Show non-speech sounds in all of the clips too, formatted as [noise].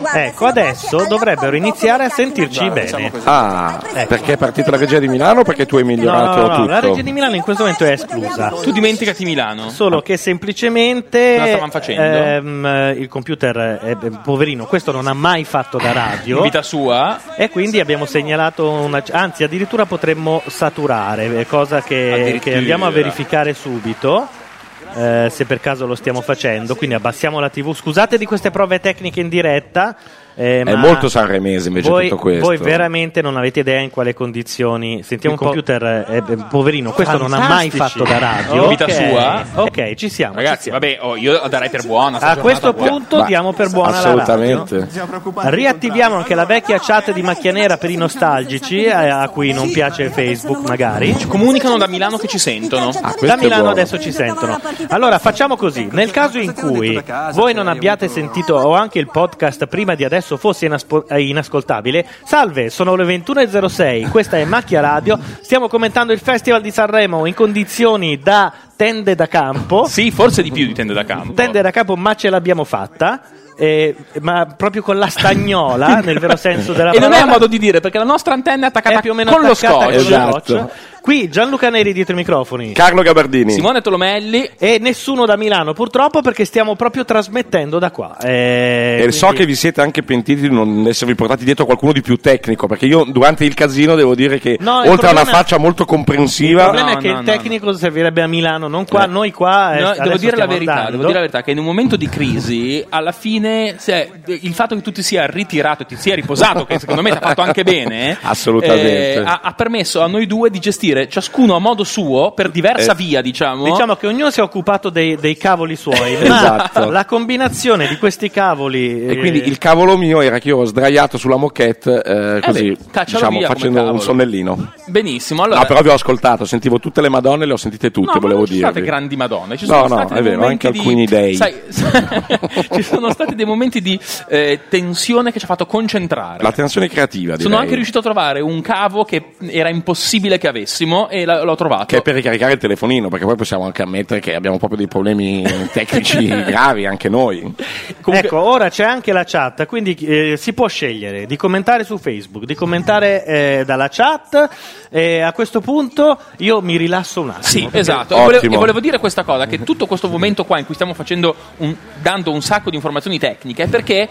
guarda, Ecco, adesso dovrebbero iniziare a sentirci bene. Ah, perché è partita la regia di Milano o perché tu hai migliorato No, no, no, tutto? la regia di Milano in questo momento è esclusa. Tu dimenticati Milano. Solo che semplicemente Cosa stavamo facendo? ehm, il computer, è, è- poverino, questo non ha mai fatto da radio. In vita sua. E quindi abbiamo segnalato una. anzi, addirittura potremmo saturare, eh, cosa che, che Addirittura. andiamo a verificare subito. eh, se per caso lo stiamo facendo, quindi abbassiamo la TV. Scusate di queste prove tecniche in diretta. eh, È ma molto sanremese invece voi, tutto questo. voi veramente non avete idea in quale condizioni. Sentiamo il Il co- computer, eh, eh, poverino, questo non ha mai Fantastici. fatto da radio. In vita Ok, sua? Ok, ci siamo. ci Ragazzi, siamo. vabbè, oh, io la darei per buona. sta A questo giornata buona. punto Ma- diamo per buona la radio. Assolutamente. Riattiviamo anche la vecchia chat di Macchia Nera per i nostalgici, eh, a cui non piace Facebook magari. Ci comunicano da Milano che ci sentono. questo Da è Milano buono. adesso ci sentono. Allora facciamo così: nel caso in cui voi non abbiate sentito o anche il podcast prima di adesso fosse inaspo- eh, inascoltabile, salve, sono le 21.06. Questa è Macchia Radio. Stiamo commentando il Festival di Sanremo in condizioni da tende da campo. Sì, forse di più di tende da campo. Tende da capo, ma ce l'abbiamo fatta. eh, ma proprio con la [laughs] stagnola, nel vero senso della e parola non è un modo di dire, perché la nostra antenna è attaccata è più o meno con lo attaccata scotch. con lo Esatto. scotch. Qui Gianluca Neri dietro i microfoni. Carlo Gabardini. Simone Tolomelli. e nessuno da Milano, purtroppo, perché stiamo proprio trasmettendo da qua. Eh, E so quindi- che vi siete anche pentiti di non esservi portati dietro qualcuno di più tecnico, perché io durante il casino devo dire che No, il oltre a una problema- faccia molto Il comprensiva, problema è No, che no, il no, tecnico servirebbe a Milano, non qua, Eh. noi qua. eh, No, adesso devo, dire la stiamo verità, andando. devo dire la verità che in un momento di crisi alla fine se- il fatto che tu ti sia ritirato ti sia riposato che secondo me ti ha fatto anche bene Assolutamente. eh, ha, ha permesso a noi due di gestire ciascuno a modo suo per diversa Eh. via diciamo, Diciamo che ognuno si è occupato dei, dei cavoli suoi, [laughs] ma Esatto. la combinazione di questi cavoli. e quindi eh, il cavolo mio era che io ero sdraiato sulla moquette, eh, così beh, caccialo diciamo via come facendo un cavolo. sonnellino. benissimo allora No, però vi ho ascoltato, sentivo tutte le madonne, le ho sentite tutte, No, ma volevo non ci sono state dire. grandi madonne, ci No, sono no, stati è dei vero, momenti anche di- alcuni dei. sai, [laughs] ci sono stati dei momenti di eh, tensione che ci ha fatto concentrare. La tensione creativa, direi. sono anche riuscito a trovare un cavo che era impossibile che avessimo e la- l'ho trovato. Che è per ricaricare il telefonino, perché poi possiamo anche ammettere che abbiamo proprio dei [laughs] problemi tecnici gravi anche noi. Comunque- Ecco, ora c'è anche la chat, quindi eh, si può scegliere di commentare su Facebook, di commentare eh, dalla chat. E a questo punto io mi rilasso un attimo. Sì, perché- esatto. E volevo, Ottimo. Mm-hmm. e volevo dire questa cosa: che tutto questo momento qua in cui stiamo facendo un- dando un sacco di informazioni tecniche, è perché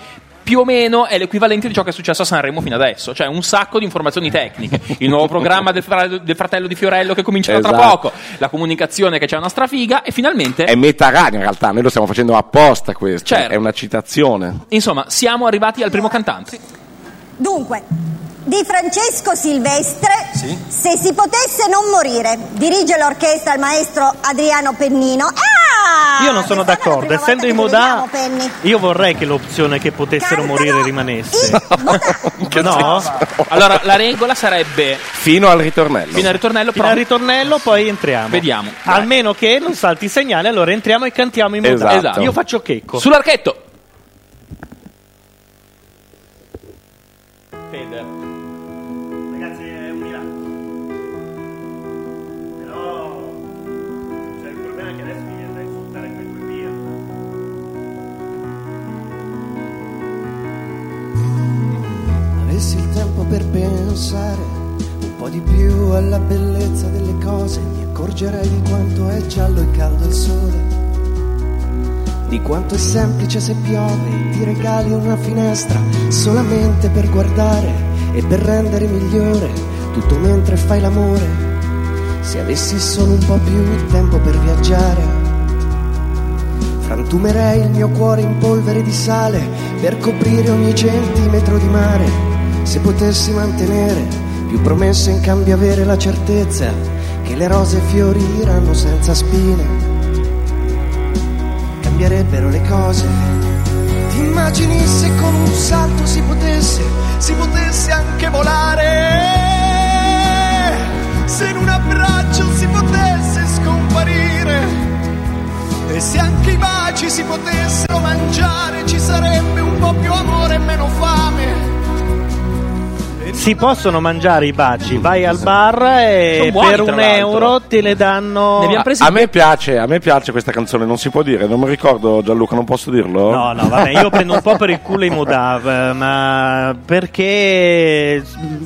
più o meno è l'equivalente di ciò che è successo a Sanremo fino adesso, cioè un sacco di informazioni tecniche. Il nuovo programma del, fra- del fratello di Fiorello che comincerà tra Esatto. poco, la comunicazione che c'è una strafiga e finalmente. È metà radio in realtà, noi lo stiamo facendo apposta questo, Certo. è una citazione. Insomma, siamo arrivati al primo cantante. Dunque, di Francesco Silvestre, se si potesse non morire, dirige l'orchestra il maestro Adriano Pennino. Ah! Io non Questa sono è la d'accordo, prima essendo volta che ti in moda, vediamo, Penny. io vorrei che l'opzione che potessero Cantano morire i [laughs] rimanesse. Bottacci. No? Allora, la regola sarebbe Fino al ritornello. fino al ritornello, Fino però. al ritornello, poi entriamo. Vediamo. Almeno che non salti il segnale, allora entriamo e cantiamo in moda. Esatto. Esatto. Io faccio checco. Sull'archetto. Ragazzi, è un miracolo. Però cioè, il problema è che adesso mi viene da insultare quel quel via. Avessi il tempo per pensare un po' di più alla bellezza delle cose, mi accorgerei di quanto è giallo e caldo il sole. Di quanto è semplice se piove, ti regali una finestra solamente per guardare e per rendere migliore tutto mentre fai l'amore. Se avessi solo un po' più di tempo per viaggiare, Frantumerei il mio cuore in polvere di sale per coprire ogni centimetro di mare. Se potessi mantenere più promesse in cambio avere la certezza che le rose fioriranno senza spine. Cambierebbero le cose. Ti immagini se con un salto si potesse, si potesse anche volare? Se in un abbraccio si potesse scomparire? E se anche i baci si potessero mangiare ci sarebbe un po' più amore e meno fame. E si possono mangiare i baci. Vai al bar Sono e buoni, per tra un l'altro. euro te ne danno. Ne abbiamo presi A me piace, a me piace questa canzone, non si può dire, non mi ricordo Gianluca, non posso dirlo? No, [laughs] no, vabbè, io prendo un po' per il culo i Modav, eh, ma perché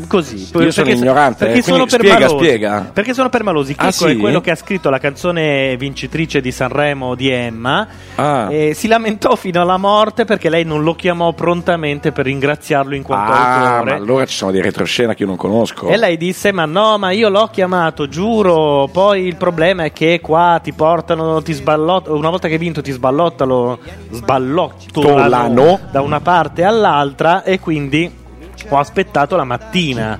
così? Io sono perché- ignorante, perché eh, sono quindi permalosi. spiega, spiega. Perché sono permalosi. Checco Ah, sì? è quello che ha scritto la canzone vincitrice di Sanremo di Emma. Ah. E si lamentò fino alla morte perché lei non lo chiamò prontamente per ringraziarlo in quanto Ah, ma autore. allora ci sono dei retroscena che io non conosco. E lei disse: Ma no, ma io l'ho chiamato, giuro. Poi il problema è che qua ti portano, ti sballottano. Una volta che hai vinto, ti sballottano, sballottolano Tolano. da una parte all'altra. E quindi ho aspettato la mattina.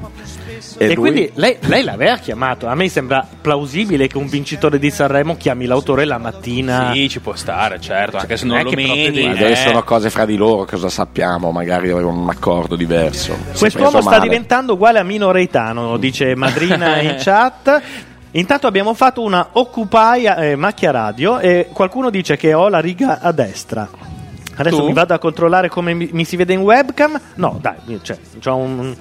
E E, lui? quindi lei, lei l'aveva chiamato. A me sembra plausibile che un vincitore di Sanremo chiami l'autore la mattina. Sì, ci può stare, certo, anche se non non è che lo proprio meni. devi- Ma eh. dove sono cose fra di loro, cosa sappiamo? Magari avevano un accordo diverso. Si è Quest'uomo preso sta male. diventando uguale a Mino Reitano, dice Madrina [laughs] in chat. Intanto abbiamo fatto una Occupy eh, macchia radio e qualcuno dice che ho la riga a destra. Adesso Tu? mi vado a controllare come mi, mi si vede in webcam. No, dai, cioè, c'ho un,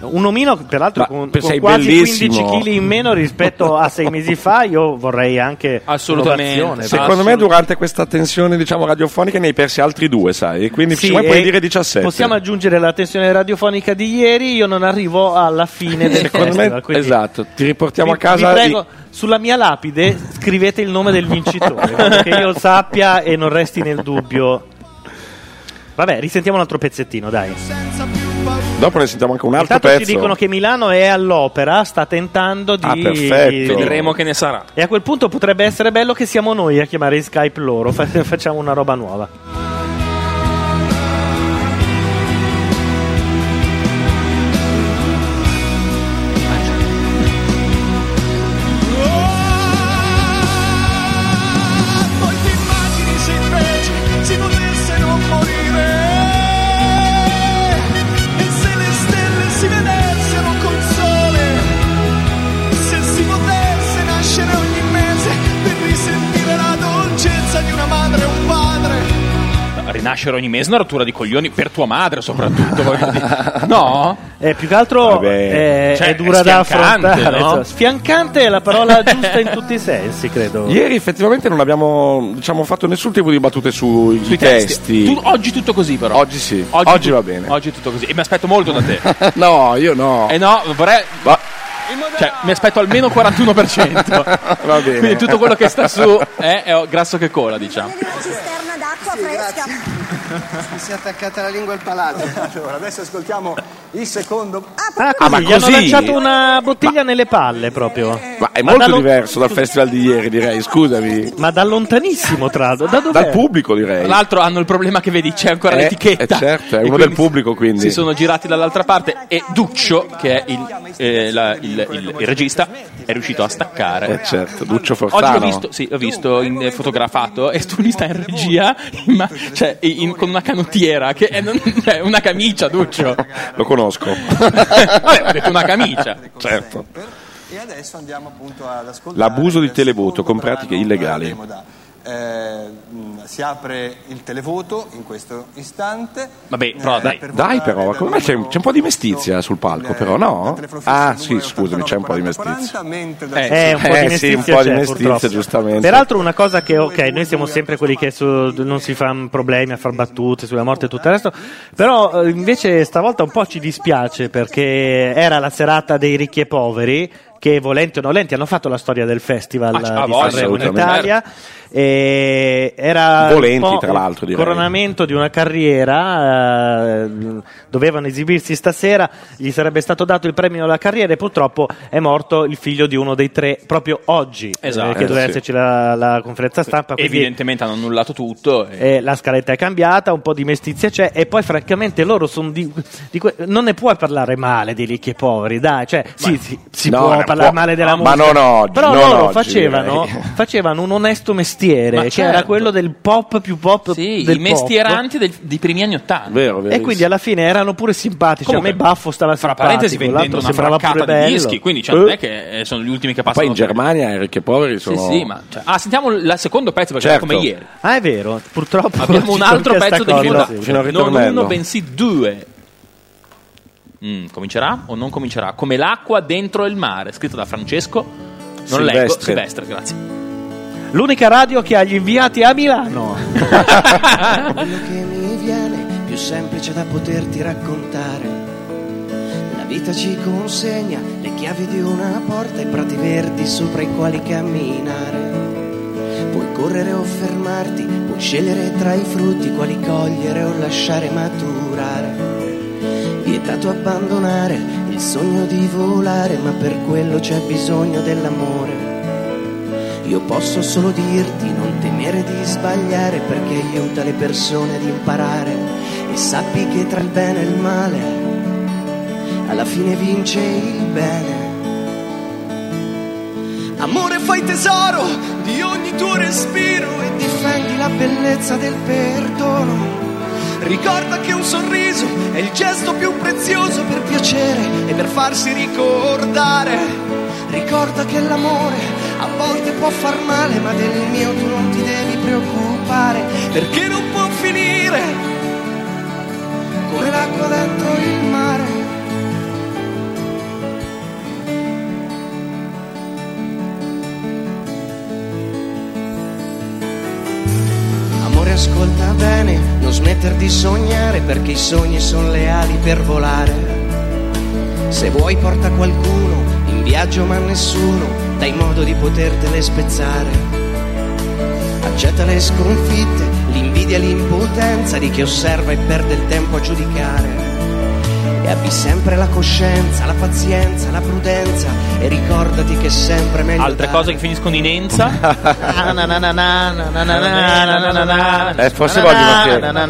un omino, peraltro, Ma con, sei con quasi bellissimo. 15 kg in meno rispetto [laughs] a sei mesi fa. Io vorrei anche Assolutamente. un'ovazione. Secondo me durante questa tensione diciamo radiofonica ne hai persi altri due, sai? E quindi Sì, secondo me e puoi dire 17. Possiamo aggiungere la tensione radiofonica di ieri. Io non arrivo [laughs] alla fine del Secondo festival, me, quindi- esatto, ti riportiamo vi, a casa. vi prego, sulla mia lapide scrivete il nome del vincitore perché io sappia e non resti nel dubbio. Vabbè, risentiamo un altro pezzettino, dai. di- Dopo ne sentiamo anche un altro Intanto pezzo. ci dicono che Milano è all'opera, sta tentando di Ah, perfetto. Vedremo che ne sarà. E a quel punto potrebbe essere bello che siamo noi a chiamare in Skype loro, Fa- [laughs] facciamo una roba nuova. Poi ti immagini se invece si potesse non morire E se le stelle si vedessero col sole Se si potesse nascere ogni mese Per risentire la dolcezza di una madre e un padre Rinascere ogni mese è una rottura di coglioni per tua madre, soprattutto. [laughs] voglio dire. no? Eh, più che altro Vabbè. eh, Cioè, è dura è da sfiancante, affrontare. no? insomma. [laughs] Sfiancante è la parola giusta in tutti i sensi, credo. Ieri effettivamente non abbiamo diciamo, fatto nessun tipo di battute sui, Sui testi. Tu- oggi tutto così, però. Oggi sì, oggi, tu- va bene. Oggi tutto così. E mi aspetto molto [laughs] da te. no, io no. Eh no, vorrei. Va- Cioè, mi aspetto almeno 41%. [laughs] va bene. Quindi tutto quello che sta su è, è grasso che cola, diciamo. Bisogna di una cisterna d'acqua fresca. Mi si è attaccata la lingua al palato. [laughs] Allora, adesso ascoltiamo il secondo. Ah, Ah, così, ma gli hanno così? lanciato una bottiglia nelle palle proprio. Ma è Ma molto dallo- diverso dal festival di ieri, direi, scusami. Ma da lontanissimo, tra Da dov'è? Dal pubblico, direi. Tra l'altro hanno il problema che vedi c'è ancora Eh, l'etichetta. eh, certo, è E uno quindi del pubblico, quindi. Si sono girati dall'altra parte e Duccio, che è il, eh, la- il- il- il regista, è riuscito a staccare. Eh, certo, Duccio Oggi Fortano. l'ho visto, sì, l'ho visto in- eh, fotografato e tu lì stai in regia in ma- cioè, in- con una canottiera, che è non- cioè, una camicia, Duccio. Lo conosco. Vabbè, ho detto una camicia. certo. E adesso andiamo appunto ad ascoltare. L'abuso di il televoto con secondo pratiche brano illegali. della Demoda. Eh, mh, si apre il televoto in questo istante. Vabbè, però dai. per Dai votare però, dal come c'è- numero c'è un po' di mestizia sul palco, il- però, no? dal telefono fisso Ah, numero sì, scusami, c'è un po' di 89 40, mestizia. mentre dal Eh, Eh, un po' di Eh, mestizia, sì, un po' di c'è, mestizia, purtroppo. giustamente. Peraltro una cosa che, ok, noi siamo sempre quelli che su- non si fanno problemi a far battute sulla morte e tutto il resto, però eh, invece stavolta un po' ci dispiace perché era la serata dei ricchi e poveri che volenti o nolenti hanno fatto la storia del festival Ah, c- ah, di voglia, Sanremo in assolutamente. Italia e era un Volenti, po' tra l'altro, il direi. coronamento di una carriera eh, dovevano esibirsi stasera gli sarebbe stato dato il premio alla carriera e purtroppo è morto il figlio di uno dei tre proprio oggi Esatto. eh, che Eh, doveva sì. esserci la, la conferenza stampa quindi, Evidentemente hanno annullato tutto. e- eh, la scaletta è cambiata, un po' di mestizia c'è e poi francamente loro sono di, di que- non ne puoi parlare male dei ricchi e poveri, dai, cioè sì, sì, si No, può ne parlare può- male della ma musica, non oggi, però non loro oggi, facevano, direi. [laughs] facevano un onesto mestiere Ma che certo. era quello del pop più pop Sì, del i pop. mestieranti del- dei primi anni Ottanta. Vero, vero. E quindi alla fine erano pure simpatici. a me Baffo stava fra simpatico, parentesi vendendo l'altro una sembrava pure fraccata di bello. dischi, quindi cioè, Eh. non è che eh, sono gli ultimi che Poi passano. in Germania i ricchi e poveri Sì, sono... sì, ma cioè- Ah, sentiamo il il secondo pezzo perché Certo. è come ieri. Ah, è vero, purtroppo Abbiamo ci un altro tocca pezzo sta di cosa, fila. sì. Fino al Non ritornello. uno, bensì due. mm, comincerà o non comincerà? Come l'acqua dentro il mare, scritto da Francesco. Non Silvestre. leggo, Silvestre, grazie. L'unica radio che ha gli inviati a Milano. [laughs] quello che mi viene più semplice da poterti raccontare. La vita ci consegna le chiavi di una porta e prati verdi sopra i quali camminare. Puoi correre o fermarti, puoi scegliere tra i frutti quali cogliere o lasciare maturare. Vietato abbandonare il sogno di volare, ma per quello c'è bisogno dell'amore. Io posso solo dirti non temere di sbagliare perché aiuta le persone ad imparare e sappi che tra il bene e il male alla fine vince il bene. Amore fai tesoro di ogni tuo respiro e difendi la bellezza del perdono. Ricorda che un sorriso è il gesto più prezioso per piacere e per farsi ricordare. Ricorda che l'amore a volte può far male, ma del mio tu non ti devi preoccupare, perché non può finire come l'acqua dentro il mare. Amore ascolta bene, non smetter di sognare perché i sogni sono le ali per volare. Se vuoi porta qualcuno in viaggio ma nessuno, dai modo di potertele spezzare. Accetta le sconfitte, l'invidia e l'impotenza di chi osserva e perde il tempo a giudicare. E abbi sempre la coscienza, la pazienza, la prudenza e ricordati che è sempre meglio. Altre dare. cose che finiscono in enza. [laughs] Eh, forse vogliono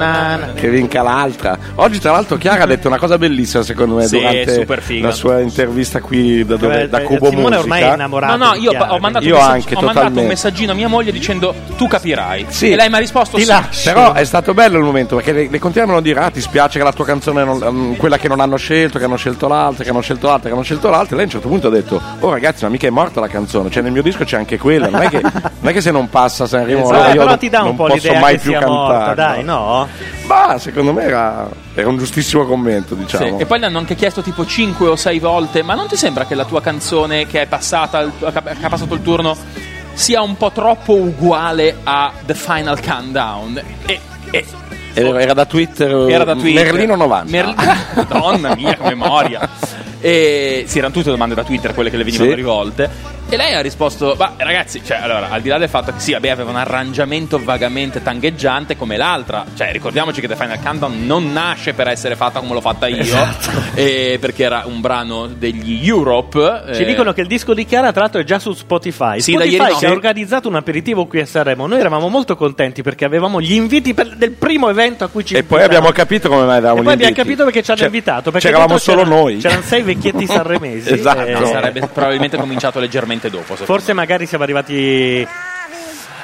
che, che vinca l'altra. Oggi, tra l'altro, Chiara ha detto una cosa bellissima, secondo me, Sì, durante super figa. la sua intervista qui da, dove- da Eh, Cubo Simone ormai è Musica. innamorato. No, no, di io Chiara, ho, mandato, Io un messaggio- anche, ho mandato un totalmente. messaggino a mia moglie dicendo tu capirai. Sì. E lei mi ha risposto Ti sì. lascio. Però è stato bello il momento perché le, le continuavano a dire: Ah, ti spiace che la tua canzone, non- mm, quella che non hanno scelto, che hanno scelto l'altra, che hanno scelto l'altra, che hanno scelto l'altra. E lei a un certo punto ha detto: Oh ragazzi, ma mica è morta la canzone. Cioè, nel mio disco c'è anche quella. Non è che, non è che se non passa Sanremo, Esatto, allora io però non, ti dà un non po' posso l'idea mai che più sia cantare. morta, dai, no? Ma secondo me era, era un giustissimo commento, Sì. diciamo. E poi le hanno anche chiesto tipo 5 o 6 volte: Ma non ti sembra che la tua canzone che è passata, il- che ha passato il turno, sia un po' troppo uguale a The Final Countdown? E, e- Era, era da Twitter, era da Twitter. Merlino 90. Merl- Madonna mia, che memoria! E sì, erano tutte domande da Twitter quelle che le venivano Sì. rivolte. E lei ha risposto: Ma ragazzi, cioè, allora, al di là del fatto che sì, vabbè, aveva un arrangiamento vagamente tangheggiante come l'altra. Cioè, ricordiamoci che The Final Countdown non nasce per essere fatta come l'ho fatta io. Esatto. eh, perché era un brano degli Europe. Ci eh, dicono che il disco di Chiara, tra l'altro, è già su Spotify. Sì, da Spotify ieri che sì. ha organizzato un aperitivo qui a Sanremo. Noi eravamo molto contenti perché avevamo gli inviti per- del primo evento a cui ci E poi invitavano. abbiamo capito come mai E davamo poi gli abbiamo inviti. capito perché ci hanno Cioè, invitato. Perché C'eravamo dentro solo c'erano- noi. C'erano sei [laughs] vecchietti sanremesi. Esatto. eh, no, sarebbe probabilmente cominciato [laughs] leggermente dopo. secondo Forse magari siamo arrivati.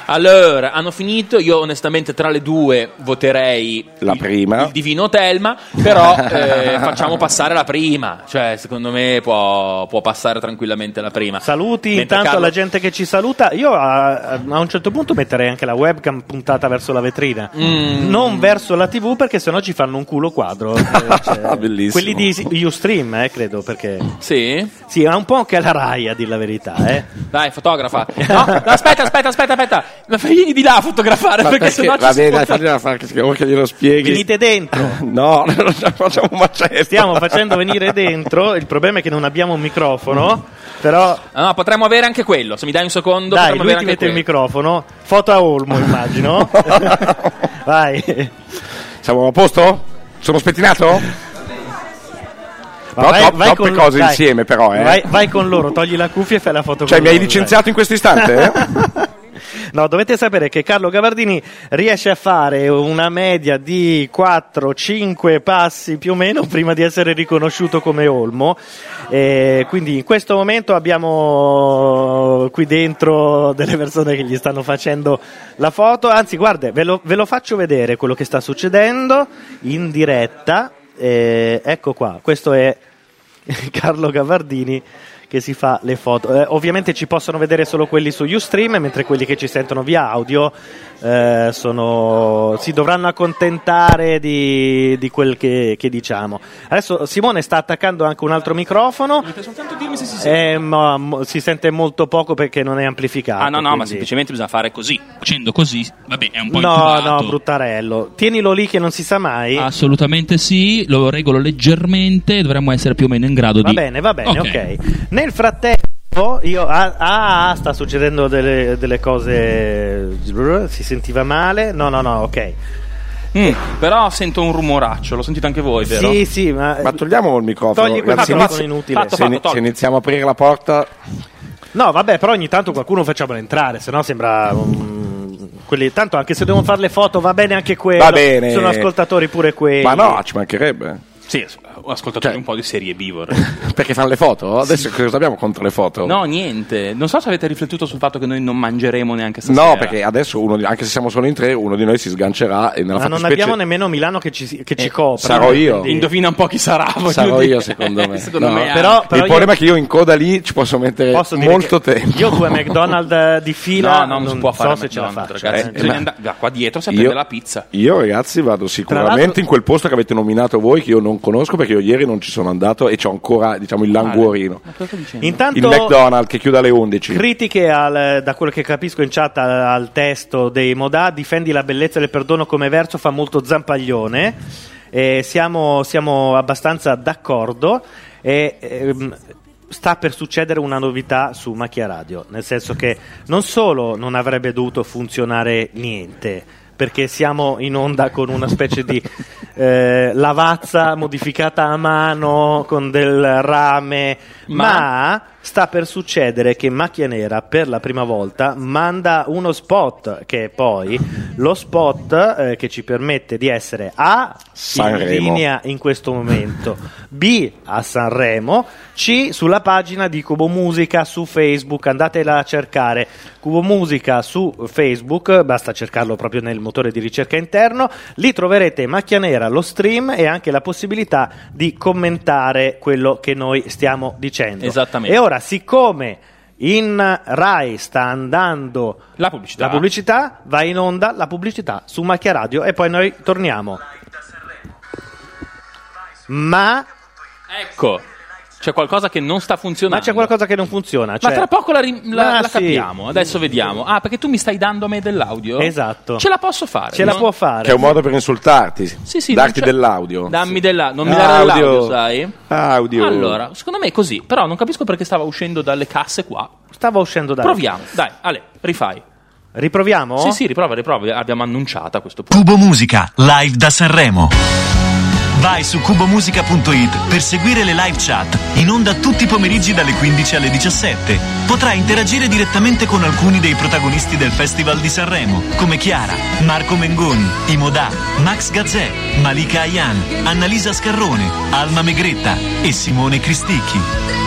Allora, hanno finito. Io onestamente tra le due voterei La il- prima. il divino Telma, [laughs] però eh, facciamo passare la prima. Cioè, secondo me può, può passare tranquillamente la prima. Saluti Mentre intanto Carlo- alla gente che ci saluta. Io a, a un certo punto metterei anche la webcam puntata verso la vetrina, Mm. non verso la TV perché sennò ci fanno un culo [laughs] quadro. Eh, cioè, Ah, Bellissimo. Quelli di Ustream, eh, credo, perché Sì? sì, è un po' anche la Rai a dir la verità, eh. [laughs] Dai, fotografa. No, no, aspetta, aspetta, aspetta, aspetta. Ma vieni di là a fotografare Ma perché, perché- sennò ci va bene, dai, sfottono. fagliela fare Ah, che ora che glielo spieghi. Venite dentro. [laughs] No, non ce la facciamo un macello. Stiamo facendo venire dentro. Il problema è che non abbiamo un microfono, però Ah, no, potremmo avere anche quello. Se mi dai un secondo, Dai, potremmo lui avere ti anche mette il quello. microfono. Foto a Olmo, [laughs] immagino. Vai. Siamo a posto? Sono spettinato? Cioè, No, vai, tro- vai troppe con- cose dai. insieme però, eh. Vai, vai con loro, togli la cuffia e fai la foto Cioè, con mi hai loro, licenziato in questo istante? eh? dai. No, dovete sapere che Carlo Gavardini riesce a fare una media di 4-5 passi più o meno prima di essere riconosciuto come Olmo. E quindi in questo momento abbiamo qui dentro delle persone che gli stanno facendo la foto. Anzi, guarda, ve lo, ve lo faccio vedere quello che sta succedendo in [laughs] diretta. Eh, ecco qua, questo è Carlo Gavardini che si fa le foto. Eh, ovviamente ci possono vedere solo quelli su Ustream, mentre quelli che ci sentono via audio eh, sono- si dovranno accontentare di, di quel che, che diciamo. Adesso Simone sta attaccando anche un altro microfono. Soltanto dirmi se si Eh, ma mo- si sente molto poco perché non è amplificato. Ah no, no, ma quindi- semplicemente bisogna fare così. Facendo così, vabbè, è un po' No, intubato. no, bruttarello. Tienilo lì che non si sa mai. Assolutamente sì, lo regolo leggermente e dovremmo essere più o meno in grado Va di... bene, va bene, ok. Ok. Nel frattempo, io. Ah, ah, ah, sta succedendo delle, delle cose. Si sentiva male? No, no, no, ok. Mm, però sento un rumoraccio, lo sentite anche voi, [laughs] vero? Sì, sì, ma. Ma togliamo il microfono. Togli quel ragazzi, microfono inizia- inutile. Fatto, se, fatto, ini- se tolto. iniziamo a aprire la porta, No, vabbè, però ogni tanto qualcuno facciamolo entrare, sennò sembra. mm, quelli- tanto anche se devono fare le foto va bene anche quello. va bene. Sono ascoltatori pure quelli. Ma no, ci mancherebbe. Cioè, Sì, ascoltatori un po' di serie B vorrei. Perché fanno le foto? Adesso cosa abbiamo contro le foto? No, niente. Non so se avete riflettuto sul fatto che noi non mangeremo neanche stasera. No, perché adesso uno di- anche se siamo solo in tre, uno di noi si sgancerà e nella Ma non fattispecie abbiamo nemmeno Milano che ci, si- che ci copra. Eh, sarò io. quindi- Indovina un po' chi sarà. voglio sarò dire. io [laughs] secondo me. secondo No. me anche. eh. Però- il problema è che io in coda lì ci posso mettere Posso dire molto che tempo. Io due McDonald's di fila No, no, non, si può so fare. se ce la faccio. McDonald's, ragazzi. eh. Bisogna ma- andare da qua dietro se Io- prende la pizza. Io ragazzi vado l'altro- sicuramente in quel posto che avete nominato voi che io non conosco perché io ieri non ci sono andato e ho ancora diciamo il languorino. Il Intanto McDonald's che chiude alle 11. critiche al- da quello che capisco in chat al, al testo dei Modà, difendi la bellezza del perdono come verso fa molto zampaglione. Eh, siamo, siamo abbastanza d'accordo e ehm, sta per succedere una novità su Macchia Radio, nel senso che non solo non avrebbe dovuto funzionare niente perché siamo in onda con una specie di eh, lavazza modificata a mano con del rame, ma... sta per succedere che Macchia Nera per la prima volta manda uno spot che è poi lo spot eh, che ci permette di essere A Sanremo. in linea in questo momento, B a Sanremo, C sulla pagina di Cubo Musica su Facebook, andatela a cercare Cubo Musica su Facebook, basta cercarlo proprio nel motore di ricerca interno, lì troverete Macchia Nera, lo stream e anche la possibilità di commentare quello che noi stiamo dicendo. Esattamente. E ora, siccome in Rai sta andando La pubblicità. la pubblicità, va in onda la pubblicità su Macchia Radio e poi noi torniamo. Ma, Ecco. C'è qualcosa che non sta funzionando. ma c'è qualcosa che non funziona. Ma cioè- tra poco la, ri- la- Ma la sì. capiamo. Adesso vediamo. Ah, perché tu mi stai dando a me dell'audio? Esatto. Ce la posso fare. Ce la no? può fare. Che è un modo per insultarti, Sì, sì, darti non c'è- dell'audio. Dammi Sì. dell'audio. Non mi dare Audio. l'audio, sai? Audio. Allora, secondo me è così. Però non capisco perché stava uscendo dalle casse qua. Stavo uscendo da. Proviamo. Dai, Ale, rifai. Riproviamo? Sì, sì, riprova, riprova. Abbiamo annunciato a questo punto. Cubo Musica, live da Sanremo. Vai su cubomusica.it per seguire le live chat, in onda tutti i pomeriggi dalle 15 alle 17. Potrai interagire direttamente con alcuni dei protagonisti del Festival di Sanremo, come Chiara, Marco Mengoni, Imodà, Max Gazzè, Malika Ayan, Annalisa Scarrone, Alma Megretta e Simone Cristicchi.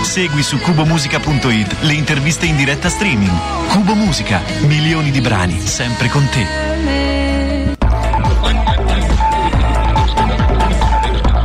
Segui su cubomusica.it le interviste in diretta streaming. Cubo Musica, milioni di brani, sempre con te.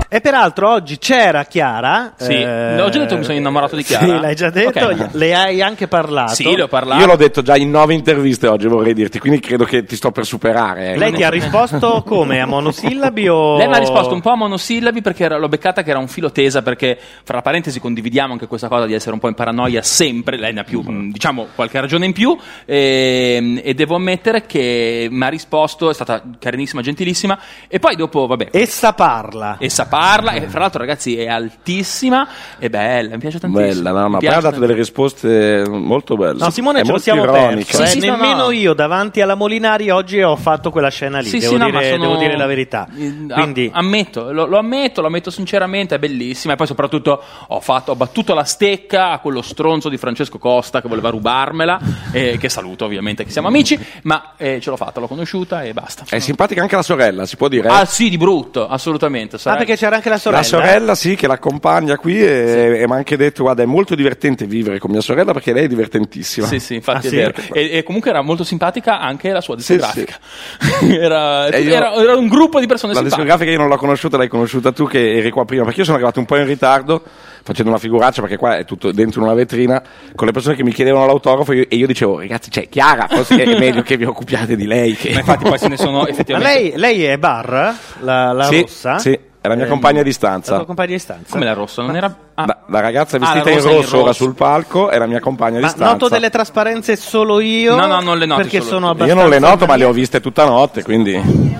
E peraltro oggi c'era Chiara. Sì, eh, ho già detto che mi sono innamorato di Chiara. Sì, l'hai già detto. Ok. Le hai anche parlato. Sì, le ho parlato. Io l'ho detto già in nove interviste oggi, vorrei dirti, quindi credo che ti sto per superare. eh. Lei ti ha [laughs] risposto come? A monosillabi o. Lei mi ha risposto un po' a monosillabi perché era- l'ho beccata che era un filo tesa perché, fra parentesi, condividiamo anche questa cosa di essere un po' in paranoia sempre, lei ne ha più, Mm. mh, diciamo, qualche ragione in più ehm, e, devo ammettere che mi ha risposto, è stata carinissima, gentilissima e poi dopo, vabbè, Essa parla. essa parla e fra l'altro ragazzi è altissima, è bella, mi piace tantissimo. Bella, no, mi ma poi piace ha dato delle risposte molto belle. No, Simone è ce lo molto siamo ironica. perso. Sì, eh. sì, no, Nemmeno no. io davanti alla Molinari oggi ho fatto quella scena lì. Sì, devo, sì, no, dire, ma sono- devo dire la verità. Eh, a- Quindi, ammetto, lo, lo ammetto, lo ammetto sinceramente, è bellissima. E poi soprattutto ho, fatto, ho battuto la stecca a quello stronzo di Francesco Costa che [laughs] voleva rubarmela, eh, che saluto ovviamente, che siamo amici, ma eh, ce l'ho fatta, l'ho conosciuta e basta. È simpatica anche la sorella, si può dire? Ah sì, di brutto, assolutamente. Ah, sarà- perché c'era anche la sorella. La sorella, sì, che l'accompagna qui e, e mi ha anche detto: Guarda, è molto divertente vivere con mia sorella perché lei è divertentissima. Ah, Sì, sì, infatti è vero. E, e comunque era molto simpatica anche la sua discografica. [laughs] era, E io- era- era un gruppo di persone La simpatiche. discografica io non l'ho conosciuta, l'hai conosciuta tu che eri qua prima, perché io sono arrivato un po' in ritardo facendo una figuraccia perché qua è tutto dentro una vetrina con le persone che mi chiedevano l'autografo io- e io dicevo ragazzi c'è Chiara, forse è meglio che vi occupiate di lei. Che... infatti ah, poi se [laughs] ne sono [laughs] Ma lei, lei è bar, la, la Sì, rossa? Eh, sì, è la mia compagna di stanza. La tua compagna di stanza. Come la rossa? Non era... Ah, La, la ragazza Ah, vestita la in rosa rosso, in ora rosso. sul palco è la mia compagna di Ma stanza. noto delle trasparenze solo io? No, no, non le noto Perché solo sono tu. Io abbastanza. non le noto ma le ho viste tutta notte, quindi...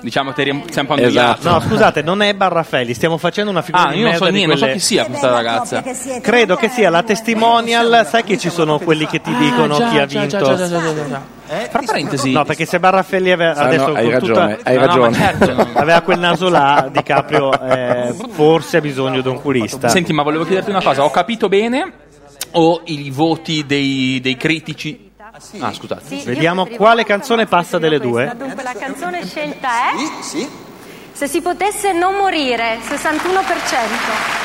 diciamo che eri sempre annoiato. Esatto. No, scusate, non è Barrafelli, stiamo facendo una figura Ah, di io non so merda di niente, non so quelle- chi sia questa ragazza. Credo che sia la testimonial, sai che ci sono quelli che Ah, ti dicono chi ha vinto. Fra parentesi, No, perché se Barrafelli aveva Ah, adesso no, hai con ragione, tutta- hai No, no, ma ragione. certo, no. aveva quel naso là di Caprio eh, forse ha bisogno di un curista. Senti, ma volevo chiederti una cosa. Ho capito bene o i voti dei, dei critici... Ah, scusate. Vediamo quale canzone passa delle due. Dunque, la canzone scelta è Sì, sì. Se si potesse non morire, 61%.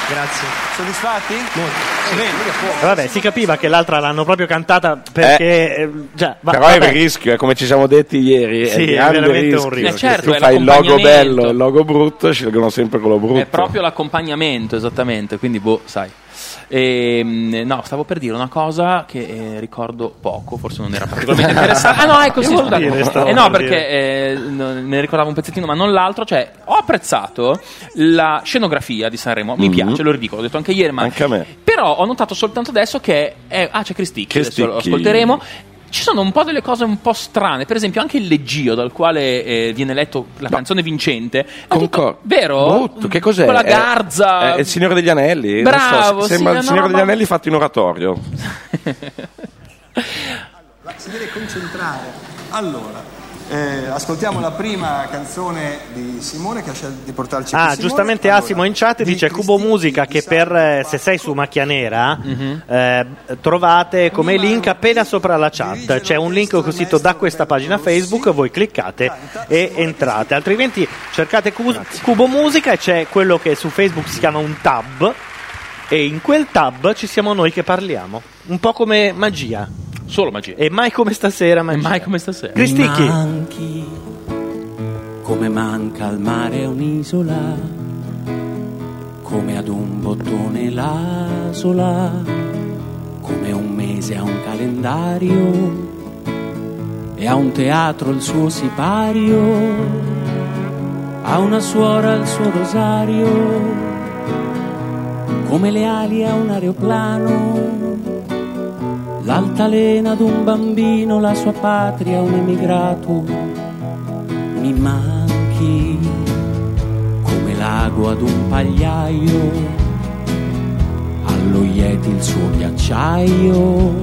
Grazie. Soddisfatti? Molto. Vabbè, si capiva che l'altra l'hanno proprio cantata perché eh, già, va- Però è vabbè. il rischio, è come ci siamo detti ieri, Sì, è, è grande veramente rischio. un rischio. Eh, certo, Se tu è fai il logo l'accompagnamento. bello e il logo brutto, scelgono sempre quello brutto. È proprio l'accompagnamento, esattamente, quindi boh, sai. Ehm, no, stavo per dire una cosa che eh, ricordo poco, forse non era particolarmente interessante. Ah, no, ecco, sì, Che vuol scusate. dire, stavo Eh, no, per perché eh, no, ne ricordavo un pezzettino, ma non l'altro. Cioè, ho apprezzato la scenografia di Sanremo, mi piace, lo ridico, l'ho detto anche ieri, ma Anche a me. però ho notato soltanto adesso che è- ah c'è Cristicchi adesso lo Cristicchi. ascolteremo ci sono un po' delle cose un po' strane per esempio anche il leggio dal quale eh, viene letto la canzone vincente è tutto- Concordo. vero? Brutto, che cos'è? con la È- garza È, il Signore degli Anelli. non so, Bravo, se- sì, sembra no, il Signore no, degli ma- Anelli fatto in oratorio. Si deve concentrare. Allora, eh, ascoltiamo la prima canzone di Simone che ha scelto di portarci qui, Ah, Simone. giustamente Allora, Asimo in chat di dice Cristina Cubo Musica di che Sandro per eh, se Pacco. sei su Macchia Nera Mhm. eh, trovate come link appena sopra la chat. C'è un link cosito da questa pagina Facebook, voi cliccate e entrate. Altrimenti cercate Cu- Cubo Musica e c'è quello che su Facebook si chiama un tab e in quel tab ci siamo noi che parliamo. Un po' come magia. solo magia E mai come stasera, magia. mai come stasera Cristicchi. Manchi, come manca al mare un'isola, come ad un bottone la sola, come un mese a un calendario e a un teatro il suo sipario, a una suora il suo rosario, come le ali a un aeroplano. L'altalena d'un bambino, la sua patria, un emigrato. Mi manchi come l'ago ad un pagliaio, allo Yeti il suo ghiacciaio,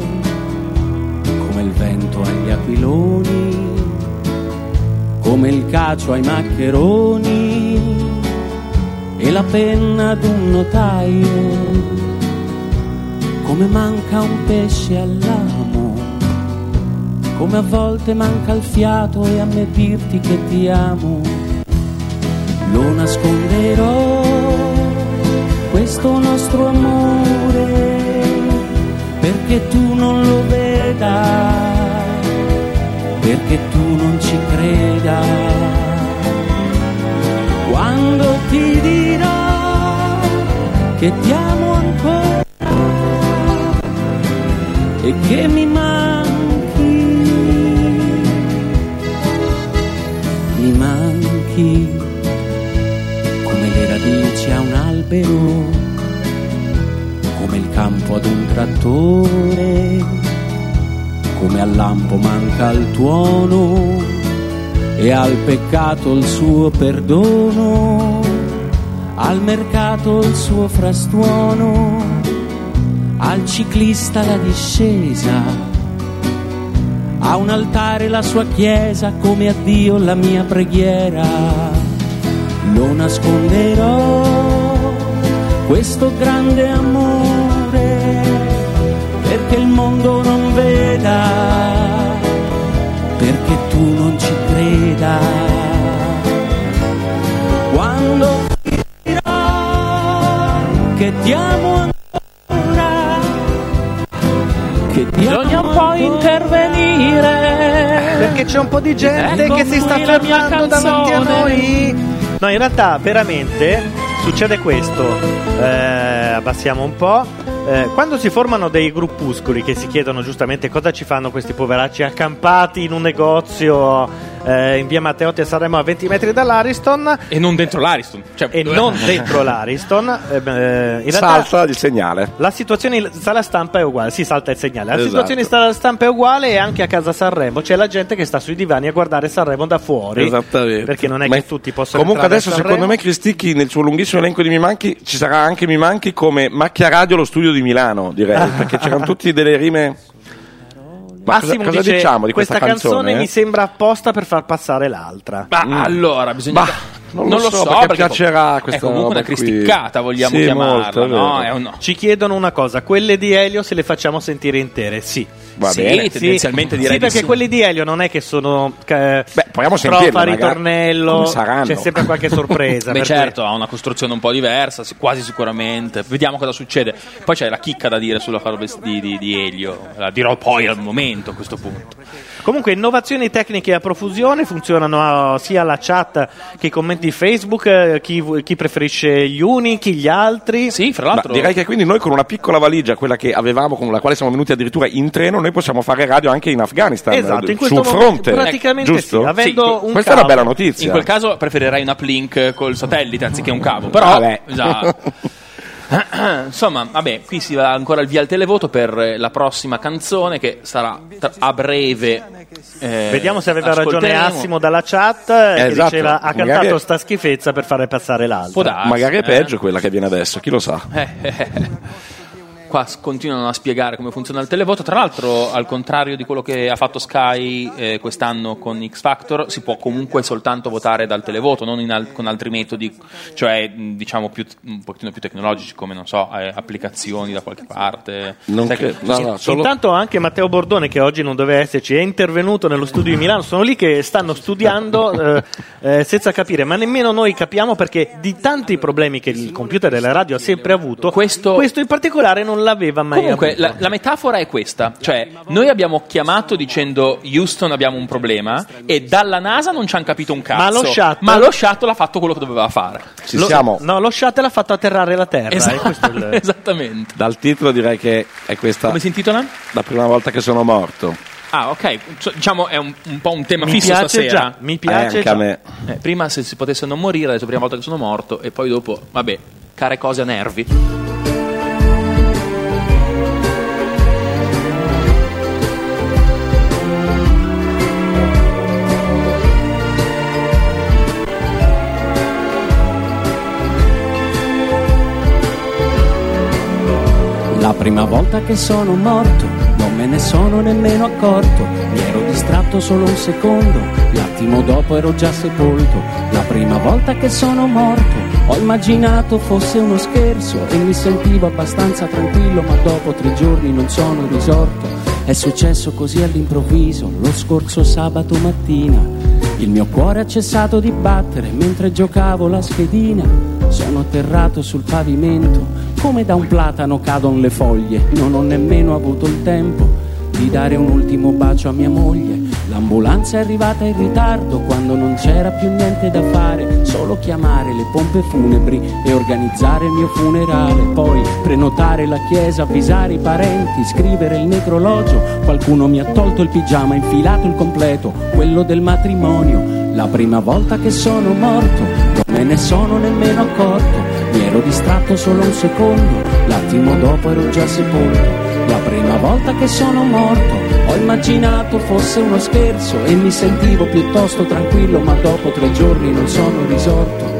come il vento agli aquiloni, come il cacio ai maccheroni e la penna ad un notaio come manca un pesce all'amo, come a volte manca il fiato e a me dirti che ti amo, lo nasconderò, questo nostro amore, perché tu non lo veda, perché tu non ci creda. Quando ti dirò che ti amo ancora, e che mi manchi, mi manchi come le radici a un albero, come il campo ad un trattore, come al lampo manca il tuono e al peccato il suo perdono, al mercato il suo frastuono al ciclista la discesa, a un altare la sua chiesa, come a Dio la mia preghiera. Lo nasconderò, questo grande amore, perché il mondo non veda, perché tu non ci creda. Quando finirò che ti amo ancora. Che ti Bisogna amo un po' ancora. intervenire. Perché c'è un po' di gente che si sta fermando davanti a noi. No, in realtà veramente succede questo. Eh, abbassiamo un po'. Eh, quando si formano dei gruppuscoli che si chiedono giustamente cosa ci fanno questi poveracci accampati in un negozio eh, in via Matteotti a Sanremo a 20 metri dall'Ariston E non dentro l'Ariston. Cioè, e dove- non dentro l'Ariston, eh, beh, in realtà Salta il segnale. la situazione in sala stampa è uguale, si salta il segnale. La Esatto. situazione in sala stampa è uguale e anche a casa Sanremo c'è la gente che sta sui divani a guardare Sanremo da fuori. Esatto. Esattamente. Perché non è Ma che tutti possono Comunque entrare adesso a secondo me Sanremo. Cristicchi nel suo lunghissimo elenco di Mi Manchi ci sarà anche Mi Manchi come Macchia Radio lo studio di Milano [laughs] direi perché c'erano tutti delle rime Ma cosa, Massimo cosa dice, diciamo di questa, canzone? mi ah, eh? sembra apposta per far passare l'altra. Ma Mm. allora bisogna. Bah, non lo so, perché piacerà questa È roba comunque una qui. cristiccata, vogliamo Sì, chiamarla. molto, è vero. no, è un no. Ci chiedono una cosa, quelle di Elio se le facciamo sentire intere? Sì. Va Sì, bene. tendenzialmente Sì, direi di perché sì. quelle di Elio non è che sono eh, proviamo a sentirle, strofa, magari. ritornello, Come saranno? c'è sempre qualche sorpresa. [laughs] Beh, per cui- certo, ha una costruzione un po' diversa, sì, quasi sicuramente. Vediamo cosa succede. Poi c'è la chicca da dire sulla parola di, di, di Elio. La dirò poi al momento a questo punto. Comunque, innovazioni tecniche a profusione funzionano eh, sia la chat che i commenti Facebook, eh, chi, vu- chi preferisce gli uni, chi gli altri. Sì, fra Ma direi che quindi noi con una piccola valigia, quella che avevamo, con la quale siamo venuti addirittura in treno, noi possiamo fare radio anche in Afghanistan. Esatto, in questo sul momento fronte. praticamente giusto? sì, avendo un Questa è cavo. una bella notizia. In quel caso preferirei una plink col satellite anziché un cavo. Però, Ah, Vabbè. [laughs] [laughs] Esatto. [clears throat] Insomma, vabbè, qui si va ancora il via al televoto per eh, la prossima canzone che sarà tra- a breve. eh, Vediamo se aveva ragione ascolteremo. Assimo dalla chat eh, che Esatto, diceva ha magari- cantato sta schifezza per fare passare l'altra. Magari eh. è peggio quella che viene adesso, chi lo sa. Eh, eh, eh. Qua s- continuano a spiegare come funziona il televoto. Tra l'altro, al contrario di quello che ha fatto Sky eh, quest'anno con X Factor, si può comunque soltanto votare dal televoto, non in al- con altri metodi, cioè mh, diciamo più t- un pochettino più tecnologici, come non so, eh, applicazioni da qualche parte. Non Sai credo, no, sì, no, soltanto- Intanto anche Matteo Bordone, che oggi non doveva esserci, è intervenuto nello studio di Milano. Sono lì che [laughs] stanno studiando eh, eh, senza capire, ma nemmeno noi capiamo perché di tanti problemi che il computer della radio ha sempre avuto, questo, in particolare non l'aveva mai Comunque, avuto. la, la metafora è questa: cioè, noi abbiamo chiamato dicendo Houston abbiamo un problema, e dalla NASA non ci hanno capito un cazzo. Ma lo shuttle- ma lo shuttle ha fatto quello che doveva fare. Lo- No, lo shuttle ha fatto atterrare la Terra. Esatto. e questo è il- [laughs] Esattamente. Dal titolo direi che è questa. Come si intitola? La prima volta che sono morto. Ah, ok. So- diciamo è un, un po' un tema Mi fisso piace stasera. già, mi piace Eh, anche a già. me. Eh, prima se si potesse non morire, adesso prima volta che sono morto, e poi dopo, vabbè, care cose a nervi. La prima volta che sono morto non me ne sono nemmeno accorto, mi ero distratto solo un secondo, l'attimo dopo ero già sepolto. La prima volta che sono morto ho immaginato fosse uno scherzo e mi sentivo abbastanza tranquillo, ma dopo tre giorni non sono risorto. È successo così all'improvviso lo scorso sabato mattina. Il mio cuore ha cessato di battere mentre giocavo la schedina. Sono atterrato sul pavimento, come da un platano cadono le foglie. Non ho nemmeno avuto il tempo di dare un ultimo bacio a mia moglie. L'ambulanza è arrivata in ritardo quando non c'era più niente da fare, solo chiamare le pompe funebri e organizzare il mio funerale. Poi prenotare la chiesa, avvisare i parenti, scrivere il necrologio. Qualcuno mi ha tolto il pigiama, infilato il completo, quello del matrimonio. La prima volta che sono morto, non me ne sono nemmeno accorto. Mi ero distratto solo un secondo, l'attimo dopo ero già sepolto. La prima volta che sono morto ho immaginato fosse uno scherzo e mi sentivo piuttosto tranquillo, ma dopo tre giorni non sono risorto.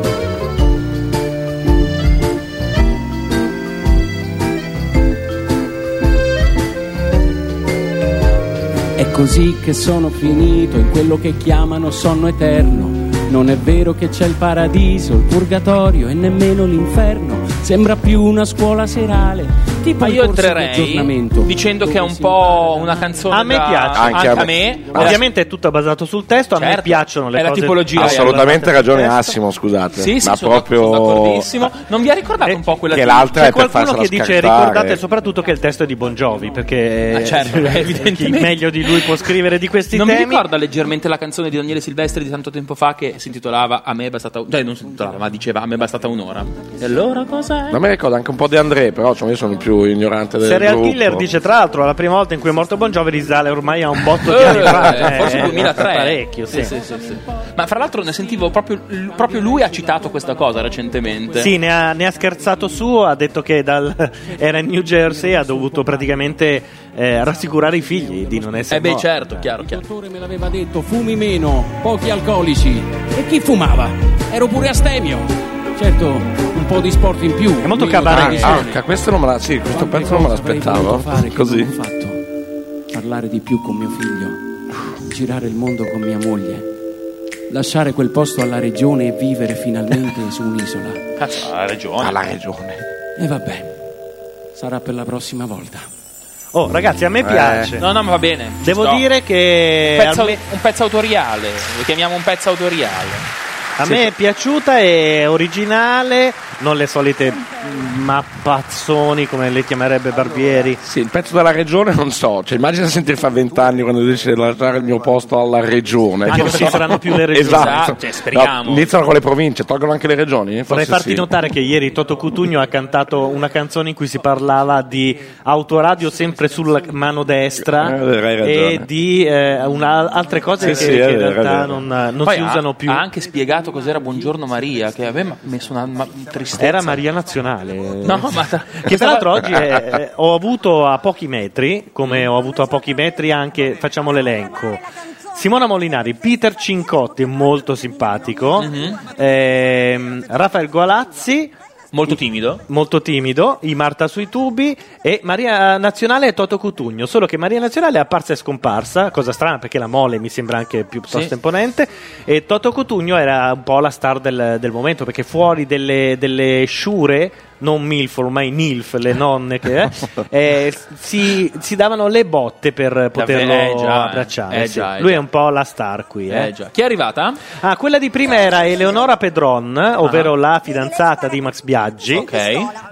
È così che sono finito in quello che chiamano sonno eterno. Non è vero che c'è il paradiso, il purgatorio e nemmeno l'inferno. Sembra più una scuola serale, tipo Ma un io corso di entrerei aggiornamento. dicendo che è un po' una canzone A me da- piace, anche a me. Ah. Eh. Ovviamente è tutto basato sul testo, a me Certo. piacciono le È la cose tipologia, Ah, Assolutamente ragione Massimo, scusate. Sì, sì, ma sono proprio d'accordissimo. Non vi ha ricordato un po' quella Eh, che di- l'altra C'è è per qualcuno farsela che dice scartare. ricordate soprattutto che il testo è di Bon Jovi Eh, perché Ah, certo, [laughs] chi evidentemente. meglio di lui può scrivere di questi non mi temi ricorda leggermente la canzone di Daniele Silvestri di tanto tempo fa che si intitolava A me è bastata un'ora. Cioè, non si intitolava, ma diceva A me è bastata un'ora. E allora cos'è? Ma mi ricordo anche un po' di André, però cioè, io sono il più ignorante del Serial gruppo. Killer dice tra l'altro la prima volta in cui è morto Bon Jovi risale ormai a un [laughs] botto di anni fa Eh, forse eh, 2003 parecchio sì. Sì, sì, sì. ma fra l'altro ne sentivo proprio, l- proprio lui ha citato questa cosa recentemente Sì, ne ha, ne ha scherzato su, ha detto che dal, [laughs] era in New Jersey e ha dovuto praticamente eh, rassicurare i figli di non essere Eh beh, morto. certo, chiaro, chiaro. dottore me l'aveva detto, fumi meno, pochi alcolici. E chi fumava? Ero pure astemio. Certo, un po' di sport in più. È Ah, ah, questo non me la, sì, questo pezzo non me l'aspettavo. Così. Parlare di più con mio figlio, girare il mondo con mia moglie, lasciare quel posto alla regione e vivere finalmente su un'isola. Cazzo, alla regione. Alla regione. E vabbè, sarà per la prossima volta. Oh, ragazzi, a Eh. me piace. no no ma va bene ci Devo sto. dire che un pezzo, alme- un pezzo autoriale lo chiamiamo un pezzo autoriale a me è piaciuta, è originale, non le solite mappazzoni come le chiamerebbe Barbieri. Sì, il pezzo della regione non so, cioè immagina sentire fa vent'anni quando decide di lasciare il mio posto alla regione. Ah, non ci saranno più le regioni. Esatto, Ah, Esatto, cioè, speriamo. No, iniziano con le province, tolgono anche le regioni. eh, Forse Vorrei farti sì. notare che ieri Toto Cutugno ha cantato una canzone in cui si parlava di autoradio sempre sulla mano destra Eh, hai ragione. e di eh, una- altre cose Sì, che, sì, che hai in realtà ragione. non, non Poi si ha- usano più. ha anche spiegato cos'era Buongiorno Maria che aveva messo una ma- tristezza Era Maria Nazionale. No, ma tra- Che tra l'altro oggi è- eh, ho avuto a pochi metri, come ho avuto a pochi metri anche, facciamo l'elenco. Simona Molinari, Peter Cincotti, molto simpatico, Mhm. ehm, Rafael Gualazzi, molto timido, molto timido, i Marta sui tubi e Maria Nazionale e Toto Cutugno, solo che Maria Nazionale è apparsa e scomparsa, cosa strana perché la mole mi sembra anche piuttosto Sì. imponente, e Toto Cutugno era un po' la star del, del momento perché fuori delle, delle sciure, non MILF ormai NILF, [laughs] le nonne che eh, eh, si, si davano le botte per poterlo eh, già, eh. abbracciare. Eh, sì. già, eh, Lui è già. un po' la star qui. eh. Eh, già. chi è arrivata? Ah. Ah, quella di prima era Eleonora Pedron, ovvero la fidanzata di Max Biaggi. Ok.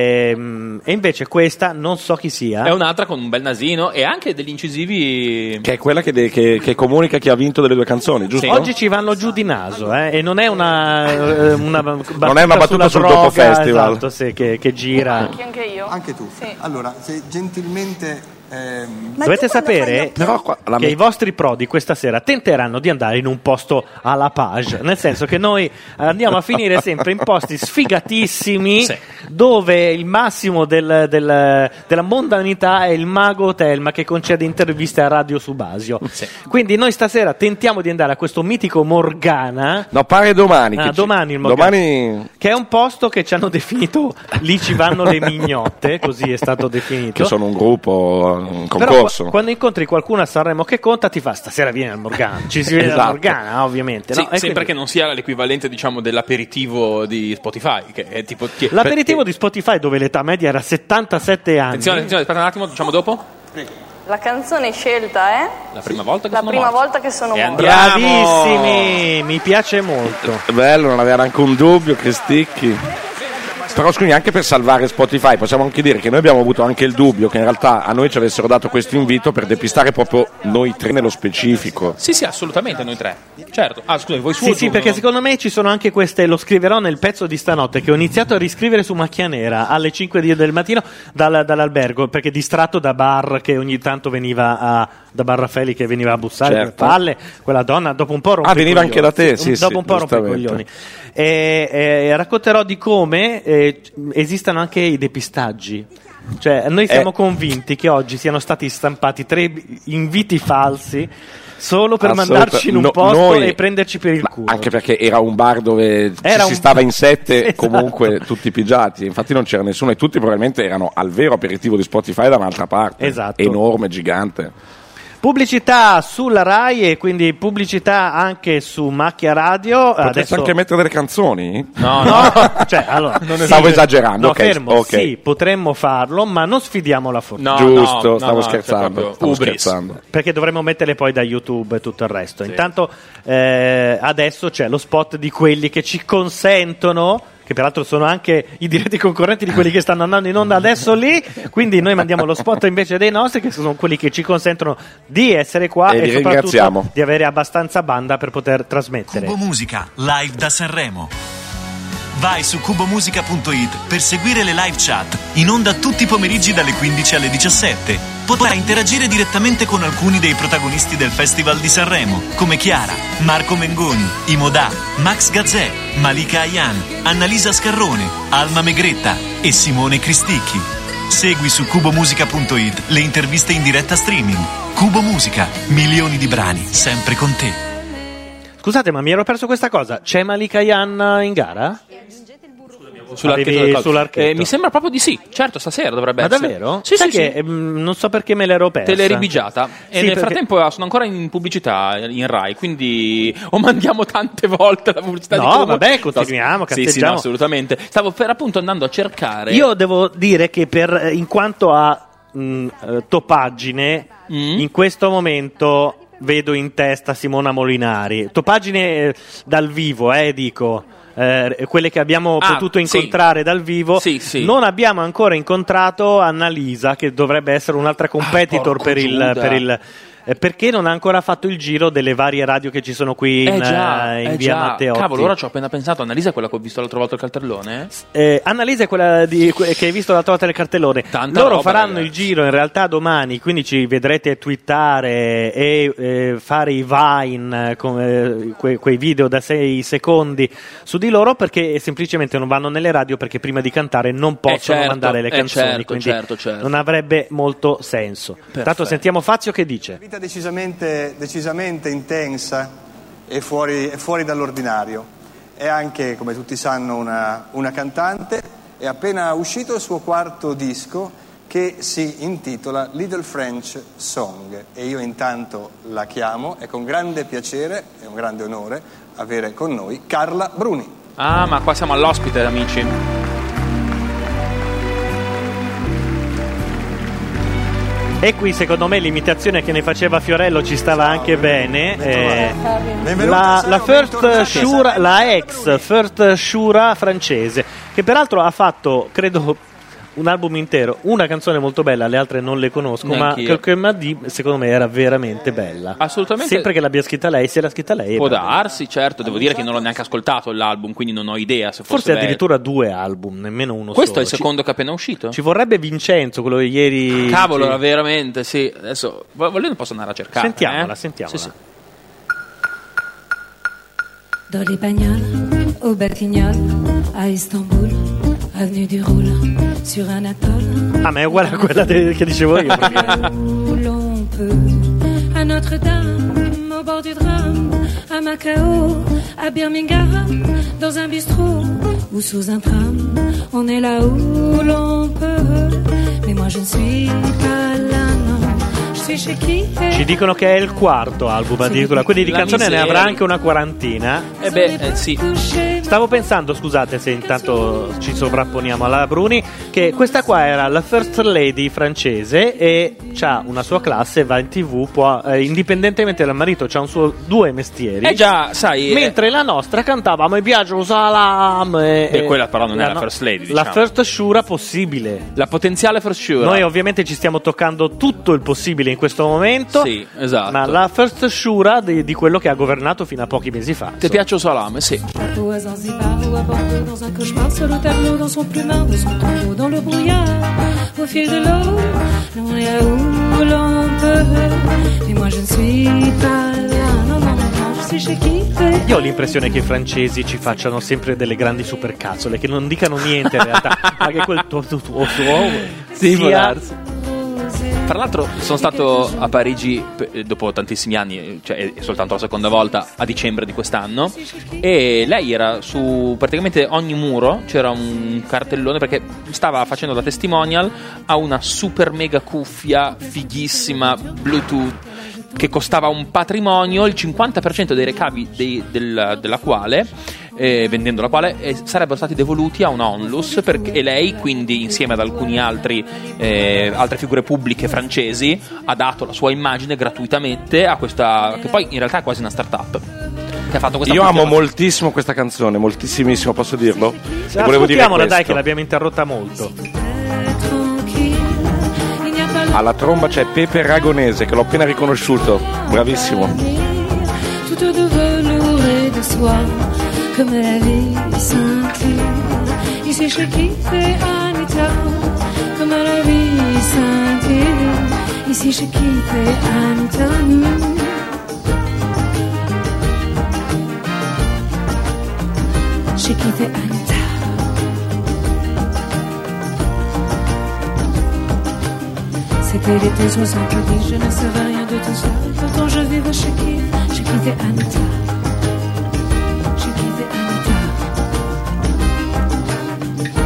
Ehm, E, invece questa non so chi sia. è un'altra con un bel nasino e anche degli incisivi Che è quella che, de- che- che comunica chi ha vinto delle due canzoni, giusto? Oggi ci vanno giù di naso, eh, e non è una, eh, una [laughs] battuta, Non è una battuta sulla sul droga, dopo festival. esatto, sì, che, che Ah, gira. Anche io. Anche tu. Allora, se gentilmente... ehm, Dovete sapere che i vostri prodi questa sera tenteranno di andare in un posto alla page, nel senso che noi eh, andiamo a finire sempre in posti sfigatissimi Sì. dove il massimo del- del- della mondanità è il mago Telma che concede interviste a Radio Subasio. Quindi noi stasera tentiamo di andare a questo mitico Morgana. No, pare domani. Ah, che ci- domani il Morgana. domani Che è un posto che ci hanno definito lì ci vanno le mignotte, così è stato definito. Che sono un gruppo, un Però concorso. qua- quando incontri qualcuno a Sanremo che conta, ti fa stasera vieni al Morgana. Ci si vede al Esatto. Morgana, ovviamente. Sì, no? E sempre quindi- che non sia l'equivalente diciamo dell'aperitivo di Spotify che è tipo che- L'aperitivo di Spotify, dove l'età media era 77 anni, Attenzione, attenzione, aspetta un attimo, diciamo dopo. La canzone scelta è La prima volta che La sono prima morto. volta che sono E morto. Bravo! Eh, bravissimi, mi piace molto. Bello, non aveva neanche un dubbio, che sticchi. Però scusi, anche per salvare Spotify possiamo anche dire che noi abbiamo avuto anche il dubbio che in realtà a noi ci avessero dato questo invito per depistare proprio noi tre nello specifico. Sì, sì, assolutamente noi tre. Certo. Ah, scusa, voi su Sì, o giù? sì, perché No. secondo me ci sono anche queste. Lo scriverò nel pezzo di stanotte che ho iniziato a riscrivere su macchia nera alle 5 di- del mattino dal- dall'albergo perché distratto da bar che ogni tanto veniva a, da Barrafelli che veniva a bussare Certo. per palle. Quella donna, dopo un po' rompe Ah, i veniva coglioni. anche da te, sì, un- sì, Dopo un po' rompe i giustamente. coglioni. E, e racconterò di come eh, c- esistano anche i depistaggi. Cioè, noi siamo Eh. convinti che oggi siano stati stampati tre bi- inviti falsi solo per Assoluta- mandarci in un no- posto noi- e prenderci per il Ma culo. Anche perché era un bar dove ci Era si un- stava [laughs] in sette, Esatto. comunque tutti pigiati. Infatti non c'era nessuno e tutti probabilmente erano al vero aperitivo di Spotify da un'altra parte. Esatto. Enorme, gigante. Pubblicità sulla Rai e quindi pubblicità anche su Macchia Radio. Potresti Adesso anche mettere delle canzoni? No, no, [laughs] cioè, allora, sì. Stavo esagerando, No, ok, fermo, ok. sì, potremmo farlo, ma non sfidiamo la fortuna. Giusto, stavo scherzando. stavo scherzando. Perché dovremmo metterle poi da YouTube e tutto il resto. Intanto eh, adesso c'è lo spot di quelli che ci consentono, che peraltro sono anche i diretti concorrenti di quelli che stanno andando in onda adesso lì, quindi noi mandiamo lo spot invece dei nostri, che sono quelli che ci consentono di essere E qua e, li soprattutto ringraziamo. di avere abbastanza banda per poter trasmettere. Cubo Musica, live da Sanremo. Vai su cubomusica.it per seguire le live chat in onda tutti i pomeriggi dalle 15 alle 17. Potrai interagire direttamente con alcuni dei protagonisti del Festival di Sanremo, come Chiara, Marco Mengoni, Imodà, Max Gazzè, Malika Ayan, Annalisa Scarrone, Alma Megretta e Simone Cristicchi. Segui su cubomusica.it le interviste in diretta streaming. Cubo Musica, milioni di brani, sempre con te. Scusate, ma mi ero perso questa cosa. C'è Malika Yan in gara? Sull'archetto Avevi- del coso. sull'archetto. Eh, mi sembra proprio di sì. Certo, stasera dovrebbe Ma essere. davvero? Sì, Sai sì, che sì. ehm, non so perché me l'ero persa. Te l'hai ribigiata. E Sì, nel perché- frattempo eh, sono ancora in pubblicità eh, in Rai, quindi o mandiamo tante volte la pubblicità No, di Cubo- vabbè, continuiamo, No, Sì, sì, cazzeggiamo. no, assolutamente. Stavo per appunto andando a cercare. Io devo dire che per, eh, in quanto a mh, eh, topaggine, Mm. in questo momento vedo in testa Simona Molinari. Topaggine eh, dal vivo, eh, dico. Eh, quelle che abbiamo Ah, potuto sì. incontrare dal vivo, non abbiamo ancora incontrato Annalisa, che dovrebbe essere un'altra competitor Ah, porco per il. Giuda. per il- eh, perché non ha ancora fatto il giro delle varie radio che ci sono qui in, eh già, eh, in eh via già. Matteotti? Cavolo, ora ci ho appena pensato. Annalisa è quella che ho visto l'altra volta al cartellone? Eh, Annalisa è quella di- que- che hai visto l'altra volta nel cartellone. Loro roba, faranno ragazzi. il giro in realtà domani, quindi ci vedrete twittare e eh, fare i vine, eh, con, eh, que- quei video da 6 secondi su di loro perché semplicemente non vanno nelle radio perché prima di cantare non possono certo, mandare le eh, canzoni, certo, quindi certo, certo. non avrebbe molto senso. Intanto sentiamo Fazio che dice. vita decisamente, decisamente intensa e fuori, e fuori dall'ordinario. È anche, come tutti sanno, una, una cantante. È appena uscito il suo quarto disco che si intitola Little French Song e io intanto la chiamo, è con grande piacere e un grande onore avere con noi Carla Bruni. Ah, ma qua siamo all'ospite, amici. E qui secondo me l'imitazione che ne faceva Fiorello ci stava anche bene. eh, la, la first Shura, la ex First Shura francese, che peraltro ha fatto, credo, un album intero, una canzone molto bella, le altre non le conosco, ma Neanch'io. Quelqu'un m'a dit, secondo me era veramente bella. Assolutamente. Sempre che l'abbia scritta lei, se l'ha scritta lei. Può vabbè. darsi, certo. Devo dire che non l'ho neanche ascoltato l'album, quindi non ho idea se fosse Forse bello. addirittura due album, nemmeno uno Questo è solo. il secondo che è appena uscito? Ci, ci vorrebbe Vincenzo, quello di ieri. Cavolo, sì. veramente, sì. Adesso, vo- volendo posso andare a cercare. Sentiamola, eh? sentiamola. Sì, sì. Dans les bagnoles, au Batignolles, à Istanbul, avenue du Roule, sur un atoll Ah, ma è uguale a quella de- che dicevo [laughs] io. où l'on peut, à Notre-Dame, au bord du drame, à Macao, à Birmingham, dans un bistrot ou sous un tram, on est là où l'on peut. Mais moi je ne suis pas là, non, je suis chez qui Ci dicono che è il quarto album addirittura, quindi di La canzone ne miseria. avrà anche una quarantina. Eh beh, eh, sì. Stavo pensando, scusate se intanto ci sovrapponiamo alla Bruni, che questa qua era la first lady francese e ha una sua classe, va in tv, può, eh, indipendentemente dal marito, ha un suo due mestieri. Eh già, sai... eh, Mentre la nostra cantava Mi piace un salame. Beh, e- quella però non è la la no- first lady, La diciamo. first sciura possibile. La potenziale first sure. Noi ovviamente ci stiamo toccando tutto il possibile in questo momento. Sì, esatto. Ma la first sciura di, di quello che ha governato fino a pochi mesi fa. Ti piace un salame? Sì. Ou à Zanzibar ou à Bordeaux, dans un cauchemar, sur le tableau, dans son plumard, de son tombeau, dans le brouillard, au fil de l'eau, l'on est là où l'on peut. Mais moi je ne suis pas là, non, non, non, non, je suis chez qui fait. Io ho l'impressione che i francesi ci facciano sempre delle grandi supercazzole [laughs] che non dicano niente in realtà, ma che quel tuo tuo tuo, tuo Sì, può sia darsi. Tra l'altro sono stato a Parigi pe- eh, dopo tantissimi anni, eh, cioè è soltanto la seconda volta a dicembre di quest'anno e lei era su praticamente ogni muro c'era un cartellone perché stava facendo la testimonial a una super mega cuffia fighissima Bluetooth che costava un patrimonio, il 50% dei recavi dei- del- della quale, eh, vendendo la quale, eh, sarebbero stati devoluti a una onlus perché, e lei quindi insieme ad alcuni altri, eh, altre figure pubbliche francesi ha dato la sua immagine gratuitamente a questa, che poi in realtà è quasi una startup. Che ha fatto questa Io amo pubblicità- moltissimo questa canzone, moltissimissimo, posso dirlo? E volevo dire Ascoltiamola, dai, questo. che l'abbiamo interrotta molto. Alla tromba c'è Pepe Ragonese, che l'ho appena riconosciuto. Bravissimo. tout de velours et de soie, comme la vie s'incline. Ici, je kiffe Anita, comme la vie s'incline. Ici, je kiffe Anita. J'ai quitté Anita. C'était l'été 70, je ne savais rien de tout ça. Pourtant je vivais chez qui J'ai quitté Anita. J'ai quitté Anita.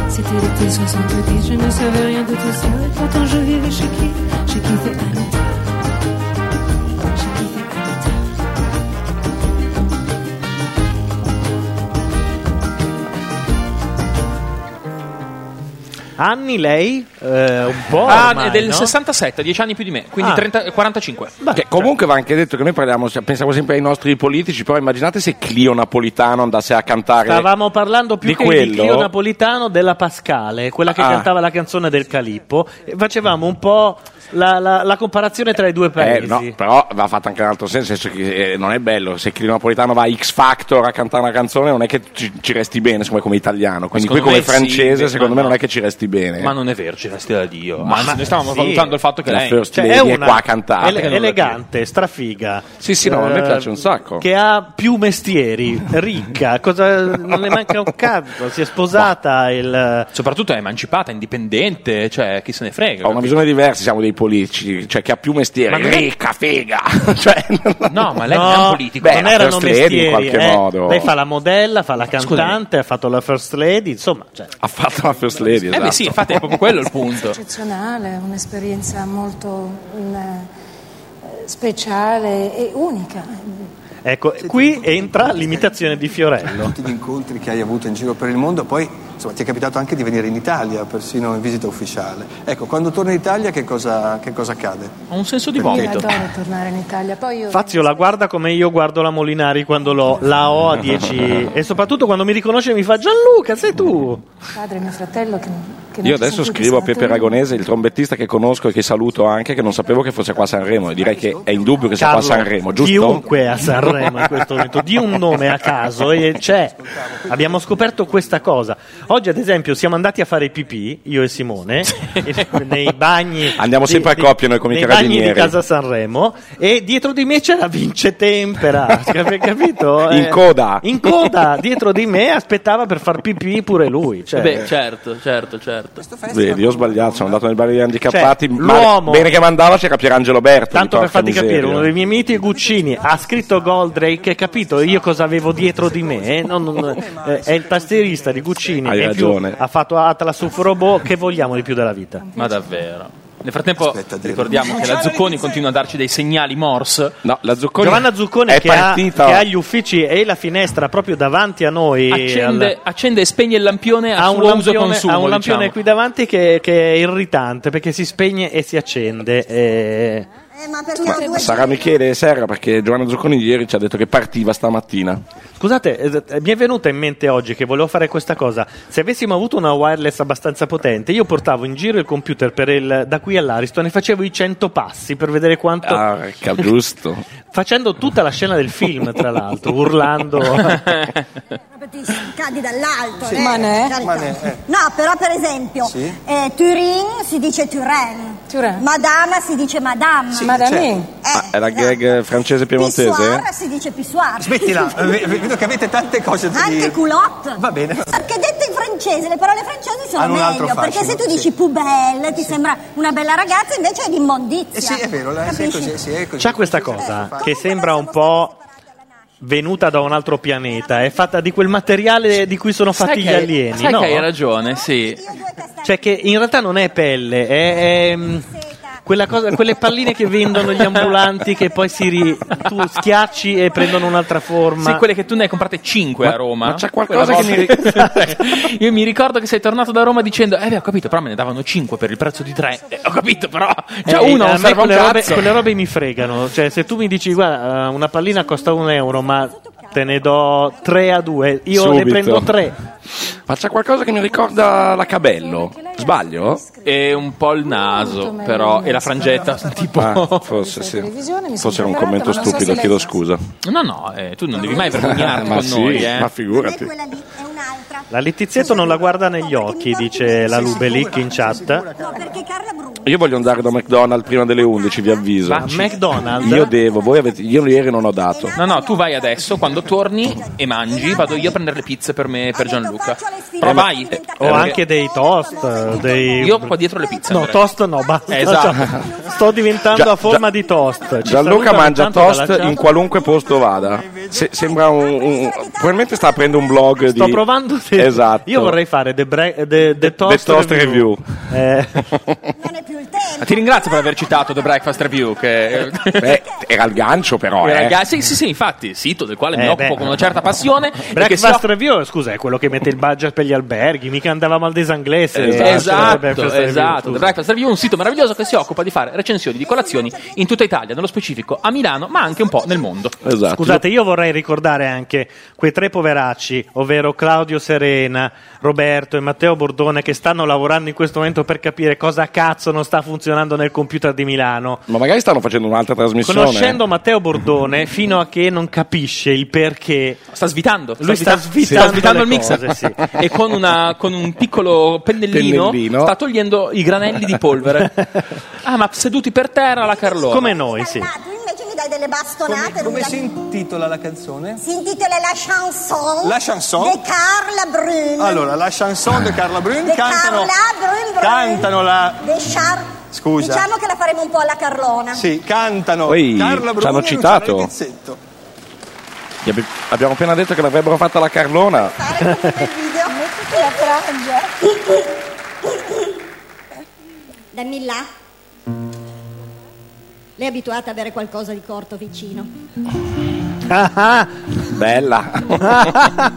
C'était l'été 70, je ne savais rien de tout ça. Pourtant je vivais chez qui J'ai quitté Anita. J'ai quitté Anita. Anni lei? Eh, un po'. Ah, ormai, è del no? 67, 10 anni più di me, quindi Ah. 30 45. Che comunque va anche detto che noi parliamo, cioè, pensiamo sempre ai nostri politici, però immaginate se Clio Napolitano andasse a cantare. Stavamo parlando più Eh, di che di quello? Clio Napolitano della Pascale, quella che Ah. cantava la canzone del Calippo. E facevamo un po' la, la- la comparazione tra i due Eh, paesi. no, però va fatta anche in un altro senso, nel senso che eh, non è bello. Se Clio Napolitano va a X Factor a cantare una canzone, non è che ci, ci resti bene, secondo me, come italiano. Quindi qui Secondo come me sì, francese, beh, secondo ma me no. non è che ci resti bene. Ma non è vero, ci resti da Dio. Ma- Anzi, ma- noi stavamo sì. valutando il fatto che La lei first Cioè, è lady è una- qua a cantare. ele- elegante, strafiga. Eh, Sì, sì, no, a me piace un sacco. Che ha più mestieri, ricca, cosa, non le manca un cazzo. Si [laughs] è sposata. Il... Soprattutto è emancipata, indipendente, cioè chi se ne frega. Ho una visione diversa, siamo dei politici, cioè chi ha più mestieri, Ma non è- ricca, figa. [laughs] cioè, No, ma lei No, non è un politico. non erano first lady in mestieri. qualche eh. modo. Lei fa la modella, fa la Scusami. cantante, ha fatto la first lady, insomma. Cioè. Ha fatto la first lady, esatto. Eh beh sì, infatti è proprio quello [laughs] il punto. eccezionale, un'esperienza molto mm, eh, speciale e unica. Ecco, qui entra l'imitazione di Fiorello. Tutti gli incontri che hai avuto in giro per il mondo, poi insomma, ti è capitato anche di venire in Italia, persino in visita ufficiale. Ecco, quando torni in Italia che cosa, che cosa accade? Ho un senso Io adoro tornare in Italia. Poi io Fazio la guarda come io guardo la Molinari quando l'ho- la ho [laughs] a 10 e soprattutto quando mi riconosce mi fa Gianluca, sei tu. mio padre e mio fratello che, che Io non ci sono adesso più, che scrivo a sono Pepe tornati. Ragonese, il trombettista che conosco e che saluto anche, che non sapevo che fosse qua a Sanremo. E direi che è indubbio che sia qua a Carlo, Sanremo, giusto? Chiunque è a Sanremo in questo momento, di un nome a caso e c'è. Abbiamo scoperto questa cosa. Oggi, ad esempio, siamo andati a fare i pipì, io e Simone, e- nei bagni. Andiamo di- sempre a di- coppia noi con Cioè, i nei bagni di carabinieri. casa Sanremo e dietro di me c'era [laughs] Vince Tempera, cap- capito? In Eh, coda. In coda, dietro di me aspettava per far pipì pure lui. Cioè. Beh, certo, certo, certo. Vedi, io ho sbagliato, sono andato nei bar degli handicappati. Cioè, ma- l'uomo- bene che mandava c'era Pierangelo Berti. Tanto per porca farti miseria. capire, uno dei miei miti è Guccini ha scritto Goldrake, hai capito io cosa avevo dietro di me? eh? Non- non- eh, è il tastierista di Guccini. Hai e in più ragione. ha fatto Atlas su Robot, che vogliamo di più della vita? Ma davvero. Nel frattempo ricordiamo che la Zucconi continua a darci dei segnali morse. No, la Zucconi Giovanna Zucconi che ha, che ha gli uffici e la finestra proprio davanti a noi accende, al- accende e spegne il lampione a ha suo un uso e lampione, consumo. ha un lampione diciamo. qui davanti che, che è irritante perché si spegne e si accende. eh. Ma sarà Michele Serra perché Giovanna Zucconi ieri ci ha detto che partiva stamattina. Scusate, eh, eh, mi è venuta in mente oggi che volevo fare questa cosa. Se avessimo avuto una wireless abbastanza potente, io portavo in giro il computer per il- da qui all'Ariston e facevo i 100 passi per vedere quanto. Arca, giusto. Facendo tutta la scena del film, tra l'altro, urlando. ah, Cadi dall'alto, Sì. eh, Ma ne? carità. Ma ne, eh. No, però per esempio, Sì. eh, Turin si dice Turin, Madama si dice Madame, certo. Eh, Ah, è la esatto. gag francese piemontese? eh? Pissoir si dice pissoir. [laughs] Smettila, eh, ve- ve- vedo che avete tante cose da dire. Anche culotte. Va bene. Che detta in francese, le parole francesi sono Hanno un altro meglio, perché se fascino, tu dici sì. poubelle ti sembra una bella ragazza, invece è di immondizia. Eh sì, è vero, la- sì, è Capisci? così, sì, è così. C'ha questa cosa che sembra un po' venuta da un altro pianeta, è fatta di quel materiale di cui sono fatti Sai gli che hai- alieni, sai no? che hai ragione, sì. Cioè che in realtà non è pelle, è, è, mm, quella cosa- quelle palline che vendono gli ambulanti che poi si ri- tu schiacci e prendono un'altra forma. Sì, quelle che tu ne hai comprate 5 Ma- a Roma. ma c'è qualcosa Quella che volta- Io mi ricordo che sei tornato da Roma dicendo: Eh, beh, ho capito, però me ne davano 5 per il prezzo di 3. ho capito, [laughs] però. Cioè, Eh, uno a non me serve un quelle robe, cazzo. quelle robe mi fregano. Cioè, se tu mi dici, guarda, eh, una pallina costa un euro, ma te ne do 3 a 2, io ne Subito. prendo 3. Ma c'è qualcosa che mi ricorda [laughs] la Cabello? Sbaglio? E un po' il naso, però. E la frangetta, tipo. Ah. forse sì. televisione mi sono Forse era un preparata, commento ma non so stupido, se chiedo lei- scusa. No, no, eh, tu non devi Ah, mai [laughs] vergognarti Ma con sì, noi, eh. ma figurati. La Littizietto non la guarda negli occhi, dice la Lubelic in chat. Io voglio andare da McDonald's prima delle 11, vi avviso. Ma McDonald's? Io devo, voi avete, io ieri non ho dato. No, no, tu vai adesso, quando torni e mangi, vado io a prendere le pizze per me e per Gianluca. Eh, Però vai. Ho anche dei toast. Dei... Io qua dietro le pizze. No, Andrea. toast no, basta. Eh, esatto. Cioè, Sto diventando Gia- a forma Gia- di toast. Ci Gianluca salutano mangia tanto dalla toast chat. in qualunque posto vada. Se- sembra un, un- Probabilmente sta aprendo un blog di. Sto provando se- Esatto. Io vorrei fare The, bre- the- the The Toast, Toast Review. Eh, Review. eh, Ti ringrazio per aver citato The Breakfast Review. Che... Beh, Eh, era il gancio, però. Era eh. ga- sì, sì, sì, infatti, sito del quale mi Eh, occupo beh. con una certa passione. e che si Breakfast Review, scusa, è quello che mette il budget per gli alberghi, mica andavamo al desanglese. Cioè, Esatto, esatto, eh, Breakfast Review, esatto. The scusa. Breakfast Review è un sito meraviglioso che si occupa di fare recensioni di colazioni in tutta Italia, nello specifico a Milano, ma anche un po' nel mondo. Esatto. Scusate, io vorrei ricordare anche quei tre poveracci, ovvero Claudio Serena, Roberto e Matteo Bordone, che stanno lavorando in questo momento per capire cosa cazzo non sta funzionando nel computer di Milano. Ma magari stanno facendo un'altra trasmissione. Conoscendo Matteo Bordone, fino a che non capisce il perché. Sta svitando. Lui sta svitando, sta svitando le il mixer cose, sì. [laughs] e con, una- con un piccolo pennellino, Pennellino. sta togliendo i granelli di [laughs] polvere. ah, ma seduti per terra la Carlona. Come noi, sì. Tu invece mi dai delle bastonate. Come, come lui la- si intitola la canzone? Si intitola La Chanson. La Chanson? Di Carla Brun. Allora, la chanson di Carla Brun Di cantano, Carla Brun Brun. cantano la... De Char- Scusa. Diciamo che la faremo un po' alla Carlona. Sì, cantano Poi Carla Bruni ci hanno e Luciano citato. Rizzetto. Gli abbi- Abbiamo appena detto che l'avrebbero fatta la Carlona. video. Mettiti la frangia. [laughs] Dammi là. Lei è abituata ad avere qualcosa di corto vicino. Ah, Bella. [laughs]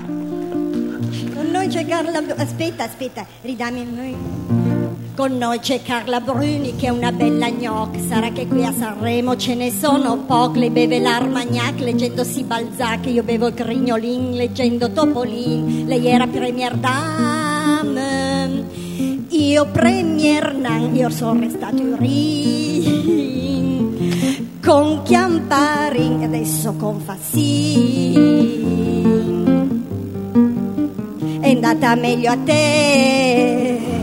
Con noi c'è Carla Bru- Aspetta, aspetta, ridammi il noi. Con noi c'è Carla Bruni che è una bella gnocca. Sarà che qui a Sanremo ce ne sono poche. Lei beve l'Armagnac leggendosi Balzac. Io bevo il Grignolin leggendo Topolin. Lei era Premier Dame. Io Premier Nan. Io sono restato in Rin. Con Chiampari, adesso con Fassin è andata meglio a te.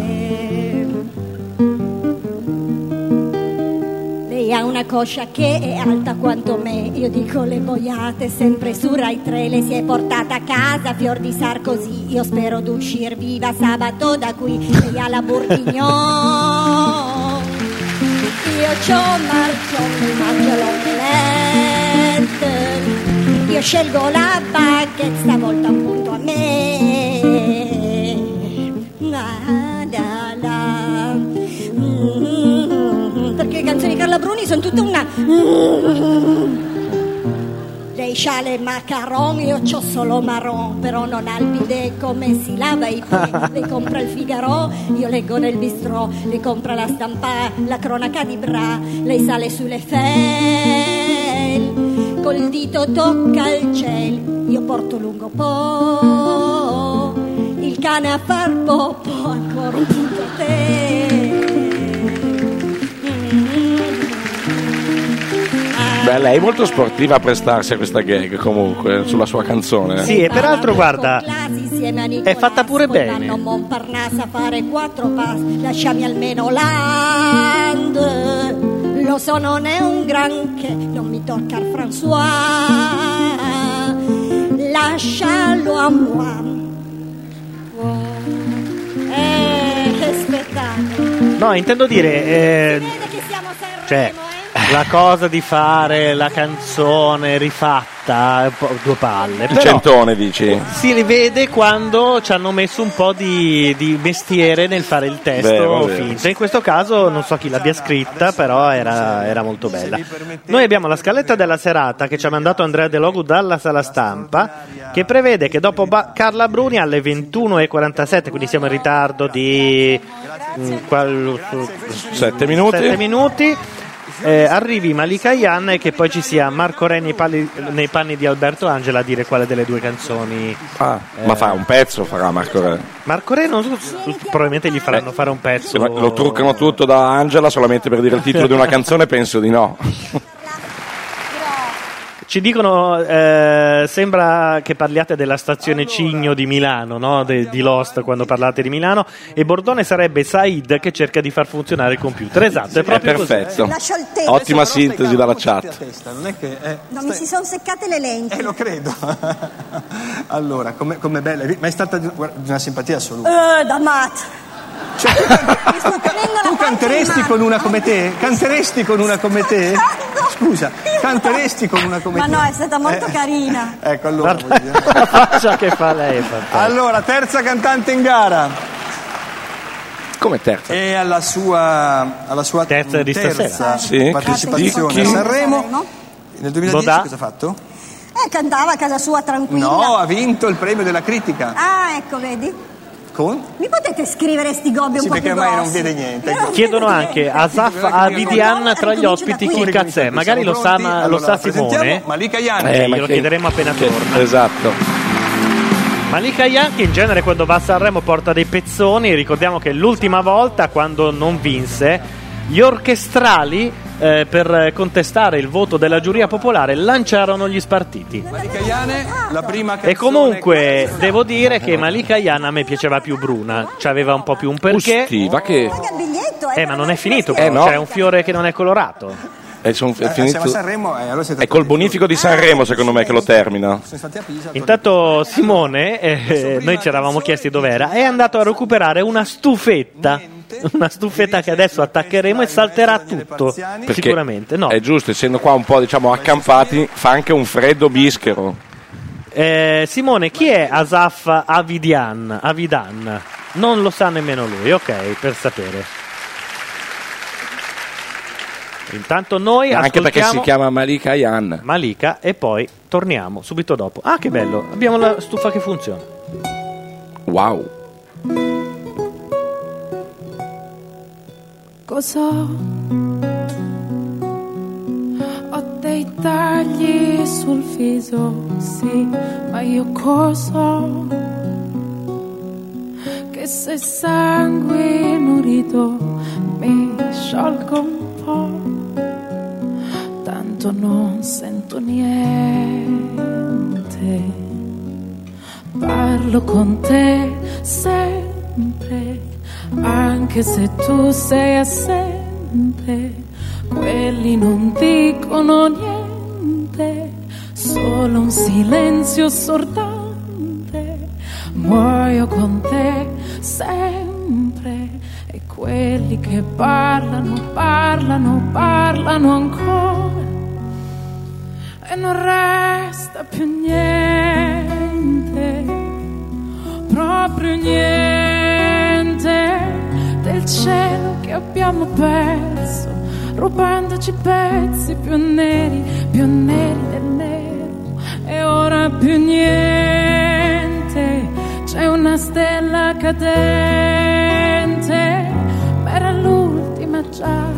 Lei ha una coscia che è alta quanto me, io dico le boiate, sempre su Rai 3 le si è portata a casa, fior di Sarkozy, io spero di uscir viva sabato da qui, lei ha la Bourguignon, io c'ho Marchion, mangio l'omelette, io scelgo la baguette, stavolta appunto a me. La, la, la. Mm, Perché le canzoni di Carla Bruni sono tutta una. Lei c'ha le macaron, io c'ho solo marron, però non ha il bidet come si lava i piedi. Lei compra il Figaro, io leggo nel bistrò, lei compra la stampa, la cronaca di Bra, lei sale sulle fel, col dito tocca il ciel, io porto lungo po, il cane a far popo, ancora un punto a te. Beh, lei è molto sportiva a prestarsi a questa gag comunque sulla sua canzone. Sì, e peraltro, guarda, Insieme a è fatta pure poi vanno a bene. Montparnasse a fare quattro passi, lasciami almeno land. Lo so, non è un granché, non mi tocca il François. Lascialo a moi. Eh, No, intendo dire. eh, cioè, la cosa di fare la canzone rifatta, un po' due palle. Il Però Eh. centone dici? si rivede quando ci hanno messo un po' di, di mestiere nel fare il testo Vero, vero. finto. In questo caso non so chi l'abbia scritta, però era, era molto bella. Noi abbiamo la scaletta della serata che ci ha mandato Andrea De Logu dalla sala stampa, che prevede che dopo Ba- Carla Bruni alle 21.47, quindi siamo in ritardo di mm, 7 minuti. minuti, eh, arrivi Malika Ian e che poi ci sia Marco Re nei, pali- nei panni di Alberto Angela a dire quale delle due canzoni. Ah, eh, Ma fa un pezzo, farà Marco Re. Marco Re non so, s- probabilmente gli faranno fare un pezzo. Ma Eh, Lo truccano tutto da Angela solamente per dire il titolo di una canzone? Penso di no. Ci dicono, eh, sembra che parliate della stazione Cigno di Milano, no? De- di Lost quando parlate di Milano, e Bordone sarebbe Said che cerca di far funzionare il computer. Esatto, è È proprio così. perfetto. La scioltezza. Ottima Adesso però sintesi dalla chat. non è che è- No, mi si sono seccate le lenti. lo credo. allora, come come bella, ma è stata di guarda, di una simpatia assoluta. Eh, da mat. Tu canteresti con una come te? Canteresti con una come te? Scusa, canteresti con una come Ma te? no, è stata molto Eh, carina. Ecco, allora. voglio dire. La [laughs] faccia che fa lei. Allora, terza cantante in gara. Come terza? E alla sua, alla sua terza, di stasera. Sì, partecipazione chi- a chi- Sanremo. Nel 2010 Dodà? cosa ha fatto? Eh, cantava a casa sua tranquilla. No, ha vinto il premio della critica. Ah, ecco, vedi. Con? Mi potete scrivere sti gobbi Sì, un po' perché più ormai non grossi? vede niente. ecco. Chiedono anche a Zaff Abidian tra gli ospiti chi cazzo è. Magari lo sa, ma- lo sa Simone. Malika Eh, Ian. glielo chiederemo appena torna. Esatto. Malika Ian che in genere quando va a Sanremo porta dei pezzoni. Ricordiamo che l'ultima volta, quando non vinse, gli orchestrali eh, per eh, contestare il voto della giuria popolare lanciarono gli spartiti. Malika Ian, Esatto. la prima canzone. E comunque devo dire che Malika Ian a me piaceva più bruna, c'aveva un po' più un perché. Ustiva che- Eh, ma non è finito, Eh, no. c'è un fiore che non è colorato. E son- è Eh, finito- siamo a Sanremo, eh, allora siete Ah, È col bonifico di Sanremo, secondo me, che lo termina. sono stati a Pisa. Intanto Simone, eh, noi ci eravamo chiesti dov'era, è andato a recuperare una stufetta. [laughs] Una stufetta che adesso attaccheremo e salterà tutto. Perché Sicuramente, no. È giusto, essendo qua un po' diciamo accampati, fa anche un freddo bischero. Eh, Simone, chi è Asaf Avidian? Avidan? Non lo sa nemmeno lui, ok, per sapere. Intanto noi Anche perché si ascoltiamo chiama Malika Ayan. Malika e poi torniamo subito dopo. Ah, che bello, abbiamo la stufa che funziona. Wow. Cos'ho? Ho dei tagli sul viso, sì, ma io cosa? Che se sangue nurido mi sciolgo un po', tanto non sento niente. Parlo con te sempre, anche se tu sei assente, quelli non dicono niente, solo un silenzio assordante. Muoio con te sempre e quelli che parlano, parlano, parlano ancora e non resta più niente, proprio niente del cielo che abbiamo perso, rubandoci pezzi più neri, più neri del nero e ora più niente, c'è una stella cadente, ma era l'ultima già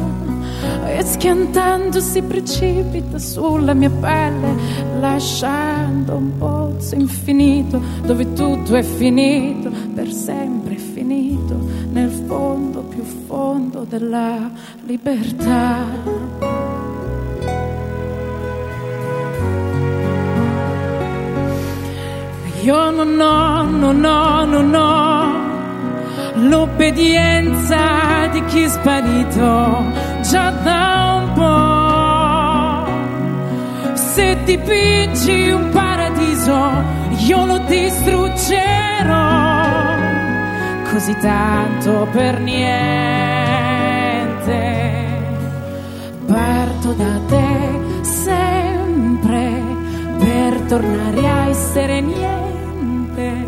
e schiantando si precipita sulla mia pelle, lasciando un pozzo infinito dove tutto è finito, per sempre è finito, nel fondo più fondo della libertà. Io non ho, non ho, non ho l'obbedienza di chi è sparito già da un po'. Se dipingi un paradiso, io lo distruggerò così tanto per niente. da te sempre per tornare a essere niente.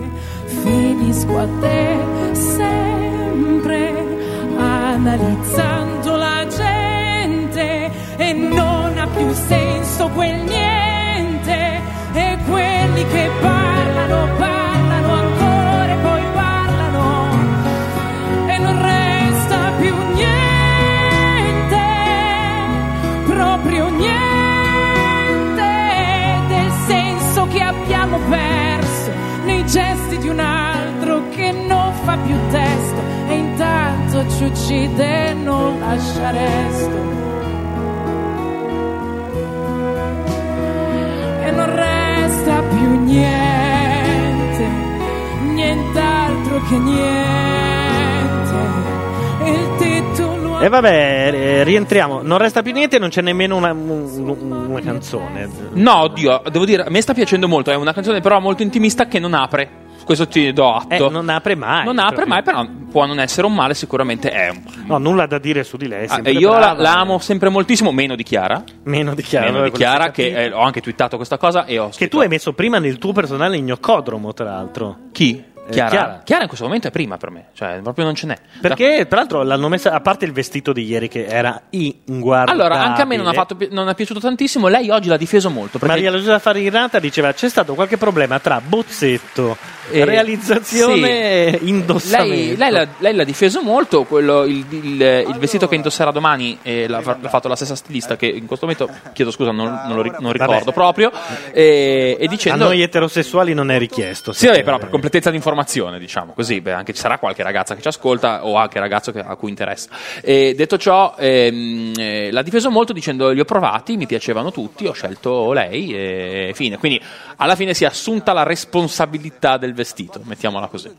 Finisco a te sempre analizzando la gente e non ha più senso quel niente e quelli che parlano parlano ancora e poi parlano e non resta più niente, proprio niente del senso che abbiamo perso nei gesti di un altro che non fa più testo e intanto ci uccide e non lascia resto. E non resta più niente, nient'altro che niente. Il titolo E vabbè, eh, rientriamo. Non resta più niente, non c'è nemmeno una, un- una canzone. No, oddio, devo dire, a me sta piacendo molto. È una canzone però molto intimista che non apre. Questo ti do atto. Eh, non apre mai. Non apre proprio. mai, però può non essere un male, sicuramente è un No, nulla da dire su di lei. Ah, sempre io la, brava. la amo sempre moltissimo, meno di Chiara. Meno di Chiara, Meno di vabbè, quello Chiara, si che eh, ho anche twittato questa cosa e ho. Che tu hai messo prima nel tuo personale gnoccodromo, tra l'altro. Eh, Chi? Chiara? Chiara. in questo momento è prima per me, cioè proprio non ce n'è. Perché, tra l'altro, l'hanno messa a parte il vestito di ieri che era inguardabile. Allora, anche a me non, ha fatto pi- non è piaciuto tantissimo, lei oggi l'ha difeso molto. Perché Maria Luisa Farinata diceva c'è stato qualche problema tra bozzetto, Eh, realizzazione e indossamento. Lei, lei l'ha, lei l'ha difeso molto. quello- il, il- il vestito che indosserà domani eh, l'ha, fa- l'ha fatto la stessa stilista, che in questo momento chiedo scusa, non, non lo ri- non ricordo Vabbè. proprio. E, e dicendo. A noi eterosessuali non è richiesto. Sì, vabbè, però per completezza di informazione, diciamo così, beh, anche ci sarà qualche ragazza che ci ascolta o anche ragazzo che- a cui interessa. E detto ciò, ehm, eh, l'ha difeso molto dicendo li ho provati, mi piacevano tutti, ho scelto lei e fine. Quindi alla fine si è assunta la responsabilità del vestito, mettiamola così.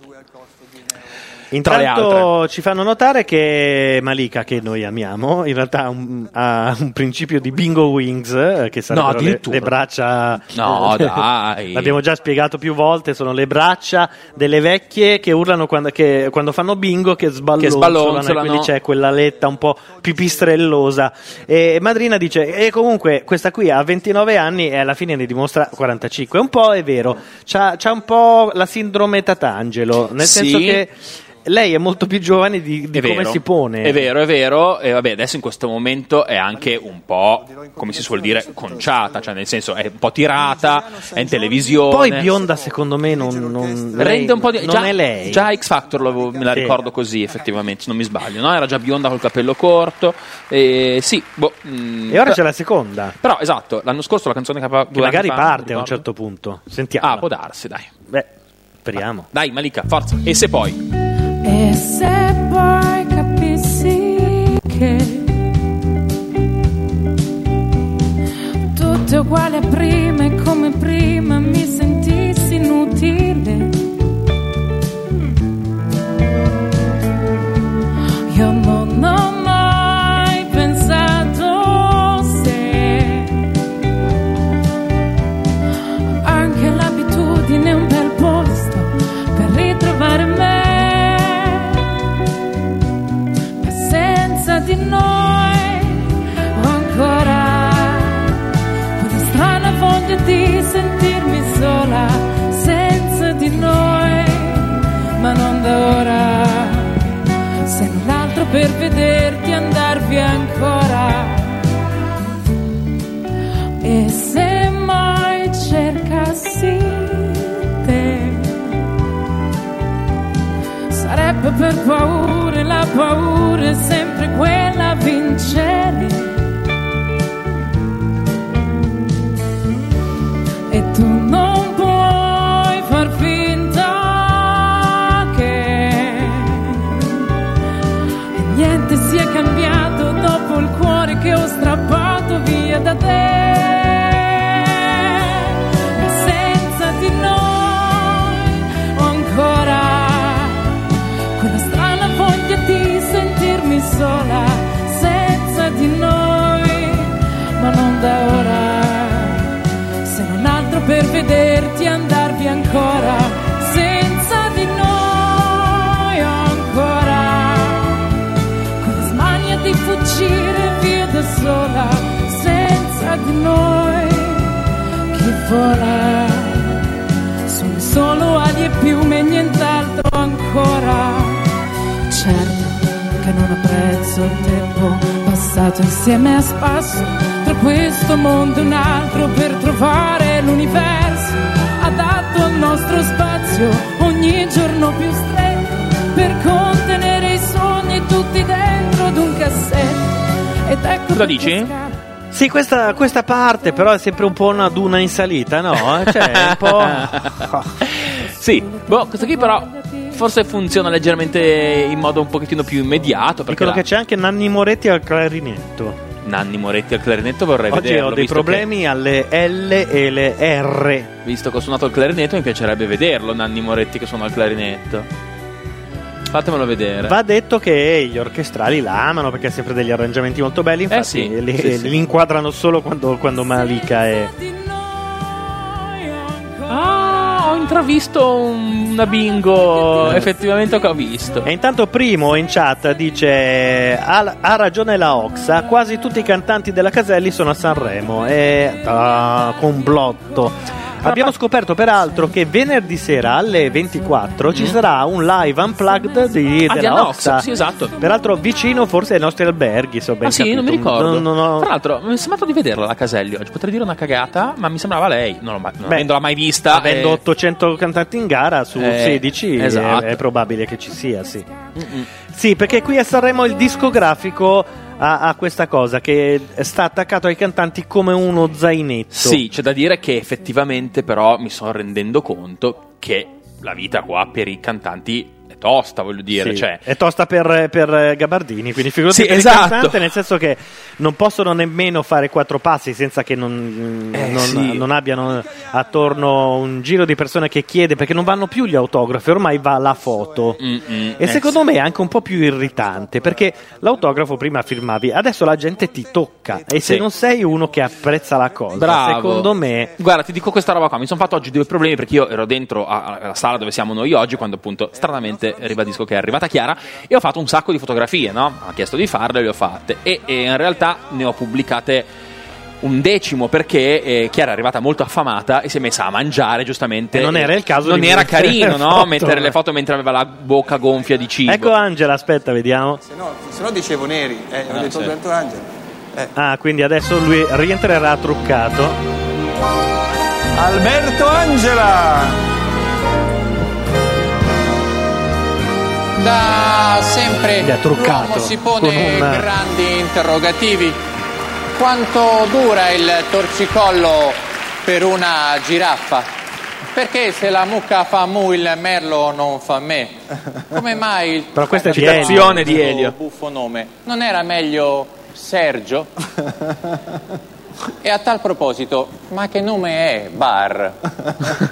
Tra le Intanto ci fanno notare che Malika, che noi amiamo, in realtà ha un, ha un principio di bingo wings, eh, che sarebbero le, addirittura. le braccia... No, dai. [laughs] L'abbiamo già spiegato più volte, sono le braccia delle vecchie che urlano quando, che- quando fanno bingo, che sballonzolano, sballonzolano. e quindi c'è quell'aletta un po' pipistrellosa. E Madrina dice, e comunque questa qui ha 29 anni e alla fine ne dimostra 45. Un po' è vero, c'ha, c'ha un po' la sindrome Tatangelo, nel Sì. senso che lei è molto più giovane di, di È come vero. si pone. È vero, è vero. E vabbè, adesso in questo momento è anche un po', come si suol dire, conciata, cioè nel senso è un po' tirata, è in televisione. Poi bionda secondo me non, non- lei- Rende un po' di... non già, è lei. Già X Factor l'avevo- me la Sì. ricordo così, effettivamente, se non mi sbaglio. no? Era già bionda col capello corto. E sì, boh, mm, e ora però- c'è la seconda. Però esatto, l'anno scorso la canzone che aveva Che due anni magari fa, parte a non un ricordo. certo punto. Sentiamo. Ah, può darsi, dai. Beh, speriamo. Dai, Malika, forza. E se poi? E se poi capissi che tutto è uguale a prima e come prima mi sentissi inutile. Io non ho mai pensato se anche l'abitudine è un bel posto per ritrovare me. Ma senza di noi ho ancora quella strana voglia di sentirmi sola. Senza di noi, ma non da ora. Se non altro per vederti andar via ancora. E se mai cercassi te, sarebbe per paura, e la paura è sempre quella a vincere. E tu non puoi far finta che Niente si è cambiato dopo il cuore che ho strappato via da te. E senza di noi ho ancora quella strana voglia di sentirmi sola. Senza di noi, ma non da ora. Se non altro per vederti andarvi ancora. Senza di noi ho ancora. Smania di fuggire via da sola, senza vola. Sono solo ali e piume e nient'altro ancora. Certo che non apprezzo il tempo passato insieme a spasso tra questo mondo e un altro per trovare l'universo adatto al nostro spazio ogni giorno più stretto per contenere i sogni tutti dentro ad un cassetto. Ed ecco Cosa dici? Sì, questa, questa parte però è sempre un po' una duna in salita, Ah, no? Cioè, [laughs] è un [laughs] po'... sì, boh, questo qui però forse funziona leggermente in modo un pochettino più immediato. Perché Dicono la- che c'è anche Nanni Moretti al clarinetto. Nanni Moretti al clarinetto vorrei Oggi vederlo. ho dei visto problemi alle L e le R. che- visto che ho suonato il clarinetto mi piacerebbe vederlo Nanni Moretti che suona il clarinetto. Fatemelo vedere. Va detto che gli orchestrali la amano perché ha sempre degli arrangiamenti molto belli. Infatti, Eh, sì, li, sì, sì. li inquadrano solo quando, quando Malika è. Ah, ho intravisto un- una bingo. Ecco, Effettivamente ho visto. E intanto Primo in chat dice: Ha, ha ragione la Oxa. Quasi tutti i cantanti della Caselli sono a Sanremo. E. Ah, complotto. Abbiamo scoperto peraltro che venerdì sera alle 24 ci sarà un live unplugged di, Mm. Ah, di della Anna Oxa. Oxa, sì, esatto. Peraltro vicino forse ai nostri alberghi, so ben Ah sì, capito. non mi ricordo. Non- non ho- Tra l'altro, mi è sembrato di vederla la Caselli oggi. Potrei dire una cagata, ma mi sembrava lei. Non, l'ho mai- non Beh, avendola mai vista. Avendo eh, 800 cantanti in gara su Eh, 16 è- esatto. è, probabile che ci sia, sì. Sì, perché qui a Sanremo il discografico ha, ha questa cosa che sta attaccato ai cantanti come uno zainetto. Sì, c'è da dire che effettivamente, però, mi sto rendendo conto che la vita qua per i cantanti è tosta, voglio dire. Sì, Cioè, È tosta per, per, eh, Gabardini, quindi figurati Sì, per il esatto. cantante, nel senso che non possono nemmeno fare quattro passi senza che non, Eh, non- sì. non abbiano attorno un giro di persone che chiede, perché non vanno più gli autografi, ormai va la foto. E secondo me è anche un po' più irritante perché l'autografo prima firmavi, adesso la gente ti tocca e se Sì. non sei uno che apprezza la cosa, Bravo. Cioè, secondo me. Guarda, ti dico questa roba qua. Mi sono fatto oggi due problemi perché io ero dentro a- a- alla sala dove siamo noi oggi, quando appunto stranamente ribadisco che è arrivata Chiara e ho fatto un sacco di fotografie, no? Ha chiesto di farle, le ho fatte e, e in realtà ne ho pubblicate un decimo perché eh, Chiara è arrivata molto affamata e si è messa a mangiare giustamente. eh, E non era il caso Non di era mettere carino, [laughs] le no? foto. Mettere le foto mentre aveva la bocca gonfia di cibo. Ecco Angela, aspetta, vediamo. No, se no dicevo neri, eh, ho Ah, detto sì. Alberto certo. Angelo. eh. Ah, quindi adesso lui rientrerà truccato. Alberto Angela! Da sempre Gli ha truccato l'uomo si con pone un- eh, grandi interrogativi. Quanto dura il torcicollo per una giraffa? Perché se la mucca fa mu il merlo non fa me? Come mai il Però questa è di Citazione Elio. di Elio. buffo nome non era meglio Sergio? E a tal proposito, ma che nome è Bar?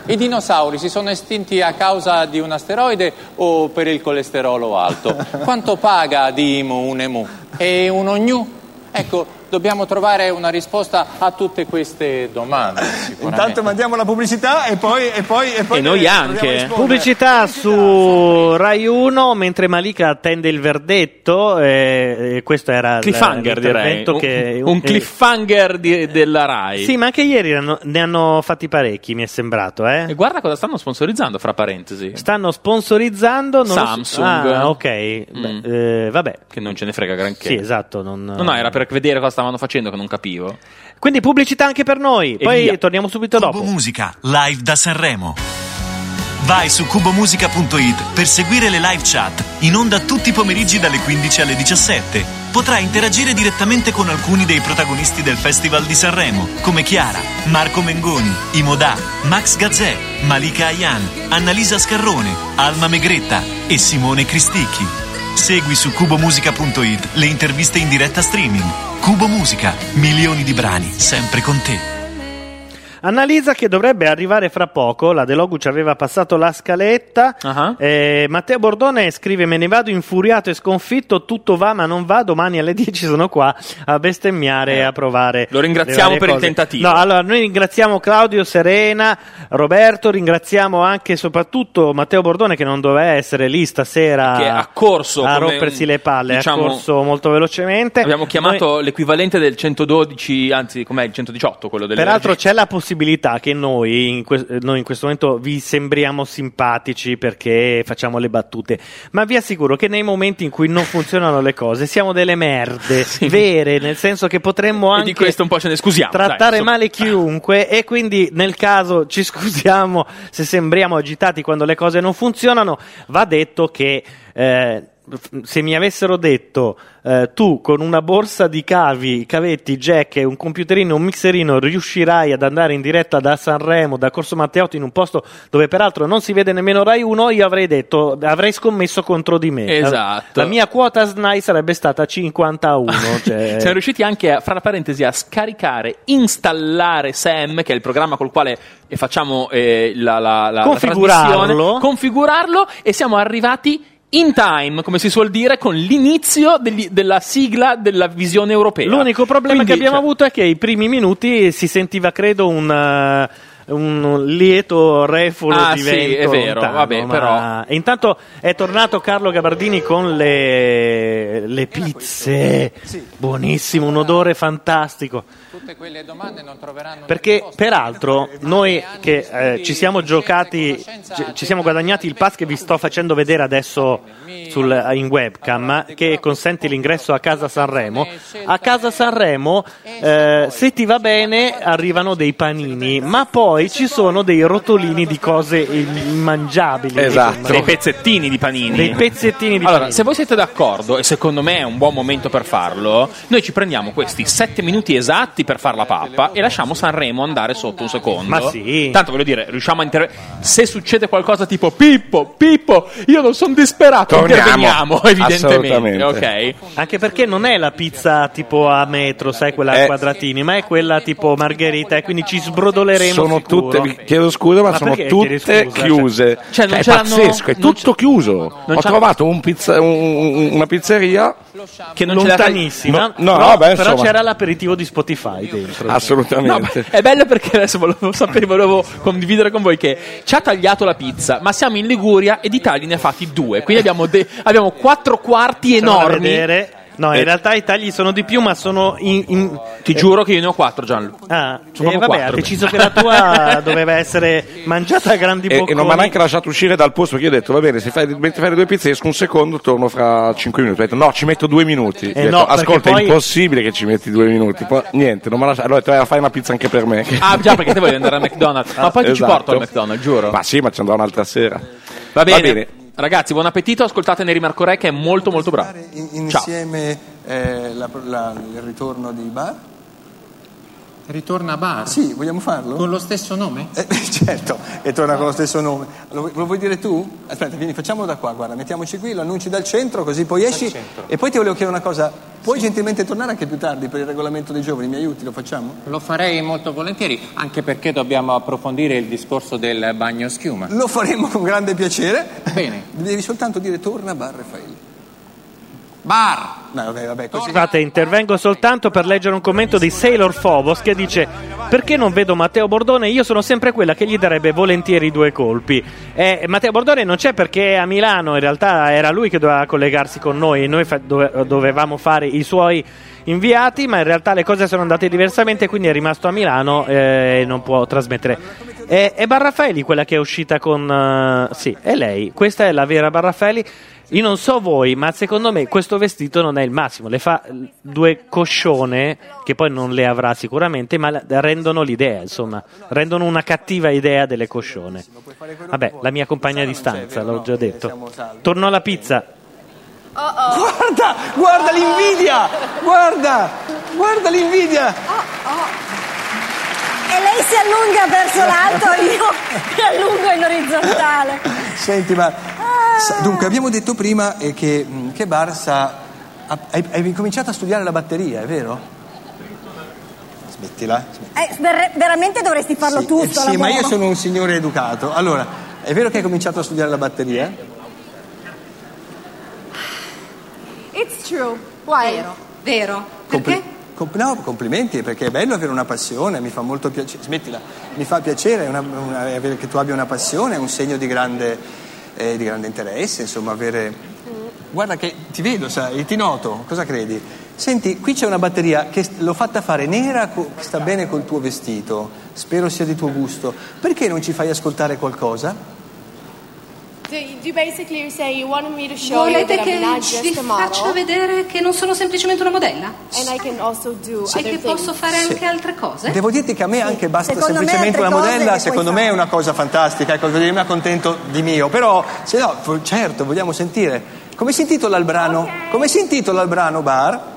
I dinosauri si sono estinti a causa di un asteroide o per il colesterolo alto? Quanto paga di IMU un EMU? E un ognu? Ecco, dobbiamo trovare una risposta a tutte queste domande. Intanto mandiamo la pubblicità e poi. E, poi, e, poi proviamo a eh. rispondere. Pubblicità su Rai 1 mentre Malika attende il verdetto. eh, eh, questo era il- Cliffhanger direi. l'intervento Un, che- un eh, cliffhanger di- della Rai. Sì, ma anche ieri hanno- ne hanno fatti parecchi, mi è sembrato. eh. E guarda cosa stanno sponsorizzando, fra parentesi. Stanno sponsorizzando non lo so- Samsung. Mm. Ah, ok. Beh, eh, vabbè. Che non ce ne frega granché. Sì, esatto. non- No, no, era per vedere cosa stavano facendo che non capivo. Quindi pubblicità anche per noi. Poi via. torniamo subito dopo. Cubo Musica, live da Sanremo. Vai su cubomusica.it per seguire le live chat in onda tutti i pomeriggi dalle 15 alle 17. Potrai interagire direttamente con alcuni dei protagonisti del Festival di Sanremo, come Chiara, Marco Mengoni, Imodà, Max Gazzè, Malika Ayan, Annalisa Scarrone, Alma Megretta e Simone Cristicchi. Segui su cubomusica.it le interviste in diretta streaming. Cubo Musica, milioni di brani, sempre con te. Annalisa che dovrebbe arrivare fra poco, la De Logu ci aveva passato la scaletta. Eh, Matteo Bordone scrive: Me ne vado infuriato e sconfitto. Tutto va, ma non va. Domani alle [laughs] 10 sono qua a bestemmiare e a provare. Eh, Lo ringraziamo le varie per il cose." tentativo. No, allora noi ringraziamo Claudio Serena, Roberto. Ringraziamo anche e soprattutto Matteo Bordone che non doveva essere lì stasera Che ha corso a come Ah. rompersi un- le palle. diciamo- ha corso molto velocemente. Abbiamo chiamato l'equivalente del 112, anzi, com'è il 118 quello delle Peraltro energie. c'è la possibilità che noi in, que- eh, noi in questo momento vi sembriamo simpatici perché facciamo le battute, ma vi assicuro che nei momenti in cui non funzionano le cose siamo delle merde vere, nel senso che potremmo E anche di questo un po' ce ne scusiamo. dai, trattare insomma. male chiunque e quindi nel caso ci scusiamo [laughs] se sembriamo agitati quando le cose non funzionano, va detto che eh, f- se mi avessero detto eh, tu con una borsa di cavi, cavetti, jack e un computerino, un mixerino riuscirai ad andare in diretta da Sanremo, da Corso Matteotti in un posto dove peraltro non si vede nemmeno Rai 1, io avrei detto avrei scommesso contro di me. La- Esatto. La, mia quota SNAI sarebbe stata 50 a 1. [laughs] cioè- Siamo riusciti anche, a, fra parentesi, a scaricare, installare SEM, che è il programma col quale eh, facciamo eh, la, la, la, la Configurarlo. trasmissione, configurarlo e siamo arrivati in time, come si suol dire, con l'inizio degli- della sigla della visione europea. L'unico problema Quindi, che abbiamo cioè, avuto è che i primi minuti si sentiva, credo, un, eh, un lieto refulo Ah, di sì, vento. è vero, lontano, vabbè, ma- però- E intanto è tornato Carlo Gabardini con le, le pizze. Buonissimo, un odore fantastico. Tutte quelle domande non troveranno Perché, peraltro, noi che eh, ci siamo giocati, ci, ci siamo guadagnati il pass che vi sto facendo vedere adesso sul- in webcam, che consente l'ingresso a Casa Sanremo. A Casa Sanremo, eh, se ti va bene, arrivano dei panini, ma poi ci sono dei rotolini di cose immangiabili. Dei insomma. pezzettini di panini. Dei pezzettini di Esatto. allora, panini. se voi siete d'accordo, e secondo me è un buon momento per farlo, noi ci prendiamo questi sette minuti esatti per far la pappa e lasciamo Sanremo andare sotto un secondo. Ma sì. Tanto voglio dire, riusciamo a intervenire. Se succede qualcosa tipo Pippo, Pippo, io non sono disperato, Torniamo. [laughs] interveniamo, [laughs] evidentemente. Assolutamente. Ok. Anche perché non è la pizza tipo a metro, sai, quella Eh, a quadratini, ma è quella tipo margherita e quindi ci sbrodoleremo Sono sicuro. tutte, vi chiedo scusa, ma, Ma sono perché chiedi tutte scusa? chiuse. Cioè, non è c'erano- pazzesco, è non tutto chiuso. Ho c'erano- trovato un pizza- un- una pizzeria che non c'era- lontanissima. No, no, però, beh, però insomma. c'era l'aperitivo di Spotify dentro. No, ma Assolutamente. è bello perché adesso volevo sapere, volevo condividere con voi che ci ha tagliato la pizza, ma siamo in Liguria e di tagli ne ha fatti due. Quindi abbiamo, de- abbiamo quattro quarti Facciamo da enormi. vedere. No, in Eh. realtà i tagli sono di più, ma sono in. in- Ti giuro che io ne ho quattro, Gianluca. Ah, Sono eh, vabbè, quattro. ha deciso che la [laughs] tua doveva essere mangiata a grandi E, bocconi. e non mi ha neanche lasciato uscire dal posto perché io ho detto va bene se fai, mentre fai le due pizze esco un secondo torno fra cinque minuti ho detto no ci metto due minuti Ho detto, no, perché ascolta poi- è impossibile che ci metti due minuti poi niente non mi ha lasciato allora ho detto "Eh, fai una pizza anche per me Ah, già, [laughs] perché te voglio andare al McDonald's. Ma poi tu ci Esatto. porto al McDonald's, giuro. ma sì ma ci andrò un'altra sera Va bene. Ragazzi, buon appetito. Ascoltate Neri Marco Re, che è molto, molto bravo. In- insieme eh, la- la- il ritorno di Bar? Ritorna a bar? Sì, vogliamo farlo? Con lo stesso nome? Eh, certo, e torna con lo stesso nome. Lo, lo vuoi dire tu? Aspetta, vieni, facciamolo da qua, guarda, mettiamoci qui, lo annunci dal centro, così poi esci. E poi ti volevo chiedere una cosa, puoi gentilmente tornare anche più tardi per il regolamento dei giovani, mi aiuti, lo facciamo? Lo farei molto volentieri, anche perché dobbiamo approfondire il discorso del bagno schiuma. Lo faremo con grande piacere. Bene. [laughs] Devi soltanto dire torna Bar Raffaele. Bar! No, vabbè, vabbè, così. Scusate, intervengo soltanto per leggere un commento di Sailor Phobos che dice: Perché non vedo Matteo Bordone? Io sono sempre quella che gli darebbe volentieri due colpi. Eh, Matteo Bordone non c'è perché è a Milano, in realtà era lui che doveva collegarsi con noi, noi fa- dove- dovevamo fare i suoi inviati, ma in realtà le cose sono andate diversamente, quindi è rimasto a Milano eh, e non può trasmettere. È, è Barraffelli quella che è uscita con. eh, sì, è lei. Questa è la vera Barraffelli. Io non so voi, ma secondo me questo vestito non è il massimo. Le fa l- due coscione, che poi non le avrà sicuramente, ma la- rendono l'idea, insomma, rendono una cattiva idea delle coscione. Vabbè, la mia compagna di stanza, l'ho già detto. Torno alla pizza. Guarda, guarda l'invidia! Guarda, Ah, guarda l'invidia! Oh, E lei si allunga verso [laughs] l'alto, io mi allungo in orizzontale. Senti, ma sa- dunque abbiamo detto prima eh, che, mh, che Bar sa. ha- Hai, hai incominciato a studiare la batteria, è vero? Smettila. Eh, ver- veramente dovresti farlo tu, Eh, sto sì, ma lavoro. io sono un signore educato. Allora, è vero che hai cominciato a studiare la batteria? It's true. Why? Vero. Vero. Compli- com- no, complimenti, perché è bello avere una passione, mi fa molto piacere. Smettila, mi fa piacere una- una- avere- che tu abbia una passione, è un segno di grande, eh, di grande interesse, insomma, avere. Guarda che ti vedo, sai, ti noto, cosa credi? Senti, qui c'è una batteria che st- l'ho fatta fare nera, co- che sta bene col tuo vestito. Spero sia di tuo gusto. Perché non ci fai ascoltare qualcosa? So you do basically say you wanted me to show you Volete that I'm che not vi just a faccio model vedere che non sono semplicemente una modella? and I can also do E other che posso things. fare Sì. anche altre cose? Devo dirti che a me anche basta Secondo me semplicemente altre una cose modella, le puoi secondo me è una cosa fantastica, ecco, voglio dire, mi accontento di mio, però se no, f- certo, vogliamo sentire. Come si intitola il brano? Come si intitola il brano Bar?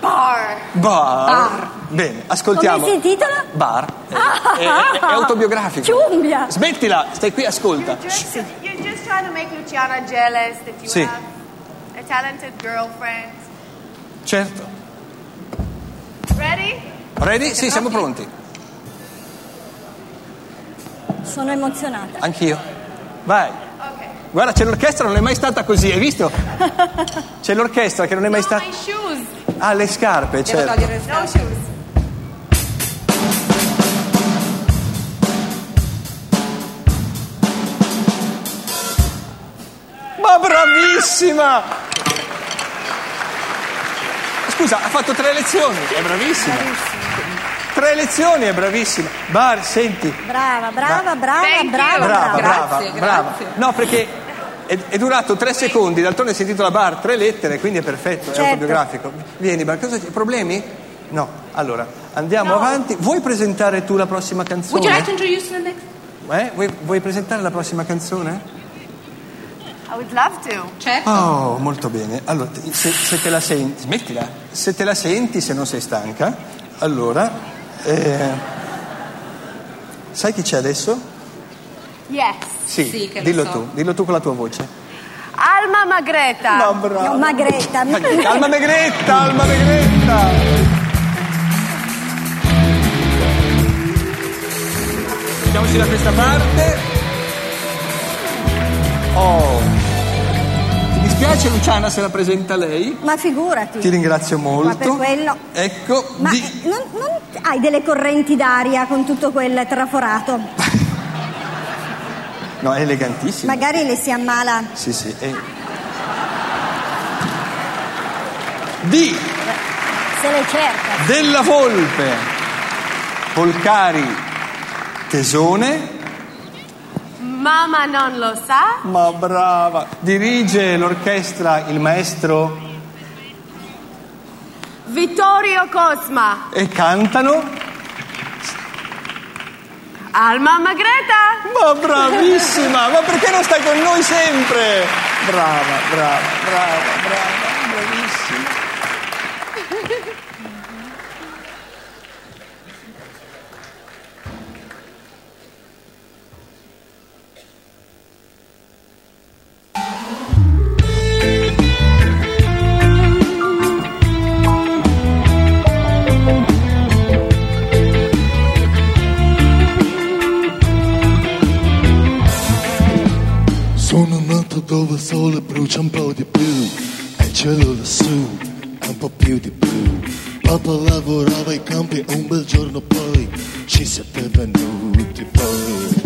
Bar. Bar. Bar. Bene, ascoltiamo. Come si intitola? Bar. È, Ah. è- è- è autobiografico. Ciumbia. Smettila, stai qui, ascolta. Just, You're just trying to make Luciana jealous that you Sì. have a talented girlfriend. Certo. Ready? Ready? Sì, siamo pronti. Sono emozionata. Anch'io. Vai. Guarda, c'è l'orchestra, non è mai stata così, [laughs] hai visto? C'è l'orchestra che non è mai stata... Shoes. Ah, le scarpe, certo. No shoes. Ma bravissima! Scusa, ha fatto tre lezioni, è bravissima. Tre lezioni, è bravissima. Bar, senti. Brava, brava, brava, brava, Brava, brava, brava. brava. No, perché è, è durato tre secondi, d'altronde si intitola Bar, tre lettere, quindi è perfetto, Certo. è autobiografico. Vieni, Bar, cosa c'è? Problemi? No, allora, andiamo avanti. Vuoi presentare tu la prossima Would you like to canzone? introduce the next? Eh? Vuoi, vuoi presentare la prossima canzone? I would love to. Certo. Oh, molto bene. Allora, te- se, se te la senti, smettila. Se te la senti, se non sei stanca, allora... eh, sai chi c'è adesso? Yes. Sì, dillo tu, dillo tu con la tua voce. Alma Magreta. No, brava. No, Magreta. Alma Megretta, Alma Megretta. Mettiamoci da questa parte. Oh. Ti dispiace Luciana se la presenta lei? Ma figurati. Ti ringrazio molto. Ma per quello. Ecco, Ma di- eh, non, non hai delle correnti d'aria con tutto quel traforato? no, è elegantissima. Magari le si ammala. Sì, sì. è- Di Se le cerca. Della Volpe, Polcari, Tesone, Mamma non lo sa. ma brava. Dirige l'orchestra il maestro Vittorio Cosma. e cantano. Alma Magreta. [laughs] Ma bravissima, ma perché non stai con noi sempre? Brava, brava, brava, brava, bravissima. Sono nato dove il sole brucia un po' di più E il cielo lassù è un po' più di più Papà lavorava ai campi e un bel giorno poi Ci siete venuti voi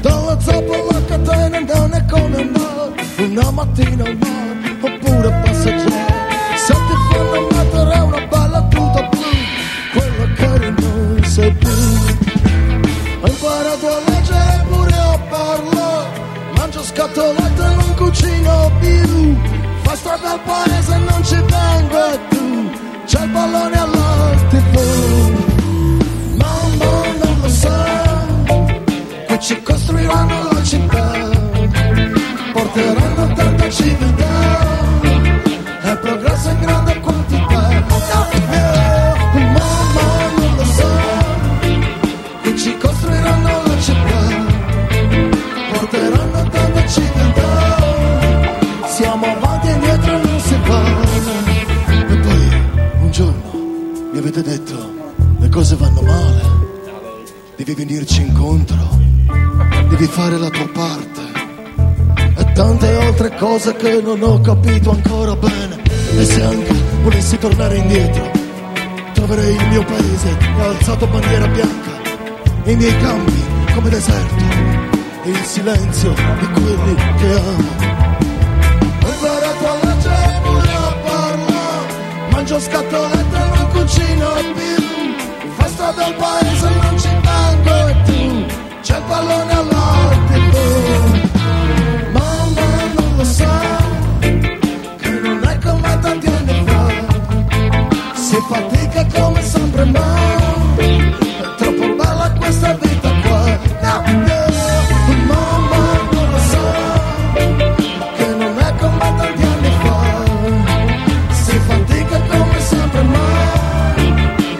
Dalla zappa alla catena non è come un bar Una mattina un bar oppure passeggiare Se ti fanno mettere una bella tuta blu Quella che non sei più ho imparato a leggere pure a parlare Mangio scatolette e non cucino più Fa strada al paese e non ci vengo e tu C'è il pallone alla tv Mamma non lo sa Qui ci costruiranno la città Porteranno tanta civiltà E progresso in grande quantità Eh, Mamma non lo sa che ci costruiranno la città, porteranno tanta civiltà, siamo avanti e indietro non si va. E poi, un giorno, mi avete detto, le cose vanno male, devi venirci incontro, devi fare la tua parte. E tante altre cose che non ho capito ancora bene, e se anche volessi tornare indietro, troverei il mio paese che ha alzato bandiera bianca. I miei campi come deserto il silenzio di quelli che amo. Ho imparato a leggere pure a Parma, mangio scatolette e non cucino più. Festa del paese non ci vengo e tu, c'è il pallone all'artico. Mamma non lo sa, che non è come tanti anni fa. Si fatica come sempre ma è troppo bella questa vita qua. No, no, mamma non lo sa, che non è come tanti anni fa. Si fatica come sempre ma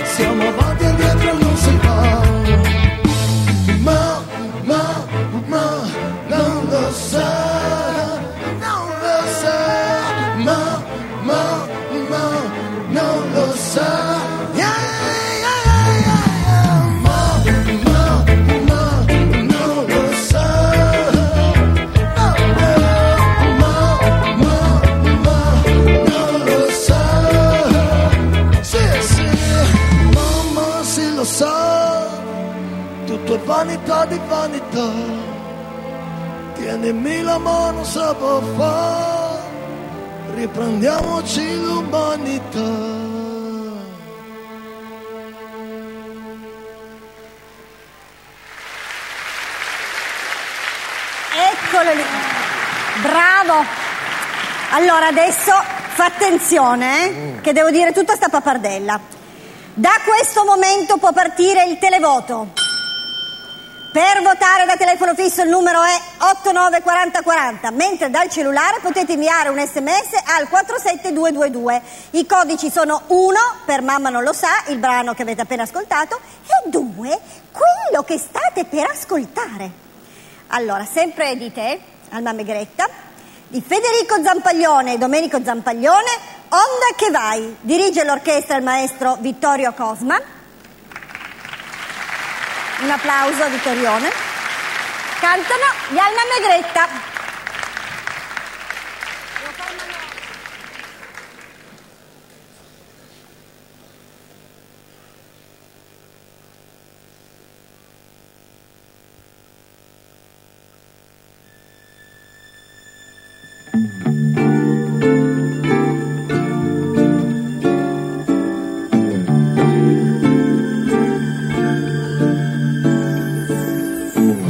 siamo avanti e dietro non si va. Ma, ma, ma, non lo sa, non lo sa, ma, ma, ma, non lo sa. Yeah, yeah, yeah, yeah. Ma, ma, ma, non lo sa. Oh, oh, ma, ma, ma, non lo sa. Sì, sì, mamma sì lo sa, tutto è vanità di vanità. Tienimi la mano, saprò fare riprendiamoci l'umanità. Eccolo lì. Bravo. Allora adesso fa attenzione eh, che devo dire tutta sta pappardella. Da questo momento può partire il televoto. Per votare da telefono fisso il numero è 894040, mentre dal cellulare potete inviare un sms al 47222. I codici sono 1 per Mamma non lo sa, il brano che avete appena ascoltato, e 2 quello che state per ascoltare. Allora, sempre di te, Alma Megretta, di Federico Zampaglione e Domenico Zampaglione, Onda che vai, dirige l'orchestra il maestro Vittorio Cosma. Un applauso a Vittorione. Cantano di Alma Megretta.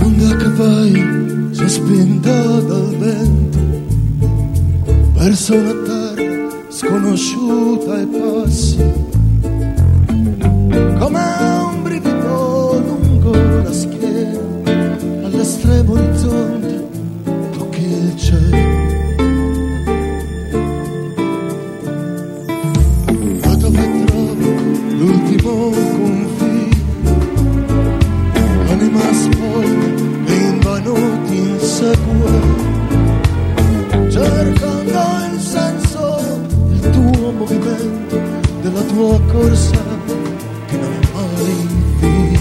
Onda che vai, sospinta dal vento, verso una terra sconosciuta ai passi, come un brivido lungo la schiena, all'estremo orizzonte tocchi il cielo. Ma dove trovo l'ultimo confine? Anima sporca e invano ti insegue Cercando il senso, il tuo movimento Della tua corsa che non è mai in fine.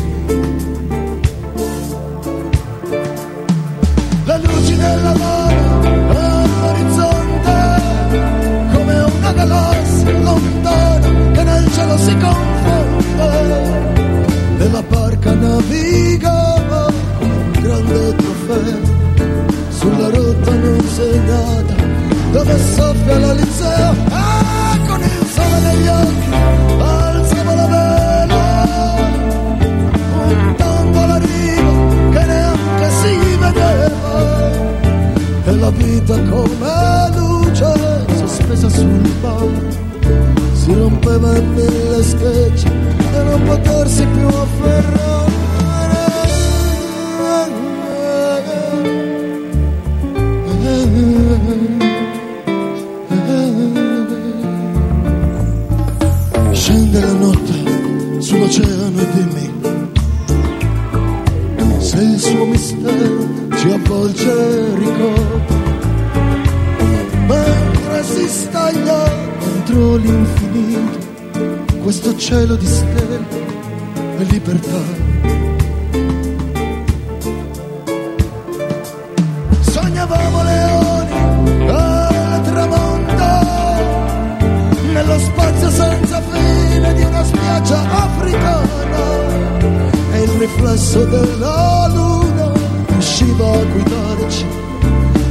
La luce della mano all'orizzonte Come una galassia lontana che nel cielo si confonde della barca navigava come un grande trofeo sulla rotta non segnata dove soffia l'Aliseo ah, con il sole negli occhi alzava la vela puntando alla riva che neanche si vedeva e la vita come luce sospesa sul palmo si rompeva in mille schegge da non potersi più afferrare. Scende la notte sull'oceano e dimmi se il suo mistero ci avvolge e ricopre mentre si staglia contro l'infinito questo cielo di stelle e libertà sognavamo leoni al tramonto nello spazio senza fine di una spiaggia africana e il riflesso della luna usciva poteva guidarci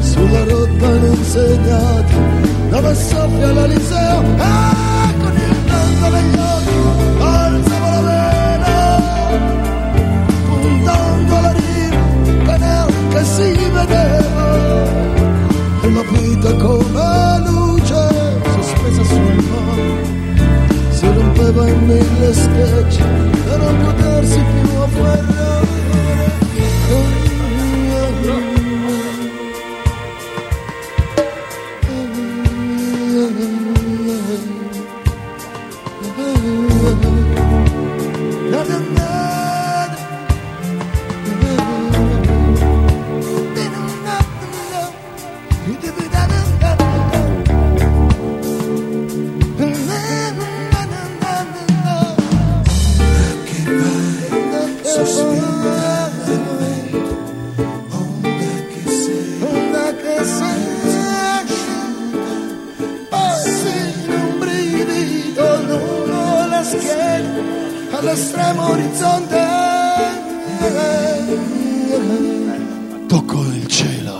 sulla rotta non segnata dove soffia l'Aliseo e con il tanto negli occhi alzava la vela puntando alla riva neanche si vedeva e la vita come luce sospesa sul mare si rompeva in mille schiacci per non potersi più afferrare Onda che si passi in un brivido lungo la schiena all'estremo orizzonte. Tocco il cielo.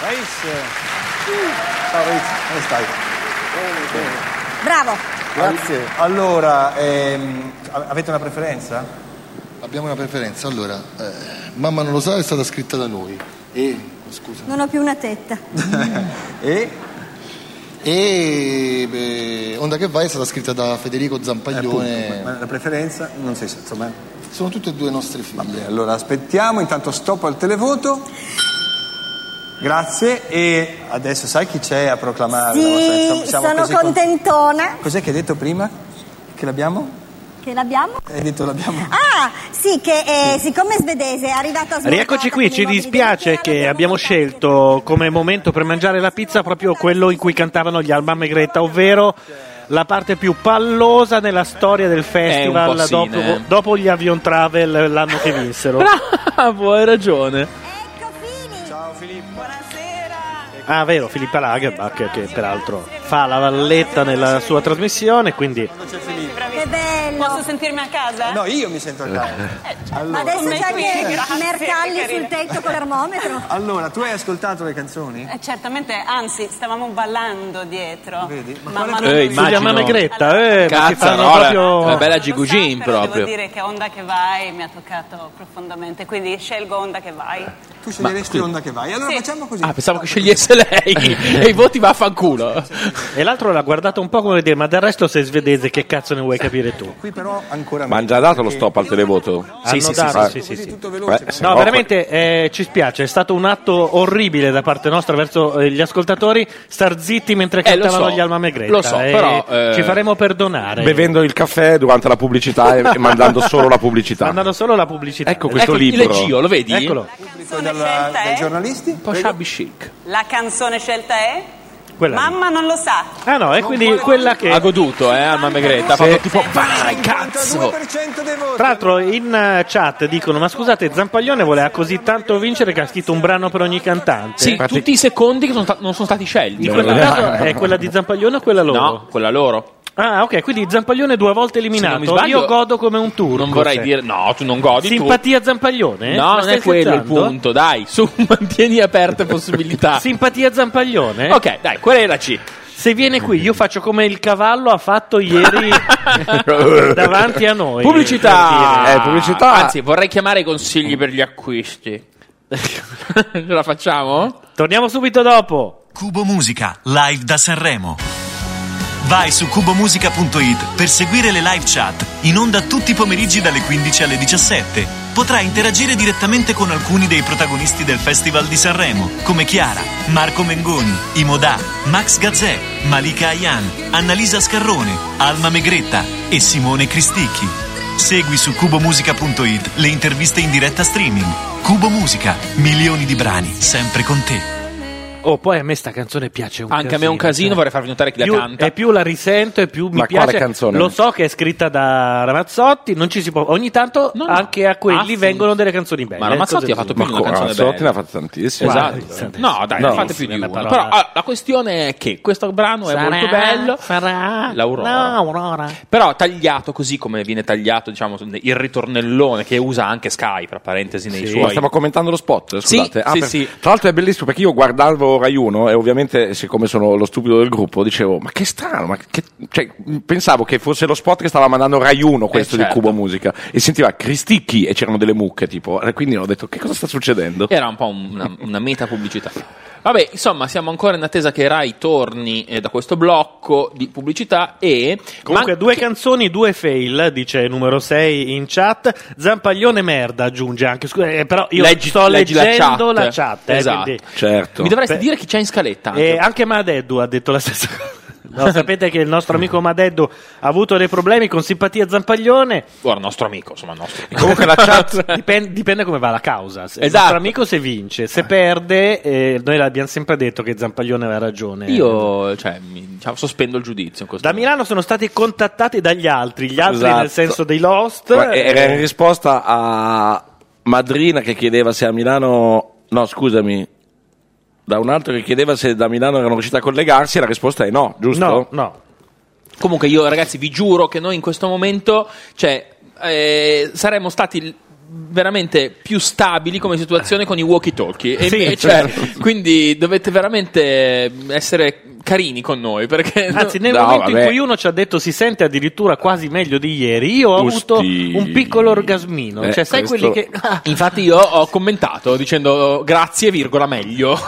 Reis. Ciao Reis, come stai? Bravo. Grazie. Allora, ehm, a- avete una preferenza? Abbiamo una preferenza, allora, eh, mamma non lo sa è stata scritta da noi. E scusa. Non ho più una tetta. E? E beh, Onda che vai è stata scritta da Federico Zampaglione. Appunto, ma la preferenza non si sa, insomma. Sono tutte e due nostre figlie. Vabbè, allora aspettiamo, intanto stop al televoto. Grazie e adesso sai chi c'è a proclamare? Sì, sono contentona Cos'è che hai detto prima? Che l'abbiamo? che l'abbiamo. Hai detto l'abbiamo? Ah, sì, che eh, siccome è svedese è arrivato a smontare Rieccoci qui, ci dispiace che abbiamo scelto come momento per mangiare la pizza proprio quello in cui cantavano gli Alba Megretta, ovvero la parte più pallosa nella storia del Eh, un po' festival sì, dopo, né? dopo gli Avion Travel l'anno che vinsero. [laughs] Bravo, hai ragione. Ah, vero, Filippa Lagerbach che peraltro fa la valletta nella sua trasmissione, quindi Che bello! Posso sentirmi a casa? No, io mi sento a casa. Eh, certo. Ma adesso Come c'è qui, anche grazie, Mercalli che sul carina. tetto col termometro. Allora, tu hai ascoltato le canzoni? Eh, certo. certamente, anzi, stavamo ballando dietro. Vedi? Ma Mamma quale- mia, Eh, immagino. Mamma Gretta, eh, ma ci fanno Cazzarola, proprio- una bella gigugin devo proprio. dire che Onda che vai mi ha toccato profondamente, quindi scelgo Onda che vai. Tu sceglieresti l'onda che vai. Allora facciamo così. Ah, pensavo che scegliesse [laughs] lei e i voti vaffanculo. E l'altro l'ha guardato un po' come dire, ma del resto sei svedese, che cazzo ne vuoi capire tu? Qui però ancora Ma hanno già dato lo stop al televoto? Sì, sì, sì, Ah, sì, sì, sì. eh, se No, no, veramente eh, ci spiace, è stato un atto orribile da parte nostra verso eh, gli ascoltatori star zitti mentre Eh, lo cantavano so, gli Alma Megretta. lo so, eh, però, eh, Ci faremo perdonare. Bevendo il caffè durante la pubblicità [laughs] e, e mandando solo la pubblicità. Mandando solo la pubblicità. Ecco questo libro. Eccolo. Pubblico dalla- dai giornalisti. Un po' shabby chic. La canzone scelta è? Quella lì. Mamma non lo sa. Ah no, e quindi quella che... Ha goduto, eh, Alma Megretta. Ha fatto Sì. tipo, vai, cazzo! Tra l'altro in eh, chat dicono, ma scusate, Zampaglione voleva così tanto vincere che ha scritto un brano per ogni cantante. Sì, tutti i secondi che sono sta- non sono stati scelti. In questo caso è quella di Zampaglione o quella loro? No, quella loro. Ah, ok, quindi Zampaglione due volte eliminato. Se non mi sbaglio- Io godo come un turco. Non vorrei cioè. dire, no, tu non godi. tu. [laughs] Simpatia Zampaglione? No, Ma non stai è quello il scherzando? punto, dai, su, [laughs] mantieni aperte possibilità. Simpatia Zampaglione? Ok, dai, querelaci. Se viene qui, io faccio come il cavallo ha fatto [laughs] ieri davanti a noi. Pubblicità! Per dire. Anzi, vorrei chiamare i consigli per gli acquisti. Ce [laughs] la facciamo? Torniamo subito dopo. Cubo Musica, live da Sanremo. Vai su cubomusica.it per seguire le live chat in onda tutti i pomeriggi dalle 15 alle 17. Potrai interagire direttamente con alcuni dei protagonisti del Festival di Sanremo, come Chiara, Marco Mengoni, Imodà, Max Gazzè, Malika Ayan, Annalisa Scarrone, Alma Megretta e Simone Cristicchi. Segui su cubomusica.it le interviste in diretta streaming. Cubo Musica, milioni di brani sempre con te. Oh, poi a me sta canzone piace un eh. Anche a me è un casino, vorrei farvi notare chi la più, canta. E più la risento e più mi Ma piace. quale canzone? Lo so che è scritta da Ramazzotti, non ci si può. Ogni tanto anche a quelli Assunzi. vengono delle canzoni belle. eh, Ma Ramazzotti ha fatto più di una co- canzone Ramazzotti bella. ne ha fatte tantissime. Esatto. Guarda, No, dai, no. ne fate più di Una una. parola. Però ah, la questione è che questo brano è Sarà- molto bello. Farà L'Aurora. No, Aurora. Però tagliato così come viene tagliato, diciamo, il ritornellone che usa anche Sky, tra parentesi, nei Ma suoi. stiamo commentando lo spot, Sì, scusate. Ah, ah, sì, per- sì. Tra l'altro è bellissimo perché io guardavo Rai 1 e ovviamente siccome sono lo stupido del gruppo dicevo ma che strano, ma che- cioè, mh, pensavo che fosse lo spot che stava mandando Rai 1 questo Eh, di certo. Cubo Musica e sentiva Cristicchi e c'erano delle mucche tipo e quindi ho detto che cosa sta succedendo? Era un po' un- una, una meta pubblicità. Vabbè, insomma, siamo ancora in attesa che Rai torni eh, da questo blocco di pubblicità e... Comunque, due canzoni, due fail, dice numero 6 in chat. Zampaglione merda aggiunge anche. Scusa, eh, però io Leggi- sto leggi la leggendo chat. la chat. eh, Esatto. quindi- Certo. Mi dovresti Beh, dire chi c'è in scaletta. Angelo. E anche Madeddu ha detto la stessa [laughs] cosa. No, sapete che il nostro amico Madeddu ha avuto dei problemi con simpatia Zampaglione. Ora, nostro amico, insomma, nostro. Comunque [laughs] la chat dipende, dipende come va la causa. Se- Il Esatto. nostro amico se vince, se perde, eh, noi l'abbiamo sempre detto che Zampaglione aveva ragione. Io, cioè, mi- diciamo, sospendo il giudizio. in questo Eh, Da Milano sono stati contattati dagli altri, gli altri Esatto. nel senso dei Lost. Ma Era in Eh, risposta a Madrina che chiedeva se a Milano no scusami da un altro che chiedeva se da Milano erano riusciti a collegarsi e la risposta è no, giusto? No, no. Comunque io ragazzi vi giuro che noi in questo momento cioè, eh, saremmo stati l- veramente più stabili come situazione con i walkie talkie cioè, Sì, certo. quindi dovete veramente eh, essere carini con noi perché Anzi, nel momento in cui uno ci ha detto si sente addirittura quasi meglio di ieri, io ho Usti. avuto un piccolo orgasmino. Eh, cioè, sai questo- quelli [laughs] che. infatti io ho commentato dicendo "Oh, grazie virgola meglio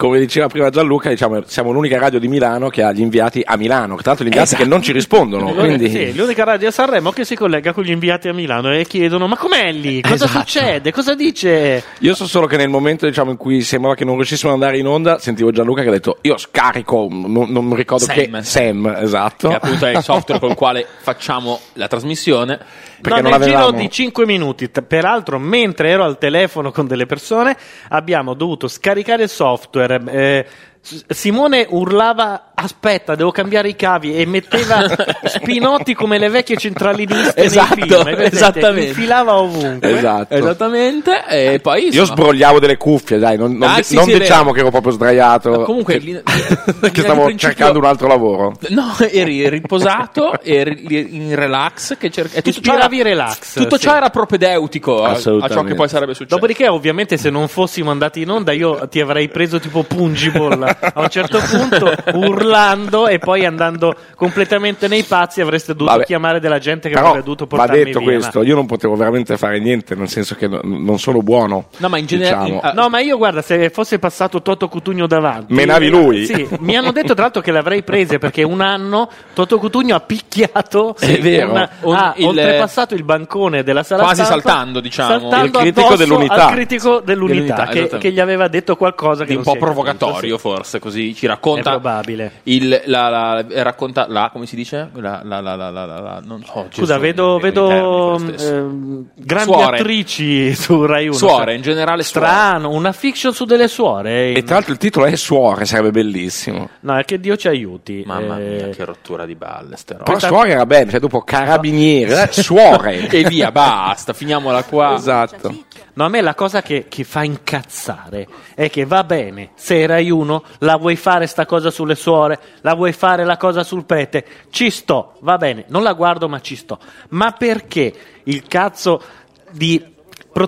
come diceva prima Gianluca, diciamo, siamo l'unica radio di Milano che ha gli inviati a Milano, che tra l'altro gli inviati Esatto. che non ci rispondono. quindi... Sì, l'unica radio a Sanremo che si collega con gli inviati a Milano e chiedono: Ma com'è lì? Cosa Esatto. succede? Cosa dice? Io so solo che nel momento diciamo, in cui sembrava che non riuscissimo ad andare in onda, sentivo Gianluca che ha detto io scarico, non, non mi ricordo Sam. che Sam, esatto. che appunto è il software col quale facciamo la trasmissione No, nel giro di 5 minuti, t- peraltro, mentre ero al telefono con delle persone, abbiamo dovuto scaricare il software. eh, S- Simone urlava: Aspetta, devo cambiare i cavi. E [laughs] metteva Spinotti come le vecchie centraliniste Esatto, nei film. hai presente? esattamente. Eh, Infilava ovunque. [laughs] Esatto. esattamente e poi Io insomma- sbrogliavo delle cuffie, dai, non, non- Ah, sì, non sì, è diciamo vero. che ero proprio sdraiato, Ma comunque che, l'in- [laughs] che stavo principio- cercando un altro lavoro. No, [laughs] eri riposato, eri in relax. Che cer- e tutto ciò era- Ispiravi relax, Tutto ciò sì. era propedeutico a, a ciò che poi sarebbe successo. Dopodiché, ovviamente, se non fossimo andati in onda, io ti avrei preso tipo Pungible a un certo punto, urlando e poi andando completamente nei pazzi. Avreste dovuto Vabbè. chiamare della gente che Però avrebbe dovuto va portarmi detto via. questo, io non potevo veramente fare niente, nel senso che no- non sono buono. No, ma in generale, diciamo. ah. no, ma io guarda, se fosse passato Toto Cutugno davanti, Menavi lui. Sì, mi hanno detto tra l'altro che l'avrei prese perché un anno Toto Cutugno [laughs] ha picchiato, È vero. una- Un- ha il- oltrepassato il bancone della sala Quasi stampa, saltando, diciamo. saltando Il critico addosso dell'unità. al critico dell'unità, Dell'unità, che- che, esattamente. gli aveva detto qualcosa che un non po' si è capito, provocatorio, sì. forse, così ci È racconta. probabile. il- la, la- eh, racconta la, come si dice? La, la, la, la, la, la- la- non so, Scusa, Gesù, vedo, mi vedo, interni con se stesso. ehm, grandi Suore. attrici [laughs] su Rai 1. Suore, in generale suore. Strano, una fiction su delle suore. E tra l'altro il titolo è Suore, sarebbe bellissimo. No, è che Dio ci aiuti. Mamma Eh, mia, che rottura di balle, ste robe. Però suore era bello, cioè dopo [laughs] carabiniere, eh, suore. e via, [laughs] basta, finiamola qua. Esatto. No, a me la cosa che, che fa incazzare è che va bene, se Rai 1 la vuoi fare sta cosa sulle suore, la vuoi fare la cosa sul prete, ci sto, va bene, non la guardo ma ci sto. Ma perché il cazzo di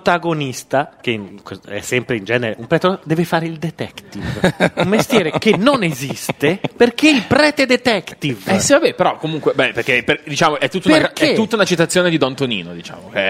protagonista, che in- è sempre in genere un prete, deve fare il detective, un mestiere che non esiste perché il prete detective. Eh sì, vabbè, però comunque, beh, perché per- diciamo, è, tutta una, Perché? è tutta una citazione di Don Tonino, diciamo, che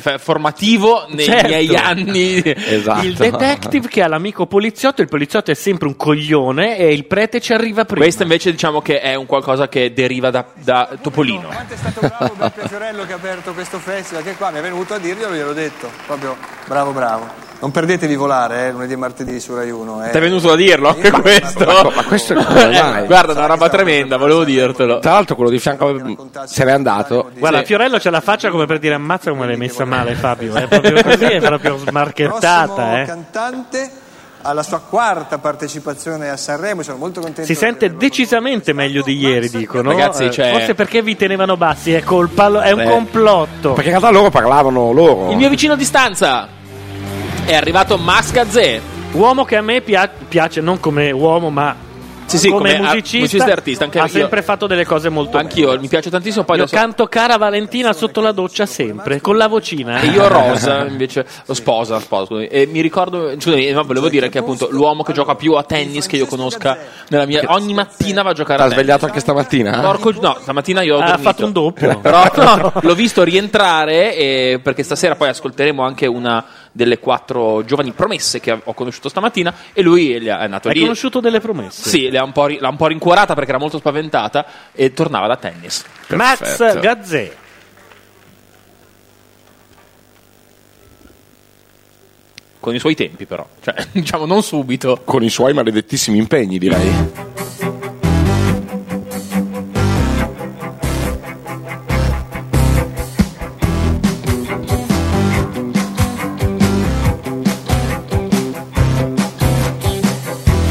è, è formativo nei Certo. miei anni. Esatto. Il detective che ha l'amico poliziotto, il poliziotto è sempre un coglione e il prete ci arriva prima. Questo invece diciamo che è un qualcosa che deriva da, da Topolino. È stato bravo Eh. Beppe Fiorello che ha aperto questo festival, che qua mi è venuto a dirglielo, gliel'ho detto. Proprio bravo, bravo. Non perdetevi volare, eh, lunedì e martedì su Rai 1. Eh. Ti è venuto a dirlo anche questo? Ma, ma questo è come mai? [laughs] Eh, guarda, è una roba tremenda, volevo dirtelo. Tra l'altro quello di fianco se n'è andato. Guarda, Sì. Fiorello c'ha la faccia come per dire ammazza [laughs] come l'hai messa male Fabio, è proprio così, è proprio Prossimo smarchettata. Eh. cantante alla sua quarta partecipazione a Sanremo, sono molto contento. Si sente decisamente meglio di ieri, dicono. Ragazzi, Eh, cioè- Forse perché vi tenevano bassi, è colpa, lo- è un eh. Beh. complotto. Perché in realtà loro parlavano loro. Il mio vicino di stanza è arrivato Masca Z. Uomo che a me pia- piace, non come uomo, ma Sì, sì, come, come ar- musicista, musicista e artista, anche ha io. sempre fatto delle cose molto Anch'io, mi piace tantissimo. Poi Io adesso- canto cara Valentina sotto la doccia sempre, con la vocina. E [laughs] io Rosa invece lo sposa, sposa scusami. e mi ricordo scusami, no, volevo Cioè, dire che appunto l'uomo che gioca più a tennis che io conosca nella mia ogni mattina va a giocare a T'ha tennis. svegliato Ah. anche stamattina? eh, eh? Porco gi- no, stamattina io ho Ha dormito. fatto [laughs] un doppio. [laughs] Però no, l'ho visto rientrare e- perché stasera poi ascolteremo anche una delle quattro giovani promesse che ho conosciuto stamattina e lui le ha- è nato Hai lì. conosciuto delle promesse? Sì, le ha un po' ri- l'ha un po' rincuorata perché era molto spaventata e tornava da tennis. Max Gazzè. Con i suoi tempi però, cioè [laughs] diciamo non subito. Con i suoi maledettissimi impegni, direi.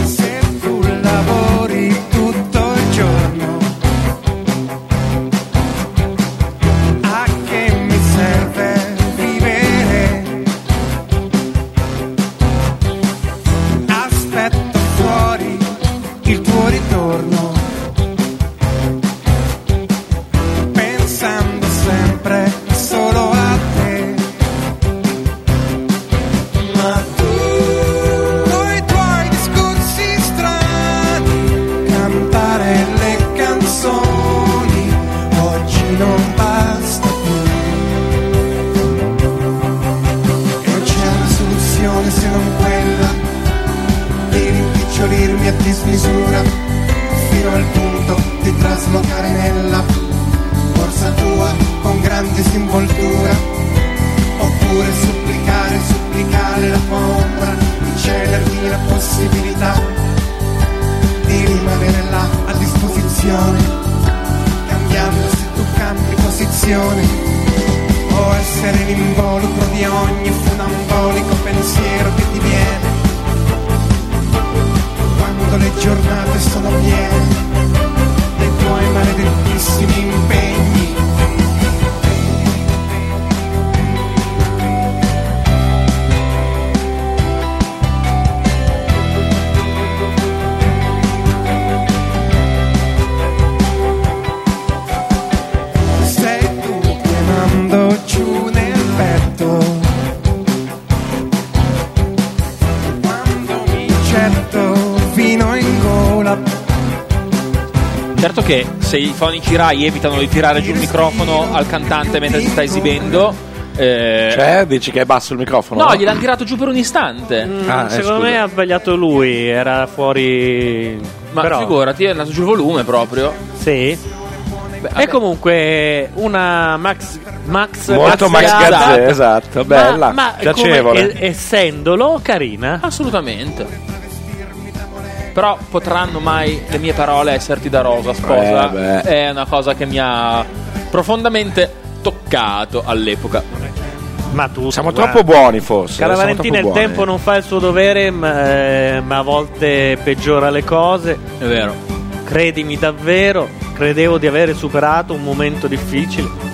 Se tu lavori tutto il giorno, a che mi serve vivere? Aspetto fuori il tuo ritorno, pensando sempre solo a te. Ma tu con i tuoi discorsi strani, cantare le canzoni, oggi non basta più. E non c'è una soluzione se non quella di rimpicciolirmi a dismisura, fino al punto di traslocare nella borsa tua con grande disinvoltura oppure supplicare, supplicare la paura di cedermi la possibilità di rimanere là a disposizione, cambiando se tu cambi posizione, o essere l'involucro di ogni funambolico pensiero che ti viene, quando le giornate sono piene dei tuoi maledettissimi impegni. sei tu che mando giù nel petto quando mi getto fino in gola Certo che se i fonici Rai evitano di tirare giù il microfono al cantante mentre si sta esibendo, eh, Cioè, dici che è basso il microfono? no, gliel'hanno tirato giù per un istante. Ah, eh, Mm, Secondo scusa. me ha sbagliato lui, era fuori. Ma Però- figurati, è andato giù il volume proprio. Sì. e comunque una Max Max Molto Max Gazzè. Gazzè, esatto, Ma- bella, ma come- piacevole. e- essendolo carina. Assolutamente. Però potranno mai le mie parole esserti da rosa, Eh, sposa? beh. è una cosa che mi ha profondamente toccato all'epoca. Ma tu Siamo guarda. troppo buoni, forse. Cara siamo Valentina, il troppo buoni. tempo non fa il suo dovere, ma, eh, ma a volte peggiora le cose. È vero. Credimi davvero, credevo di aver superato un momento difficile.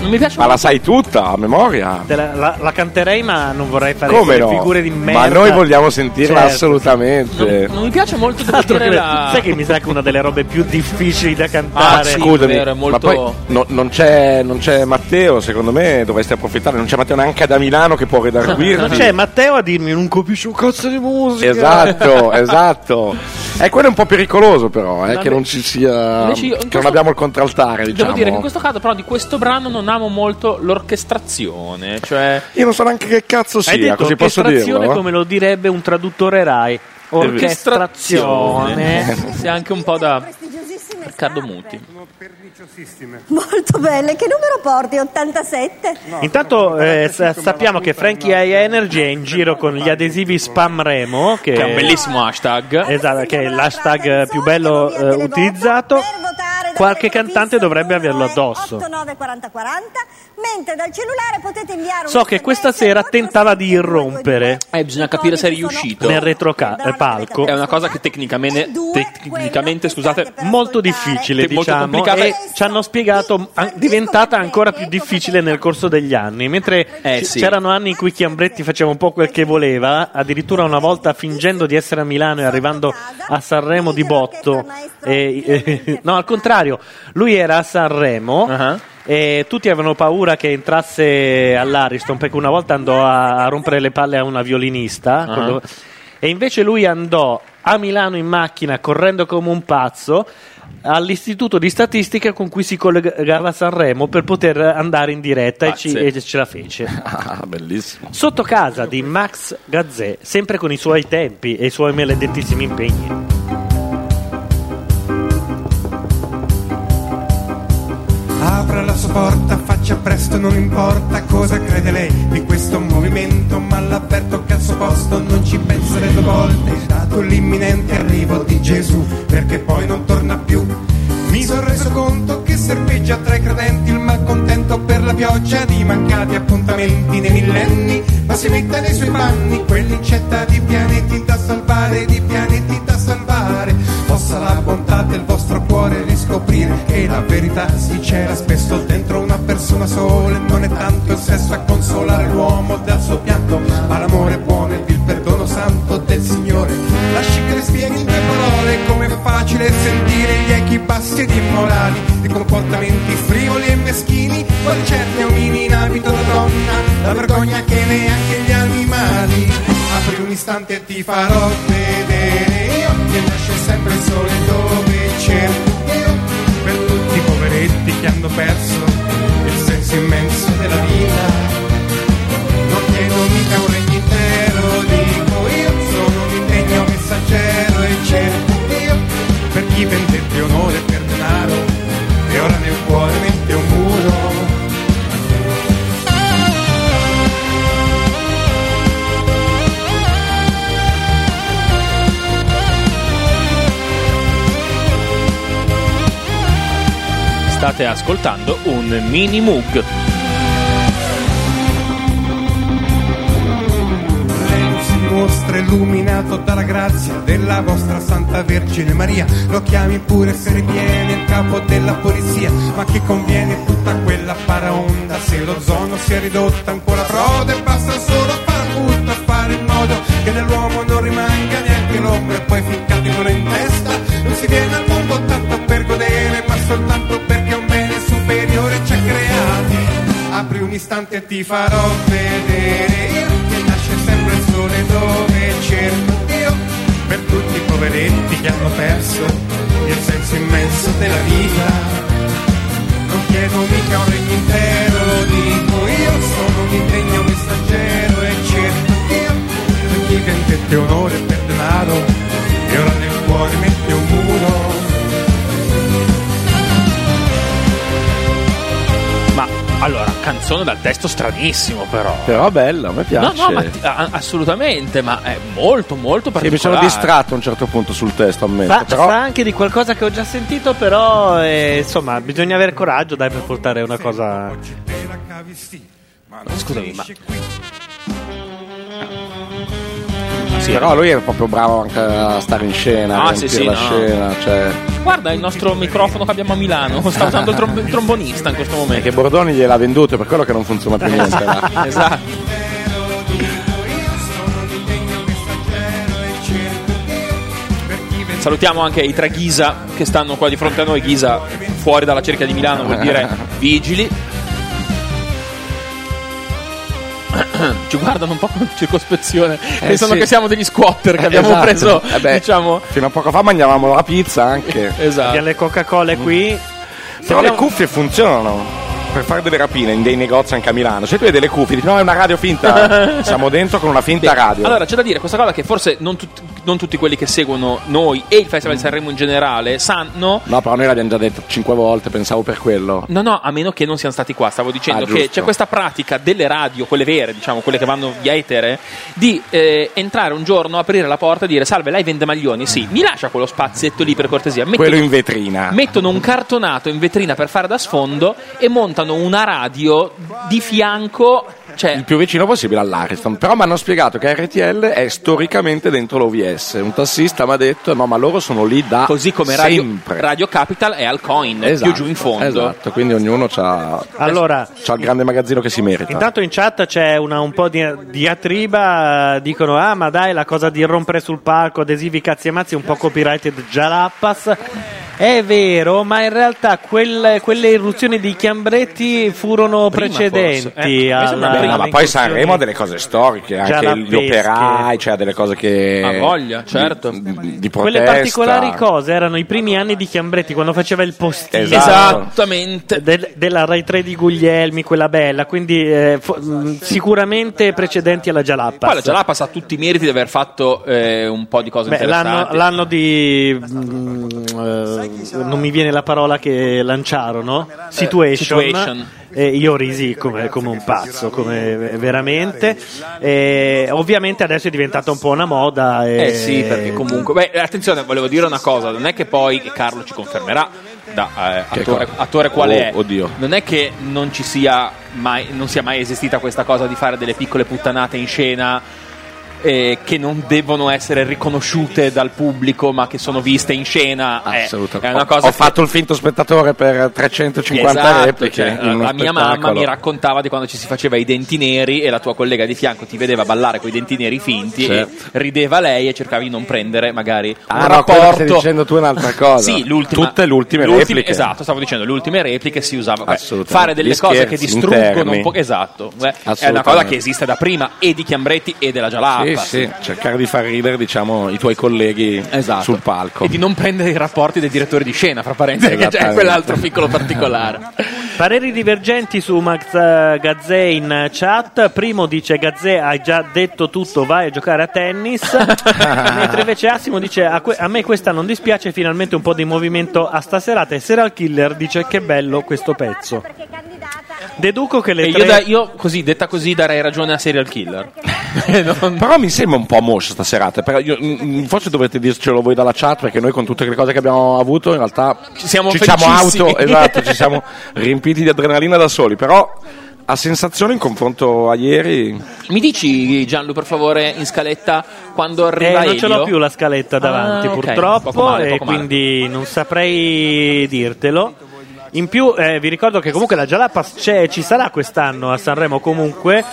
Non mi piace Ma la sai tutta a memoria? la, la- la canterei, ma non vorrei fare Come quelle no? figure di merda. Ma noi vogliamo sentirla Certo. assolutamente. Non mi piace molto [laughs] Tra l'altro, dire la- Ah, Sai che mi sa che è una delle robe più difficili da cantare. Ah, Scusami, ma poi no- non, c'è, non c'è Matteo, secondo me dovresti approfittare, non c'è Matteo neanche da Milano che può [laughs] redarguirti. Non c'è Matteo a dirmi non capisci un cazzo di musica. [laughs] [laughs] Esatto, esatto. E quello è un po' pericoloso però, eh, No, che non ci sia... invece io- in che non questo- abbiamo il contraltare, diciamo. Devo dire che in questo caso, però, di questo brano non amo molto l'orchestrazione. Cioè, Io non so neanche che cazzo sia, Hai detto così posso orchestrazione dirlo. come lo direbbe un traduttore Rai. Eh, Orchestrazione. C'è anche un po' da Riccardo Muti. Molto belle, che numero porti? 87? Intanto eh, sa- sappiamo che Frankie High Energy è in giro con gli adesivi Spam Remo, che, Che è un bellissimo hashtag. Esatto, che è l'hashtag più bello eh, utilizzato. Qualche cantante dovrebbe averlo addosso. 894040, mentre dal cellulare potete inviare un So che questa sera tentava di irrompere. Eh, bisogna capire se è riuscito. Nel retropalco. È una cosa che tecnicamente, tecnicamente scusate, molto difficile, Te- molto diciamo, complicata. e ci hanno spiegato an- diventata ancora più difficile nel corso degli anni, mentre c- sì. c'erano anni in cui Chiambretti faceva un po' quel che voleva, addirittura una volta fingendo di essere a Milano e arrivando a Sanremo di botto. e- e- no, al contrario, lui era a Sanremo. E tutti avevano paura che entrasse all'Ariston perché una volta andò a, a rompere le palle a una violinista Ah. quello- e invece lui andò a Milano in macchina correndo come un pazzo all'istituto di statistica con cui si collegava a Sanremo per poter andare in diretta e, ci- Pazzi. Ah, e ce la fece. [laughs] bellissimo. Sotto casa di Max Gazzè, sempre con i suoi tempi e i suoi maledettissimi impegni. Apra la sua porta, faccia presto, non importa cosa crede lei di questo movimento, ma l'avverto che al suo posto non ci pensa le due volte, dato l'imminente arrivo di Gesù, perché poi non torna più. Mi sono reso conto che serpeggia tra i credenti il malcontento per la pioggia di mancati appuntamenti nei millenni, ma si mette nei suoi panni quell'incetta di pianeti da salvare, di pianeti da salvare. Possa la bontà del vostro cuore riscoprire che la verità si c'era spesso dentro una persona sola. e Non è tanto il sesso a consolare l'uomo dal suo pianto, ma l'amore buono ed il perdono santo del Signore. Lasci che le spieghi in due parole come è facile sentire gli echi bassi ed immorali di comportamenti frivoli e meschini, quali certi omini in abito da donna, la vergogna che neanche gli animali. Apri un istante e ti farò vedere io che nasce sempre il sole dove c'è io per tutti i poveretti che hanno perso il senso immenso della vita. Non chiedo mica un regno intero, dico io sono un indegno messaggero e cerco io per chi vendette onore per denaro e ora nel cuore mette un muro. State ascoltando un mini mug. Lei si mostra illuminato dalla grazia della vostra Santa Vergine Maria. Lo chiami pure se riviene il capo della polizia. Ma che conviene tutta quella paraonda se l'ozono si è ridotta ancora proda e basta solo far tutto e fare in modo che dell'uomo non rimanga neanche l'ombra. E poi ficcatevelo in testa. Non si viene al mondo tanto per godere, ma soltanto perché un bene superiore ci ha creati. Apri un istante e ti farò vedere io che nasce sempre il sole dove cerco Dio per tutti i poveretti che hanno perso il senso immenso della vita. Non chiedo mica un regno intero, dico io sono un impegno messaggero e cerco Dio per chi vendette onore per denaro e ora nel cuore mette un muro. Ma allora, canzone dal testo stranissimo, però. Però bella, a me piace. No, no, ma ti- a- assolutamente, ma è molto, molto Sì, particolare. mi sono distratto a un certo punto sul testo, ammetto. Fa, però sa anche di qualcosa che ho già sentito, però eh, insomma bisogna avere coraggio dai, per portare una cosa... Scusami, ma... però lui era proprio bravo anche a stare in scena, Ah, a sì, riempire sì, la no. scena. Cioè... Guarda il nostro microfono che abbiamo a Milano. Sta usando il, trom- il trombonista in questo Perché momento. Bordoni gliel'ha venduto, per quello che non funziona più [laughs] niente. là. esatto. Salutiamo anche i tre Ghisa che stanno qua di fronte a noi. Ghisa fuori dalla cerchia di Milano vuol [laughs] dire vigili. Ci guardano un po' con circospezione. Eh, Pensano sì. che siamo degli squatter che abbiamo Esatto. preso. Eh beh, diciamo. Fino a poco fa mangiavamo la pizza anche. [laughs] Mm. Esatto. Abbiamo le Coca-Cola qui. Però le cuffie funzionano. Per fare delle rapine in dei negozi anche a Milano. Se tu hai delle [laughs] cuffie, dici no, è una radio finta. Siamo dentro con una finta radio. Allora, c'è da dire questa cosa che forse non tut- non tutti quelli che seguono noi e il Festival di Sanremo in generale sanno No, però noi l'abbiamo già detto cinque volte, pensavo per quello. No, no, a meno che non siano stati qua. Stavo dicendo Ah, che giusto. c'è questa pratica delle radio, quelle vere, diciamo, quelle che vanno via etere, di eh, entrare un giorno, aprire la porta e dire: Salve, lei vende maglioni? Sì, mi lascia quello spazietto lì per cortesia. Mettono- Quello in vetrina. Mettono un cartonato in vetrina per fare da sfondo e montano una radio di fianco. Cioè, Il più vicino possibile all'Ariston. Però mi hanno spiegato che RTL è storicamente dentro l'OVS. Un tassista mi ha detto: no, ma loro sono lì da così come radio, Ah, sempre. radio Capital è al coin, Esatto, più giù in fondo. Esatto, quindi ognuno ha Allora- il grande magazzino che si merita. Intanto in chat c'è una, un po' di diatriba, dicono ah ma dai la cosa di rompere sul palco adesivi cazzi e mazzi è un po' copyrighted Jalappas. È vero, ma in realtà quel- quelle irruzioni di Chiambretti furono Prima, precedenti. forse. Eh, alla- Beh, ma poi all'incursione- Sanremo ha delle cose storiche, Già anche la gli pesca. operai, cioè delle cose che. Ha voglia, certo. Di, di- di Quelle protesta. particolari cose erano i primi anni di Chiambretti quando faceva il postino Esatto. Esattamente Del- della Rai 3 di Guglielmi, quella bella, quindi eh, fo- mh, sicuramente precedenti alla Jalappa. Poi la Jalapas ha tutti i meriti di aver fatto eh, un po' di cose Beh, l'anno, interessanti. l'anno di. mm, eh, non mi viene la parola che lanciarono. Situation. Situation. Eh, io risi come, come un pazzo, come veramente. Eh, ovviamente adesso è diventata un po' una moda. e- Eh sì, perché comunque. Beh, attenzione, volevo dire una cosa: non è che poi e Carlo ci confermerà da eh, Che attore, cosa? attore quale Oh, è. oddio. Non è che non ci sia mai, non sia mai esistita questa cosa di fare delle piccole puttanate in scena. eh, che non devono essere riconosciute dal pubblico, ma che sono viste in scena. Eh, Assolutamente. È una ho cosa che- fatto il finto spettatore per 350 Esatto, repliche. cioè, in uno la mia spettacolo. mamma mi raccontava di quando ci si faceva i denti neri e la tua collega di fianco ti vedeva ballare con i denti neri finti Certo. e rideva lei e cercavi di non prendere magari un Ah, no, quello che stai rapporto dicendo tu è un'altra cosa. sì, l'ultima, Tutte le ultime l'ultima- repliche. Esatto, stavo dicendo, le ultime repliche si usava beh, Assolutamente. fare delle Gli cose che scherzi distruggono interni. un po'. Esatto, beh, è una Assolutamente. cosa che esiste da prima e di Chiambretti e della Sì, Jalapa. sì, cercare di far ridere diciamo, i tuoi colleghi sul palco. Esatto. E di non prendere i rapporti dei direttori di scena, fra parentesi, che c'è Esattamente. quell'altro piccolo particolare. [laughs] Pareri divergenti su Max eh, Gazzè in chat. Primo dice Gazzè hai già detto tutto, vai a giocare a [laughs] tennis. Mentre invece Assimo dice a, que- a me questa non dispiace, finalmente un po' di movimento a sta serata. E Serial Killer dice che bello questo pezzo. Deduco che le E tre... io, da- io così, detta così, darei ragione a Serial Killer. [laughs] Però mi sembra un po' moscia sta serata. però io- mm, mm, forse dovete dircelo voi dalla chat perché noi con tutte le cose che abbiamo avuto in realtà ci siamo felicissimi. auto, esatto, [laughs] ci siamo riempiti di adrenalina da soli. Però a sensazione in confronto a ieri Mi dici, Gianlu, per favore, in scaletta quando Eh, arriva non ce l'ho Elio? più la scaletta davanti Ah, ok. purtroppo Poco male, e poco male. quindi non saprei dirtelo. In più eh, vi ricordo che comunque la Jalapas c'è, ci sarà quest'anno a Sanremo comunque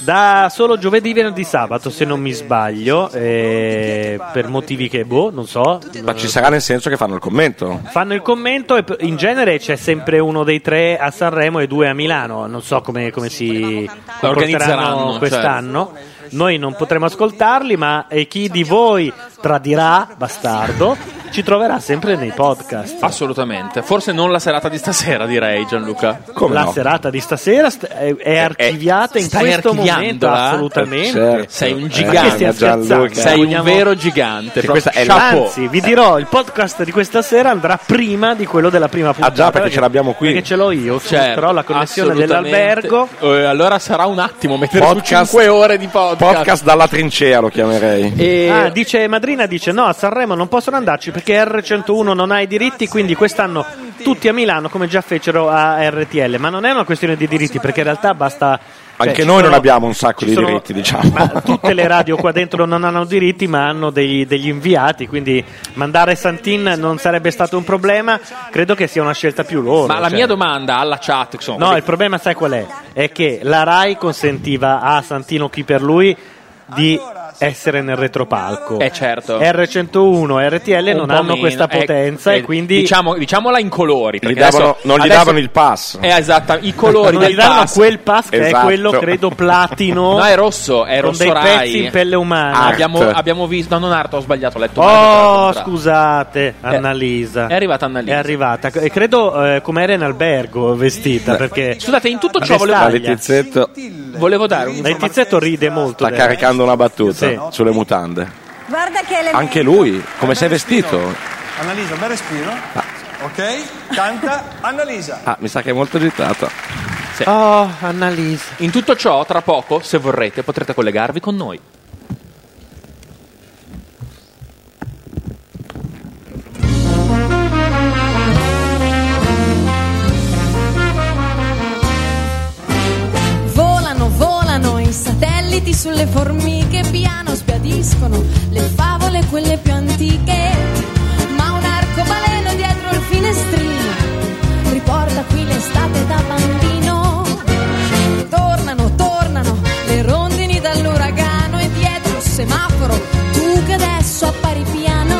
da solo giovedì, venerdì, sabato se non mi sbaglio eh, per motivi che boh, non so. eh, ma ci sarà nel senso che fanno il commento. Fanno il commento e p- in genere c'è sempre uno dei tre a Sanremo e due a Milano. Non so come, come si organizzeranno, certo. organizzeranno quest'anno. Noi non potremo ascoltarli, ma eh, chi di voi tradirà, bastardo, ci troverà sempre nei podcast. Assolutamente. Forse non la serata di stasera, direi, Gianluca. La serata di stasera st- è, è archiviata in Eh, Stai questo momento, archiviandola? Eh, Eh, certo. assolutamente. certo. Sei un Ma che stia gigante, scherzando? Sei un Vogliamo- vero gigante. proprio. Chapeau. Anzi, vi dirò, il podcast di questa sera andrà prima di quello della prima puntata. Ah, perché ce l'abbiamo qui. Perché ce l'ho io, su- Certo, però la connessione assolutamente. dell'albergo. Eh, allora sarà un attimo mettere Podcast- su 5 ore di podcast. Podcast dalla trincea lo chiamerei. Ah, dice Madrina dice no a Sanremo non possono andarci perché R101 non ha i diritti quindi quest'anno tutti a Milano come già fecero a RTL ma non è una questione di diritti perché in realtà basta cioè, Anche ci noi non sono- abbiamo un sacco ci di sono- diritti, diciamo. ma tutte le radio qua dentro non hanno diritti ma hanno degli, degli inviati quindi mandare Santin non sarebbe stato un problema credo che sia una scelta più loro Ma la cioè. mia domanda alla chat, insomma, No, il problema sai qual è? È che la RAI consentiva a Santino chi per lui di essere nel retropalco. Eh, certo. R101 e RTL un non po' hanno meno. questa Eh, potenza eh, e quindi diciamo, diciamola in colori Gli perché davano- adesso- non gli adesso- davano il pass. Eh, esatto, i colori [laughs] Non del gli davano pass. quel pass che Esatto. è quello Esatto. credo platino. [laughs] No, è rosso, è con rosso dei Rai. pezzi in pelle umana. Ah, abbiamo, Ecco. abbiamo visto, no, non Art, ho sbagliato, ho letto. Oh, male, tra l'altro. Eh, scusate, Annalisa. È arrivata Annalisa. È arrivata, e credo eh, come era in albergo vestita perché Scusate, in tutto ciò volevo, La Letizzetto volevo dare un Letizzetto ride molto. sta adesso. caricando una battuta Sì. sulle mutande. Guarda che elemento. Anche lui, come sei vestito? Annalisa, bel respiro. Ah. Ok, canta Annalisa. Ah, mi sa che è molto agitata. Oh, Annalisa. In tutto ciò, tra poco, se vorrete, potrete collegarvi con noi. Volano, volano i satelliti sulle formiche, piano sbiadiscono le favole, quelle più antiche. Ma un arcobaleno dietro il finestrino riporta qui l'estate da bambino. Tornano, tornano le rondini dall'uragano e dietro il semaforo, tu che adesso appari piano,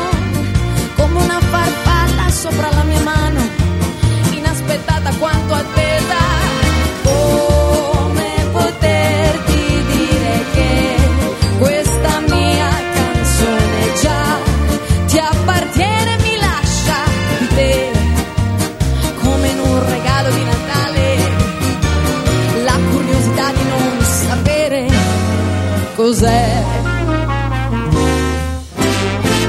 come una farfalla sopra la mia mano, inaspettata quanto attesa. Come poterti dire che questa mia canzone già ti appartiene e mi lascia di te come in un regalo di Natale la curiosità di non sapere cos'è.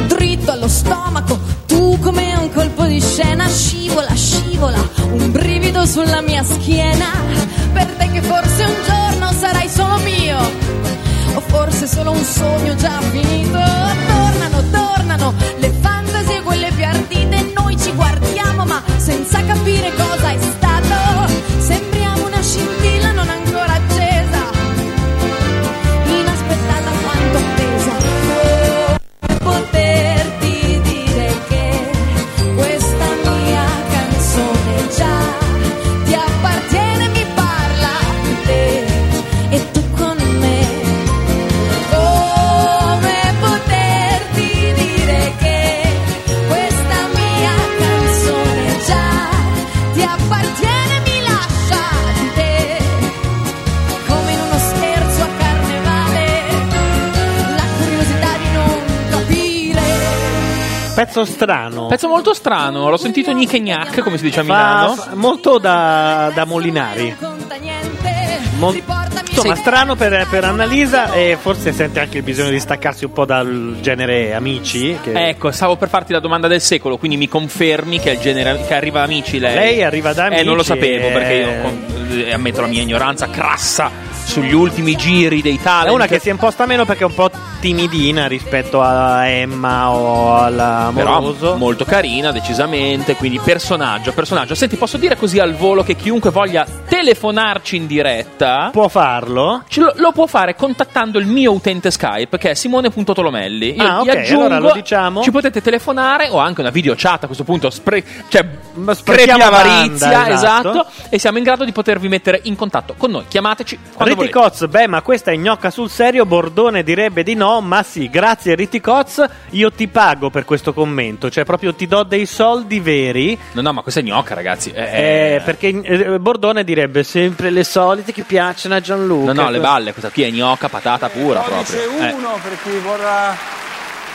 Dritto allo stomaco, tu come un colpo di scena scivola, scivola, un brivido sulla mia schiena, per te che forse un giorno sarai solo mio, o forse solo un sogno già finito. Tornano, tornano le fantasie, quelle più ardite, noi ci guardiamo ma senza capire cosa è stato. Sembriamo una scintilla non ancora accesa, inaspettata quanto attesa. Come poterti dire che questa mia canzone già ti appartiene, mi parla di te e tu con me. Come poterti dire che questa mia canzone già ti appartiene, mi lascia di te. Come in uno scherzo a carnevale, la curiosità di non capire. Pezzo strano. Pezzo molto strano, l'ho sentito gnic e gnac, come si dice a Milano. Fa- molto da, da Molinari. Mo- insomma, strano per, per Annalisa e forse sente anche il bisogno di staccarsi un po' dal genere amici. Che Ecco, stavo per farti la domanda del secolo, quindi mi confermi che, è il genere- che arriva Amici lei? Lei arriva da Eh, non lo Amici sapevo e- perché io con- eh, ammetto la mia ignoranza crassa sugli ultimi giri dei talent. È una che si imposta meno perché è un po' timidina rispetto a Emma o alla Moroso. Però molto carina, decisamente. Quindi personaggio, personaggio. Senti, posso dire così al volo che chiunque voglia telefonarci in diretta può farlo? Lo, lo può fare contattando il mio utente Skype che è simone.tolomelli. Io Ah, gli ok, aggiungo, allora lo diciamo. Ci potete telefonare o anche una video chat a questo punto. Spre- cioè, sprechiamo sprechiamo avarizia, banda, esatto. esatto. E siamo in grado di potervi mettere in contatto con noi. Chiamateci quando Riti volete. Coz, beh, ma questa è gnocca sul serio. Bordone direbbe di no, ma sì, grazie Riti Coz, io ti pago per questo commento, cioè proprio ti do dei soldi veri. No, no, ma questa è gnocca, ragazzi. Eh, eh, perché eh, Bordone direbbe sempre le solite che piacciono a Gianluca. No, no, le balle, questa qui è gnocca, patata pura proprio. Codice Eh. 1 per chi vorrà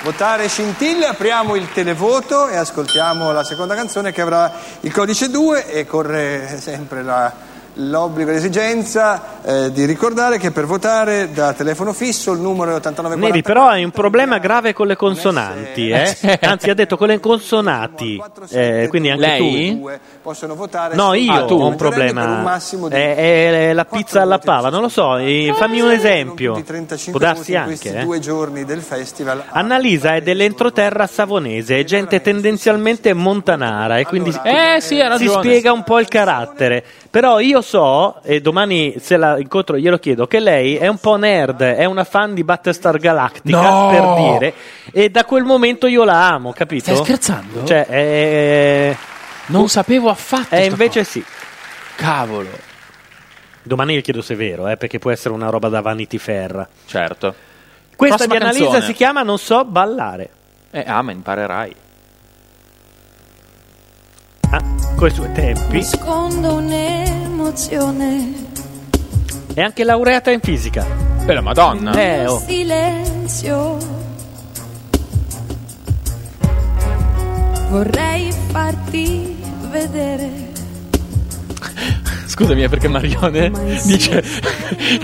votare Scintille, apriamo il televoto e ascoltiamo la seconda canzone che avrà il codice 2 e corre sempre la- l'obbligo e l'esigenza eh, di ricordare che per votare da telefono fisso il numero è 8940. Neri, però hai un problema grave con le consonanti, eh? Eh, sì. Anzi, ha detto con le consonanti, eh, quindi anche tu. possono votare No, io soltanto ho un i referenti per un problema. Eh, massimo di È, è la pizza alla pava, non lo so. eh, fammi un esempio. di 35 Può darsi voti in questi anche. eh. due giorni del festival. Annalisa è dell'entroterra savonese, è gente tendenzialmente montanara e quindi Eh, sì, ha si ragione. spiega un po' il carattere. Però io so, e domani se la incontro glielo chiedo, che lei è un po' nerd, è una fan di Battlestar Galactica, No! per dire, e da quel momento io la amo, capito? Stai scherzando? Cioè, è... Non sapevo affatto. E sta invece sì. Cavolo. Domani le chiedo se è vero, eh, perché può essere una roba da Vanity Fair. Certo. Questa Prossima di Annalisa canzone. si chiama Non so ballare. Eh, ah, ma imparerai. Ah, coi suoi tempi. Nascondo un'emozione, È anche laureata in fisica. E la Madonna. Eh, un oh. silenzio. Vorrei farti vedere Scusami, è perché Marione dice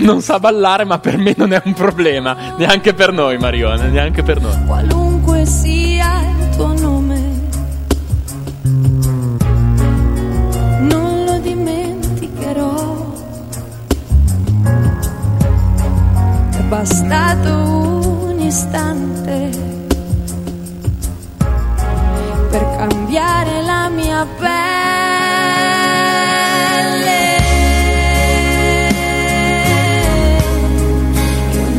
[laughs] non sa ballare, ma per me non è un problema. Neanche per noi, Marione, neanche per noi. qualunque sia il tuo nome. Non lo dimenticherò. È bastato un istante per cambiare la mia pelle. Io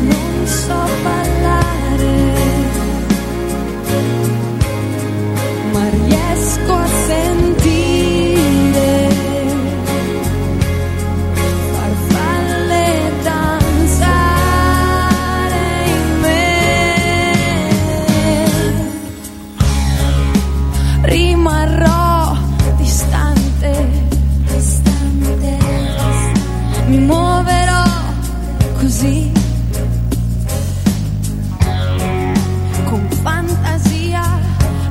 non so ballare, ma riesco a sentire farfalle danzare in me. Rimarrò distante, distante, mi muoverò così. con fantasia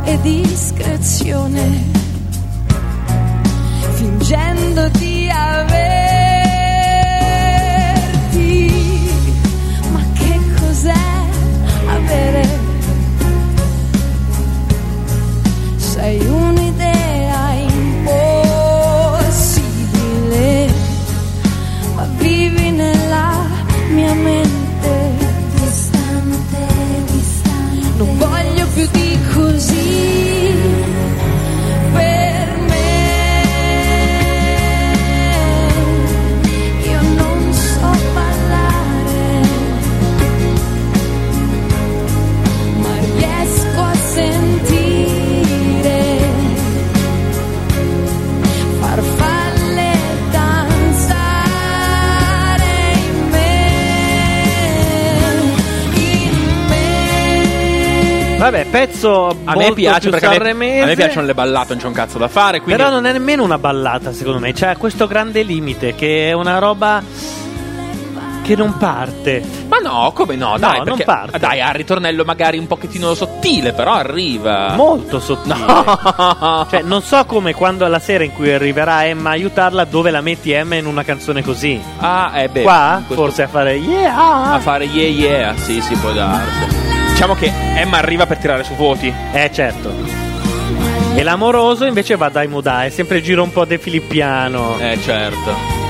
e discrezione, fingendo di averti. Ma che cos'è avere? Sei un'idea impossibile, ma vivi nella mia mente. Distante, distante. Non voglio più di così. Per me, io non so parlare, ma riesco a sentire farfalle danzare in me. Vabbè, pezzo A me piace perché a me, sanremese, a me piacciono le ballate, non c'è un cazzo da fare. Quindi Però non è nemmeno una ballata, secondo me. C'è questo grande limite che è una roba che non parte. Ma no, come no? Dai, non perché- parte. Dai, ha il ritornello magari un pochettino sottile, però arriva. Molto sottile. Cioè, non so come quando la sera in cui arriverà Emma a aiutarla, dove la metti Emma in una canzone così. Ah, eh beh. Qua, questo- forse a fare yeah. A fare yeah yeah, sì, si può darsi. Diciamo che Emma arriva per tirare su voti. Eh, certo. E l'amoroso invece va dai Mudà, è sempre giro un po' de Filippiano. Eh, certo. [laughs]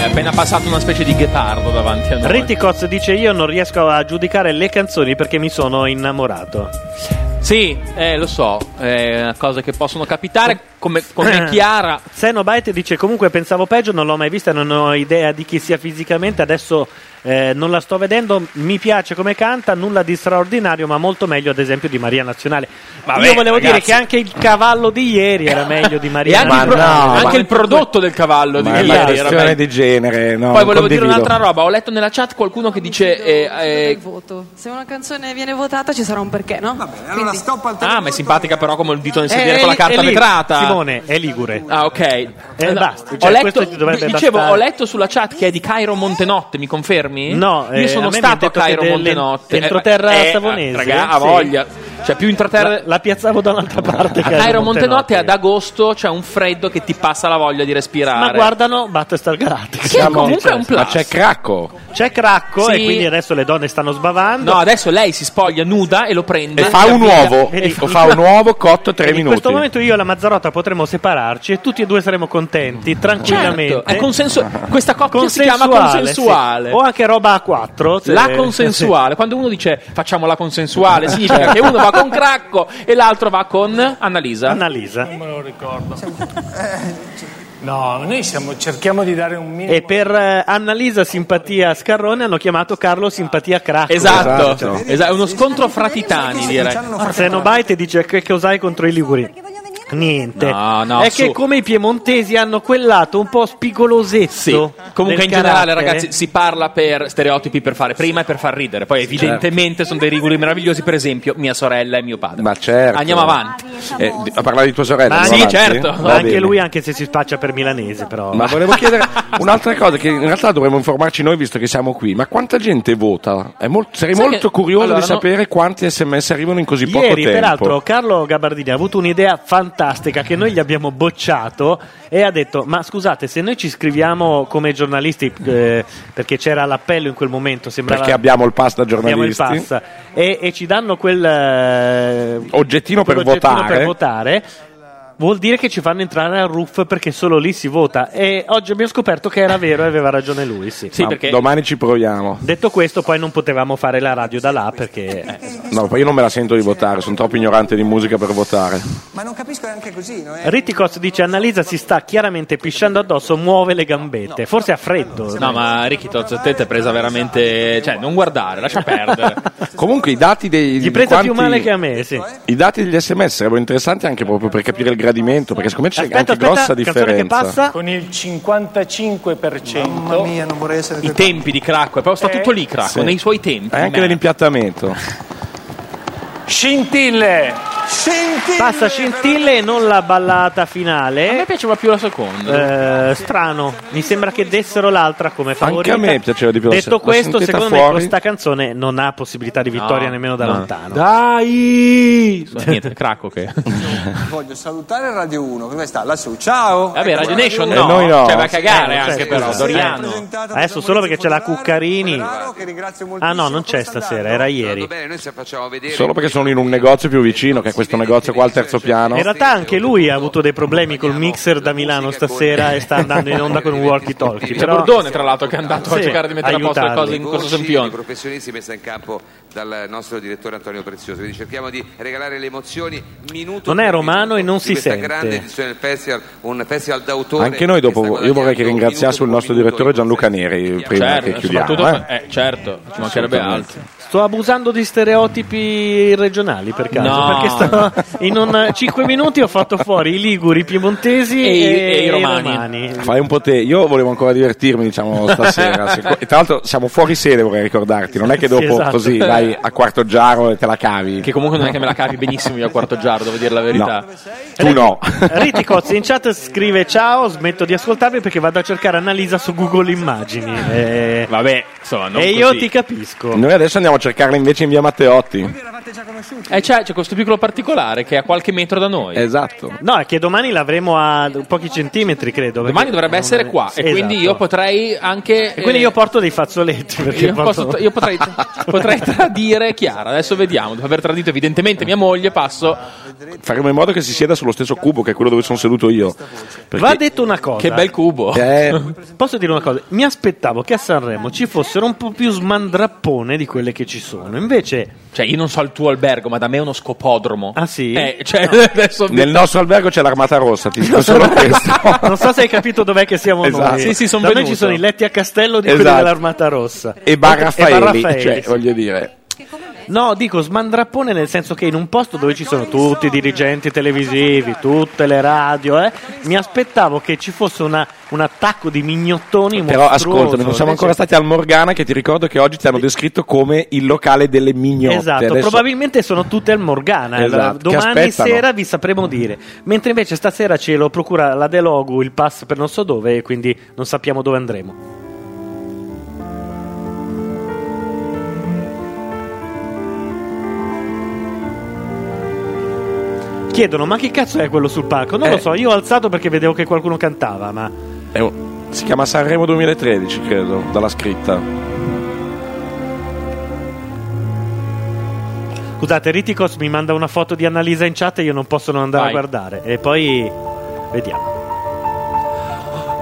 È appena passato una specie di ghepardo davanti a noi. Ritticoz dice io non riesco a giudicare le canzoni perché mi sono innamorato. Sì, eh, lo so, è cose che possono capitare come, Eh. come Chiara. Senobite Eh. dice comunque pensavo peggio, non l'ho mai vista, non ho idea di chi sia fisicamente, adesso eh, non la sto vedendo, mi piace come canta, nulla di straordinario ma molto meglio ad esempio di Maria Nazionale. Vabbè, Io volevo dire ragazzi. che anche il cavallo di ieri [laughs] era meglio di E Maria anche, il, pro- Nazionale. anche il prodotto del cavallo di Ma è ieri una era questione bello. di genere. No, Poi non volevo dire condivido. un'altra roba. Ho letto nella chat qualcuno che dice. eh, eh, voto. Se una canzone viene votata ci sarà un perché, no? Va bene, allora stop al ah, ma è simpatica, però, come il dito nel Eh, sedere è con la li- carta è li- vetrata. Simone, è Ligure. Ah, ok. Eh, basta, ho cioè, letto, questo ti dovrebbe dicevo, bastare. ho letto sulla chat che è di Cairo Montenotte, mi confermi? No, eh, io a sono me mi stato hanno a detto che Cairo delle- Montenotte. entroterra Eh, eh, savonese, Raga, ha sì. voglia. Cioè, più intraterra. La, la piazzavo da [laughs] un'altra parte. A Cairo Montenotte ad agosto c'è un freddo che ti passa la voglia di respirare. Ma guardano Battlestar Galactica. Che comunque è un plus. Ma c'è Cracco. C'è Cracco Sì. e quindi adesso le donne stanno sbavando. No, adesso lei si spoglia nuda e lo prende. E fa un uovo. Vedi, O fa un uovo cotto 3 Quindi In questo minuti. momento io e la Mazzarota potremmo separarci e tutti e due saremo contenti, tranquillamente. Certo, è consenso- questa coppia si chiama Consensuale, consensuale. sì. O anche roba a quattro. se- La [laughs] consensuale, quando uno dice facciamo la consensuale, significa che uno va con Cracco e l'altro va con Annalisa. Annalisa. Non me lo ricordo. [laughs] No, noi siamo- cerchiamo di dare un minimo. E per eh, Annalisa Simpatia Scarrone hanno chiamato Carlo Simpatia Cracco. Esatto, esatto. uno scontro fra titani direi. Senobite dice che cos'hai contro i Liguri? Niente. No, no, è su. che come i piemontesi hanno quel lato un po' spigolosetto. Comunque, in del generale, carattere. ragazzi, si parla per stereotipi per fare prima e per far ridere. Poi, certo. evidentemente, sono dei rigori meravigliosi. Per esempio, mia sorella e mio padre. Ma certo. Andiamo avanti. Eh, di- a parlare di tua sorella. Ma andiamo sì, avanti? certo. Va Ma anche bene. lui, anche se si spaccia per milanese, però. Ma volevo [laughs] chiedere un'altra cosa che in realtà dovremmo informarci noi visto che siamo qui. Ma quanta gente vota? È mol- sarei Sai molto che- curioso allora, di no- sapere quanti sms arrivano in così poco Ieri, tempo. peraltro, Carlo Gabardini ha avuto un'idea fantastica che noi gli abbiamo bocciato e ha detto: Ma scusate, se noi ci scriviamo come giornalisti, eh, perché c'era l'appello in quel momento, sembrava perché abbiamo il pass da abbiamo il giornalisti. pass e, e ci danno quel eh, Oggettino per quell'oggettino votare. per votare, Vuol dire che ci fanno entrare al RUF perché solo lì si vota. E oggi abbiamo scoperto che era vero e aveva ragione lui. Sì, Ma Domani ci proviamo. Detto questo, poi non potevamo fare la radio da là perché. eh, No, poi io non me la sento di votare, sono troppo ignorante di musica per [laughs] votare. Ma non capisco neanche così, no? È- Ritikos dice Annalisa si sta chiaramente pisciando addosso, muove le gambette. Forse ha freddo. No, ma Ricky Toz, te t'è presa veramente. Cioè, non guardare, lascia [laughs] perdere. Comunque i dati dei Gli presa più male che a me, sì. I dati degli sms sarebbero interessanti anche proprio per capire il gradimento, perché secondo me c'è Aspetta, anche aspetta, grossa canzone differenza. che passa. Con il 55%. Mamma mia, non vorrei essere I tempi di Cracco, e poi Eh. sta tutto lì, Cracco, Sì. nei suoi tempi. E anche nell'impiattamento. Scintille. Passa scintille e non la ballata finale. A me piaceva più la seconda. strano, mi sembra che dessero l'altra come Anche favorita. a me piaceva di più la se- Detto la questo, sentita secondo me fuori. questa canzone non ha possibilità di vittoria No, nemmeno da no. lontano. Dai! Niente, Cracco che. Voglio salutare Radio 1, dove sta? Lassù, ciao! Vabbè, Ecco, Radio Nation Radio no. Eh, Uno. Eh, certo, E noi no. Cioè, va a cagare anche, però, Doriano. Eh, Adesso solo perché c'è la Cuccarini. Che ringrazio molto. Ah no, non c'è stasera, era ieri. Solo perché sono in un negozio più vicino, che è questo negozio qua al terzo piano. In realtà anche lui ha avuto dei problemi col mixer da Milano stasera e sta andando in [laughs] onda con un walkie talkie. C'è Bordone, tra l'altro, che è andato a Sì, cercare di mettere a posto le cose in Corso Voci Sempione. di professionisti messa in campo dal nostro direttore Antonio Prezioso. Quindi cerchiamo di regalare le emozioni minuto Non è romano e non di si questa grande sente. edizione del festival, un festival d'autore. Anche noi dopo, io vorrei che ringraziassimo il nostro direttore Gianluca Neri prima Certo, che chiudiamo. soprattutto- eh. eh, certo, ci mancherebbe altro. Sto abusando di stereotipi regionali per caso, No. perché sto- in 5 minuti ho fatto fuori i liguri, i piemontesi E e, i- e i i romani. romani. Fai un po' te, io volevo ancora divertirmi [laughs] diciamo stasera. Se- e tra l'altro siamo fuori sede vorrei ricordarti, non è che Sì, dopo esatto. così vai a quarto giaro e te la cavi. Che comunque non è che me la capi benissimo io a quarto giaro, devo dire la verità. Tu no. Riticozzi in chat scrive ciao, smetto di ascoltarvi perché vado a cercare Annalisa su Google Immagini. Eh, Vabbè, insomma, non E io così. ti capisco. Noi adesso andiamo a cercarla invece in via Matteotti. Eh, c'è, c'è questo piccolo particolare che è a qualche metro da noi. Esatto. No, è che domani l'avremo a pochi centimetri, credo. Domani perché- dovrebbe essere qua Sì, e quindi esatto. io potrei anche... E quindi io porto dei fazzoletti. Perché Io, porto- posso- io [laughs] potrei, potrei tradire Chiara, adesso vediamo. Dopo aver tradito evidentemente mia moglie, passo. Faremo in modo che si sieda sullo stesso cubo che è quello dove sono seduto io. Perché- Va detto una cosa. Che bel cubo. [laughs] Eh. Posso dire una cosa? Mi aspettavo che a Sanremo ci fossero un po' più smandrappone di quelle che ci sono. Invece. Cioè, io non so il tuo albergo, ma da me è uno scopodromo. Ah, sì? Eh, cioè, adesso- [laughs] Nel nostro albergo c'è l'armata rossa, ti dico solo questo. [laughs] Non so se hai capito dov'è che siamo Esatto. noi. Sì, sì, son da noi venuto. ci sono i letti a castello di quelli Esatto. dell'Armata Rossa. E Bar Raffaelli, Raffaelli, cioè, sì. voglio dire. No, dico smandrappone nel senso che in un posto dove ci sono tutti i dirigenti televisivi, tutte le radio, eh, mi aspettavo che ci fosse una- un attacco di mignottoni Però mostruoso. ascoltami, non siamo ancora stati al Morgana che ti ricordo che oggi ti hanno descritto come il locale delle mignotte. Esatto, Adesso- probabilmente sono tutte al Morgana. Esatto, allora, che domani aspettano. sera vi sapremo dire. Mentre invece stasera ce lo procura la Delogu il pass per non so dove, e quindi non sappiamo dove andremo. Chiedono, ma che cazzo è quello sul palco? Eh. Non lo so, io ho alzato perché vedevo che qualcuno cantava, ma... è un- Si chiama Sanremo 2013, credo, dalla scritta. Scusate, Riticos mi manda una foto di Annalisa in chat e io non posso non andare Vai. a guardare. E poi vediamo.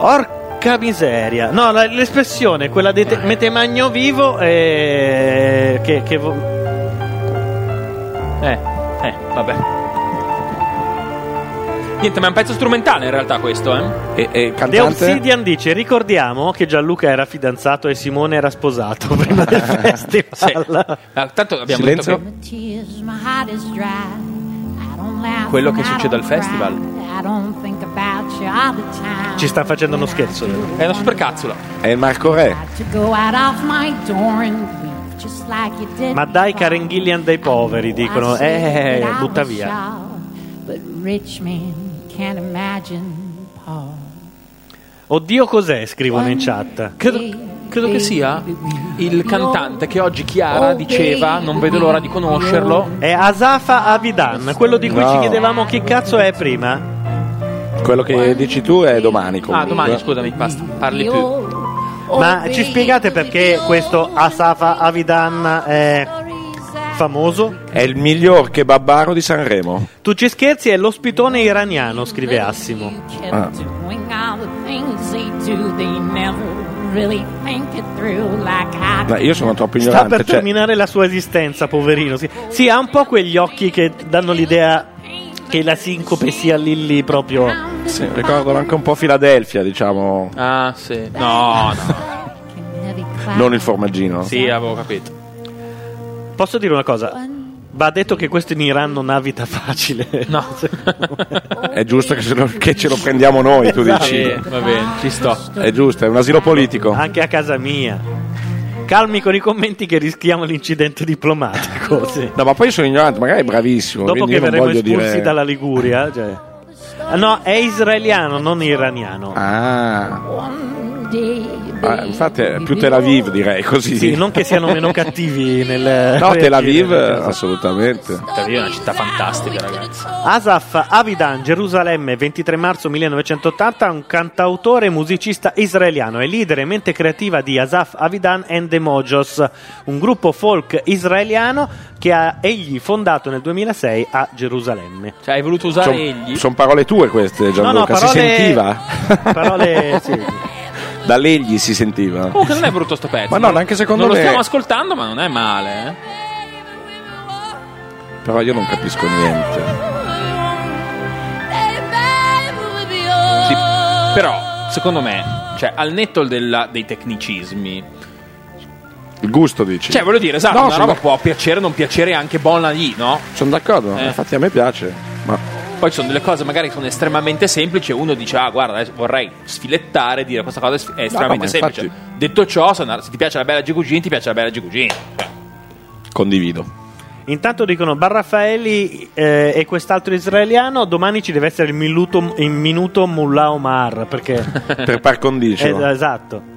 Orca miseria. No, la- l'espressione, quella di te- metemagno vivo eh, che, che vo- Eh, eh, vabbè. Niente, ma è un pezzo strumentale in realtà questo, eh. E, e The Obsidian dice: Ricordiamo che Gianluca era fidanzato e Simone era sposato [laughs] prima [laughs] del festival. Ah, tanto abbiamo detto che- Tears, my heart is dry. I Quello che succede al festival. I don't think about you all the time. Ci sta facendo uno scherzo. È una supercazzola. È il Marco Re. To go out of my door and leave just like you did. Ma dai Karen Gillian dei poveri, Ah, dicono. Eh, butta via. But rich men can't imagine Paul. Oddio cos'è, scrivono in chat. Credo, credo che sia il cantante che oggi Chiara diceva non vedo l'ora di conoscerlo. È Asafa Avidan, quello di cui No. ci chiedevamo chi cazzo è prima. Quello che dici tu è domani comunque. Ah, domani, scusami, Mm. basta. Parli più. Ma ci spiegate perché questo Asafa Avidan è famoso? È il miglior kebabaro di Sanremo. Tu ci scherzi è l'ospitone iraniano, scrive Assimo. Ah. Doing all the things they do, they never really think it through like I Ma io sono troppo Sta ignorante. per cioè- terminare la sua esistenza, poverino. Sì. Sì, ha un po' quegli occhi che danno l'idea che la sincope sia lì lì proprio. Sì, ricordo anche un po' Filadelfia, diciamo. Ah, sì. No, no. Non il formaggino. Sì, avevo capito. Posso dire una cosa? Va detto che questo in Iran non ha vita facile. No. È giusto che ce lo, che ce lo prendiamo noi, tu Esatto. dici. Sì, va bene, ci sto. È giusto, è un asilo politico. [laughs] Anche a casa mia. Calmi con i commenti che rischiamo l'incidente [laughs] diplomatico. sì. No, ma poi sono ignorante, magari è bravissimo. Dopo quindi che io non verremo voglio espulsi dire... dalla Liguria. cioè. Ah, No, è israeliano, non iraniano. Ah, did. ah, infatti è più Tel Aviv, direi Eh, così. Sì, non che siano meno cattivi nel... [laughs] No, Tel Aviv, assolutamente. Tel Aviv è una città fantastica, ragazzi. Asaf Avidan, Gerusalemme, 23 marzo 1980, un cantautore e musicista israeliano e leader e mente creativa di Asaf Avidan and the Mojos, un gruppo folk israeliano che ha egli fondato nel 2006 a Gerusalemme. Cioè, hai voluto usare egli? Sono parole tue queste, Gianluca. No, no, Si parole- sentiva? [laughs] Parole... sì. Da legli si [laughs] sentiva. Comunque non è brutto sto pezzo. Ma no, anche secondo non me- lo stiamo ascoltando, ma non è male. eh. Però io non capisco niente. Sì, però, secondo me, cioè, al netto della- dei tecnicismi, Il gusto dici? cioè, voglio dire, esatto, No, una sono roba può piacere o non piacere anche buona lì, no? Sono d'accordo, Eh. infatti a me piace. Ma Poi ci sono delle cose magari che sono estremamente semplici e uno dice, ah, guarda, adesso vorrei sfilettare e dire questa cosa è sf- è estremamente no, ma semplice. Detto ciò, se, una- se ti piace la bella Gigugini, ti piace la bella Gigugini. condivido. Intanto dicono Barraffaelli eh, e quest'altro israeliano, domani ci deve essere il minuto, il minuto Mullah Omar, perché... Eh. Per par condicio. Es- esatto.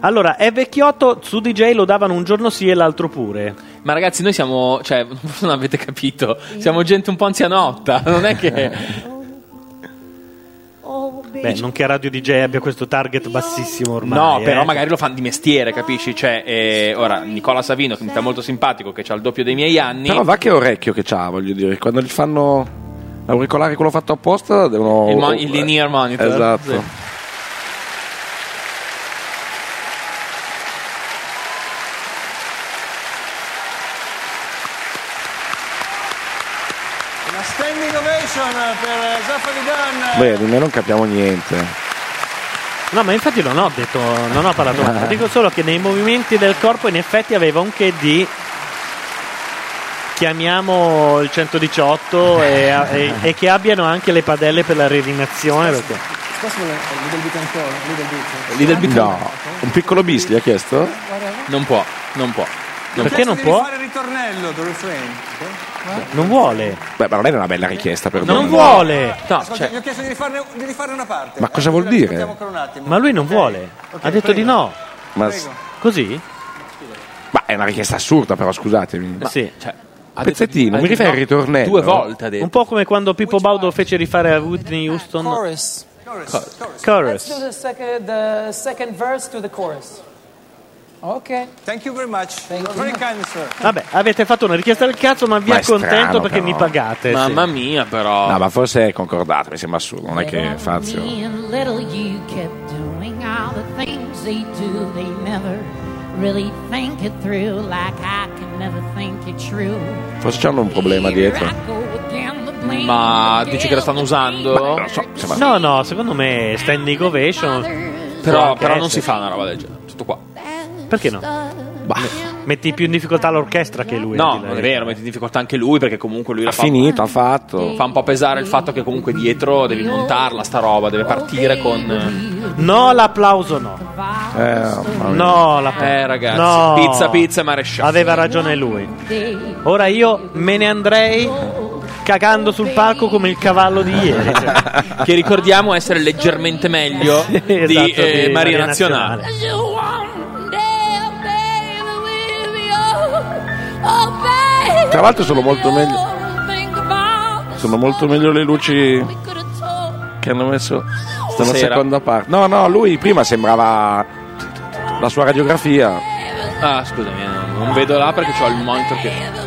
Allora, è vecchiotto, su DJ lo davano un giorno sì e l'altro pure. Ma ragazzi, noi siamo, cioè, [laughs] non avete capito, siamo gente un po' anzianotta, [laughs] non è che... [laughs] Beh, non che Radio DJ abbia questo target bassissimo ormai. No, eh. però magari lo fanno di mestiere, capisci? Cioè, eh, ora, Nicola Savino, che mi sta molto simpatico, che ha il doppio dei miei anni. Però va che orecchio che c'ha, voglio dire. Quando gli fanno l'auricolare quello fatto apposta, devono. Il, mo- il linear monitor. Esatto. Sì. Una standing ovation per eh, Zaffa Vidan. Vedi, noi non capiamo niente. No, ma infatti non ho detto, non ho parlato. [laughs] male. Dico solo che nei movimenti del corpo in effetti aveva un che di chiamiamo il [laughs] 118 e, e- e che abbiano anche le padelle per la rianimazione perché Possible, a little bit ancora, a little bit. Little bit- No. Un piccolo bis gli ha chiesto? Non può, non può. Ho Non chiesto può. di fare il ritornello Eh? del refrain. ok? Non vuole. Beh, ma non era una bella richiesta, per Non vuole. No, Ah, cioè, Ascolta, cioè gli ho chiesto di rifarne, di rifarne una parte. Ma cosa vuol Ascoltiamo dire? ancora un attimo. Ma lui non vuole. ha detto di no. Ma, Così? ma è una richiesta assurda, però, scusatemi. Ma- sì. Cioè, ha detto Pezzettino, di- mi ha detto rifai il no ritornello? Due volte ha detto. Un po' come quando Pippo Baudo fece rifare a Whitney Houston. Chorus. Let's do Chorus. the second, the second verse to the chorus. Okay. Thank you very much. very kind, [laughs] sir. Vabbè, avete fatto una richiesta del cazzo, ma vi Ma è accontento strano, perché però. mi pagate. sì. Mamma mia, però. No, ma forse è concordato, mi sembra assurdo, non è che Fazio. Me and little you kept doing all the things they do. They never really think it through like I can never think it true. Forse c'hanno un problema dietro. Ma dici che la stanno usando? No, no, secondo me standing ovation. Però, può però anche non si essere. fa una roba del genere. Tutto qua. Perché no? Metti più in difficoltà l'orchestra che lui. No, non è vero, mette in difficoltà anche lui perché comunque lui la Ha fa. finito, ha fatto. Fa un po' pesare il fatto che comunque dietro devi montarla sta roba, deve partire con... No, l'applauso no. No, la Eh ragazzi, No. pizza pizza e maresciallo. Aveva ragione lui. Ora io me ne andrei cagando sul palco come il cavallo di ieri. cioè. [laughs] che ricordiamo essere [laughs] leggermente meglio di, esatto, eh, di Maria Maria Nazionale. Tra l'altro sono molto meglio. Sono molto meglio le luci che hanno messo sta la Sera. seconda parte. No, no, lui prima sembrava la sua radiografia. Ah, scusami, no, non vedo là perché ho il monitor che.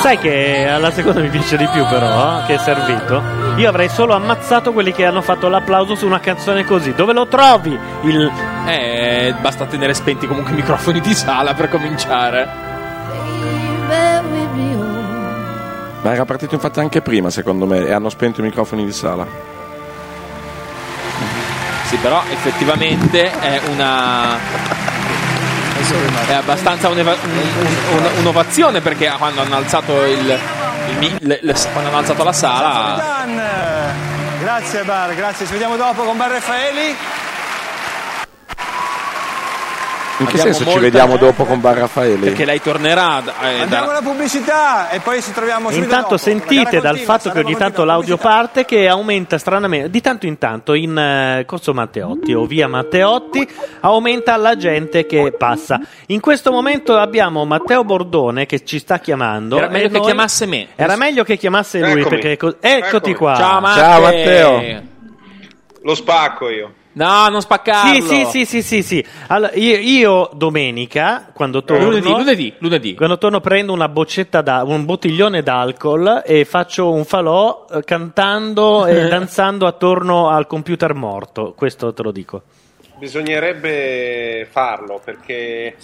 Sai che alla seconda mi piace di più però, eh, che è servito. Io avrei solo ammazzato quelli che hanno fatto l'applauso su una canzone così. Dove lo trovi? Il... Eh, basta tenere spenti comunque i microfoni di sala per cominciare. Ma era partito infatti anche prima, secondo me, e hanno spento i microfoni di sala. Sì, però effettivamente è una. È abbastanza un'eva- un- un- un- un'ovazione perché quando hanno alzato il. il mi- le- le- quando hanno alzato la sala. Dan, eh, Grazie Bar, grazie. Ci vediamo dopo con Bar Raffaeli. In che Abbiamo senso ci molta- vediamo dopo con Bar Raffaele? Perché lei tornerà. da- eh, Andiamo da- alla pubblicità e poi ci troviamo subito Intanto dopo. sentite dal fatto che ogni tanto l'audio parte che aumenta stranamente, di tanto in tanto in eh, Corso Matteotti o via Matteotti aumenta la gente che passa. In questo momento abbiamo Matteo Bordone che ci sta chiamando. Era meglio e che noi- chiamasse me. Era meglio che chiamasse lui Eccomi. perché co- eh, eccoti Eccomi. qua. Ciao, Matte. Ciao, Matteo. Lo spacco io. No, non spaccarlo. Sì, sì, sì, sì, sì, sì. Allora, io, io domenica, quando torno... Lunedì, lunedì, Quando torno prendo una boccetta, da, un bottiglione d'alcol e faccio un falò eh, cantando [laughs] e danzando attorno al computer morto. Questo te lo dico. Bisognerebbe farlo perché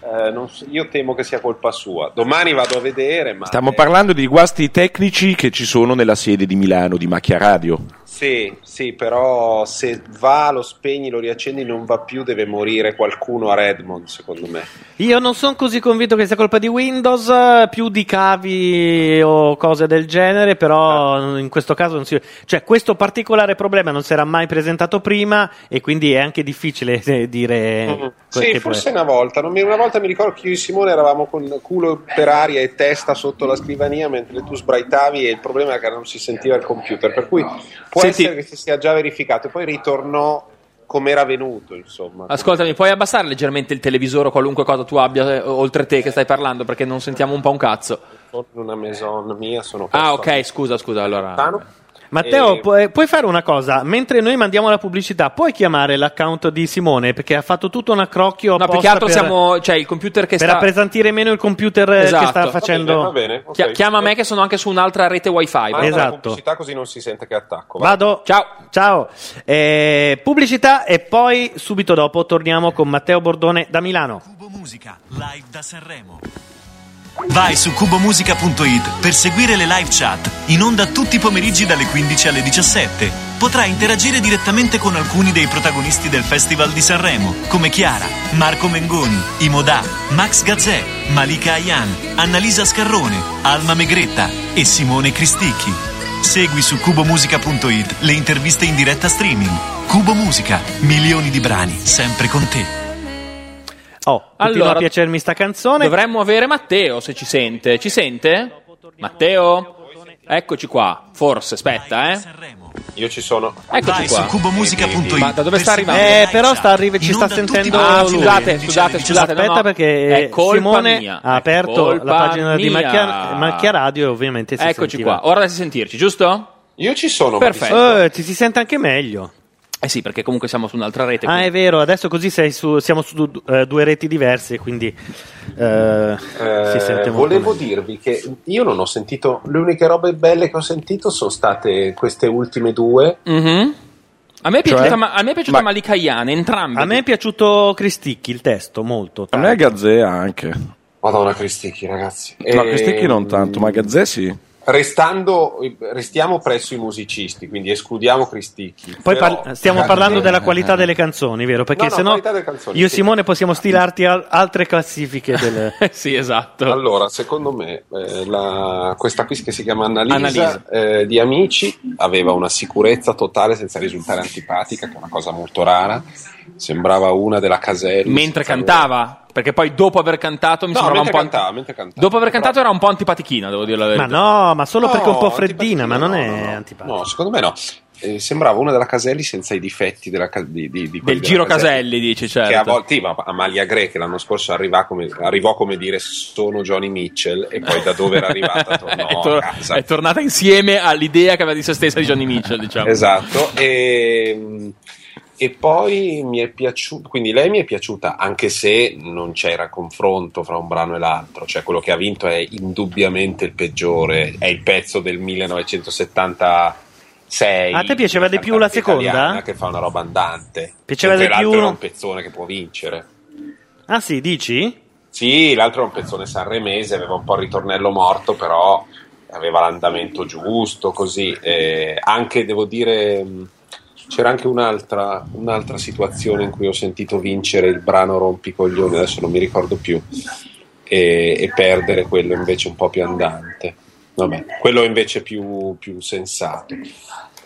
eh, non so- io temo che sia colpa sua. Domani vado a vedere, ma Stiamo parlando di guasti tecnici che ci sono nella sede di Milano di Macchia Radio. sì, sì, però se va, lo spegni, lo riaccendi, non va più, deve morire qualcuno a Redmond, secondo me. Io non sono così convinto che sia colpa di Windows, eh, più di cavi o cose del genere, però Ah. in questo caso non si... Cioè, questo particolare problema non si era mai presentato prima e quindi è anche difficile eh, dire... Mm. que- Mm-hmm. Sì, che può forse essere. una volta. Non mi- una volta mi ricordo che io e Simone eravamo con culo per aria e testa sotto la scrivania mentre tu sbraitavi e il problema era che non si sentiva il computer. Per cui può Senti- essere che si sia già verificato. E poi ritornò come era venuto, insomma. Ascoltami, puoi abbassare leggermente il televisore o qualunque cosa tu abbia eh, oltre te che stai parlando perché non sentiamo un po' un cazzo. Sono in una maison mia, sono Ah, ok, scusa, scusa, allora. Matteo, Eh, pu- eh, puoi fare una cosa? Mentre noi mandiamo la pubblicità, puoi chiamare l'account di Simone perché ha fatto tutto un accrocchio No, più che apposta altro per- siamo, cioè il computer per che sta Esatto. appesantire meno il computer eh, che sta facendo. Chia- Chiama me che sono anche su un'altra rete wifi. Manda la Esatto. pubblicità così non si sente che attacco. Vado. Ciao. Ciao. Eh, pubblicità e poi subito dopo torniamo con Matteo Bordone da Milano. Musica live da Sanremo. Vai su cubomusica.it per seguire le live chat in onda tutti i pomeriggi dalle 15 alle 17. Potrai interagire direttamente con alcuni dei protagonisti del Festival di Sanremo, come Chiara, Marco Mengoni, Imodà, Max Gazzè, Malika Ayan, Annalisa Scarrone, Alma Megretta e Simone Cristicchi. Segui su cubomusica.it le interviste in diretta streaming. Cubo Musica, milioni di brani sempre con te. Oh, Continua Allora, a piacermi sta canzone. Dovremmo avere Matteo se ci sente. Ci sente? Matteo? Eccoci qua. Forse, aspetta, eh. Io ci sono. Eccoci Vai su qua. cubomusica.it. Ma da dove sta arrivando? Eh, però sta arrive- ci sta sentendo. Ah, lui. scusate, scusate, scusate. no, Aspetta, no. perché È colpa Simone mia, ha è aperto la colpa pagina di mia. Macchia, Macchia Radio e ovviamente si Eccoci sentiva. qua. Ora adesso sentirci, giusto? Io ci sono. Perfetto. Eh, ti si sente anche meglio. Eh sì, perché comunque siamo su un'altra rete. Ah, è vero, adesso così sei su- siamo su du- eh, due reti diverse, quindi eh, Eh, si sente molto volevo meglio. dirvi che io non ho sentito le uniche robe belle che ho sentito sono state queste ultime due Mhm. A me Cioè? è piaciuta, ma- a me è piaciuta Ma- Malika Iane, entrambe. A me è piaciuto Cristicchi il testo molto. A me Gazzè anche. Madonna Cristicchi, ragazzi. No, Eh, Cristicchi non tanto, ma Gazzè sì. Restando, restiamo presso i musicisti, quindi escludiamo Cristicchi. Poi Però- Eh, par- stiamo parlando della qualità [laughs] delle canzoni, vero? Perché No, no, sennò qualità delle canzoni, io e sì. Simone possiamo stilarti al- altre classifiche [laughs] del... sì, esatto. Allora, secondo me, eh, la- questa qui che si chiama Annalisa, Annalisa. eh, di Amici aveva una sicurezza totale senza risultare antipatica, che è una cosa molto rara. Sembrava una della casella. Mentre cantava, perché poi dopo aver cantato mi No, sembrava un mentre po'. cantava, anti- mentre cantava. Dopo aver cantato era un po' antipatichina, devo dire la Ma verità. no, ma solo No, perché è un po' freddina, ma non è antipatica. No, secondo me no. Eh, sembrava una della Caselli senza i difetti della ca- di, di- di quelli Del della giro Caselli, dice certo. Che a volte, sì, ma Amalia Gre, che l'anno scorso arriva come- arrivò come dire sono Johnny Mitchell, e poi da dove era arrivata [laughs] tornò è, tor- a casa. è tornata insieme all'idea che aveva di se stessa di Johnny Mitchell, diciamo. Esatto. E, e poi mi è piaciuto, quindi lei mi è piaciuta, anche se non c'era confronto fra un brano e l'altro, cioè quello che ha vinto è indubbiamente il peggiore, è il pezzo del 1976. A te piaceva di più la cantante seconda? italiana Che fa una roba andante. Piaceva Mentre di più- L'altro è un pezzone che può vincere. Ah sì, dici? Sì, l'altro è un pezzone sanremese, aveva un po' il ritornello morto, però aveva l'andamento giusto, così. Eh, anche, devo dire, mh, c'era anche un'altra, un'altra situazione in cui ho sentito vincere il brano Rompicoglioni, adesso non mi ricordo più, e, e perdere quello invece un po' più andante. Vabbè, quello invece più, più sensato.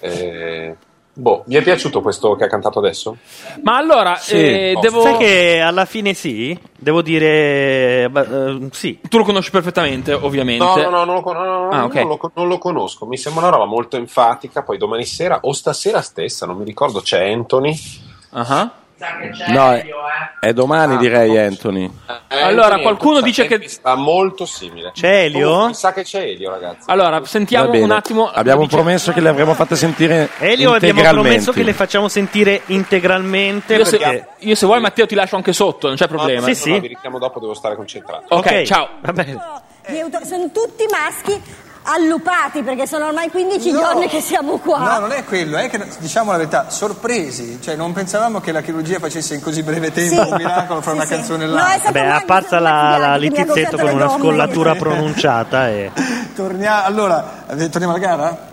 Eh, boh, vi è piaciuto questo che ha cantato adesso? Ma allora, Sì. eh, Oh. devo... Sai che alla fine sì? Devo dire... beh, eh, sì. Tu lo conosci perfettamente, ovviamente. No, no, no, non lo, con- no, no, no, Ah, ok. non lo con- non lo conosco. Mi sembra una roba molto enfatica. Poi domani sera o stasera stessa, non mi ricordo, c'è Anthony. Ah. ah. No, è, è domani direi Anthony. Allora, qualcuno dice che. Sta molto simile. C'è Elio? Comunque, Mi sa che c'è Elio, ragazzi. Allora, Va sentiamo bene. un attimo. eh, Abbiamo promesso che le avremmo fatte sentire Elio abbiamo integralmente. promesso che le facciamo sentire integralmente. Io se, perché- io se vuoi, Matteo, ti lascio anche sotto, non c'è problema. Sì, sì. Vi richiamo dopo, devo stare concentrato. Ok, ciao. Eh. Di euta- sono tutti maschi allupati perché sono ormai 15 giorni che siamo qua. No, non è quello, è che diciamo la verità, sorpresi, cioè non pensavamo che la chirurgia facesse in così breve tempo Sì. un miracolo fra Sì, una sì. canzone e No, l'altra. Vabbè, è apparsa la, la Littizzetto con una scollatura pronunciata eh. e... Tornia- allora, eh, torniamo alla gara?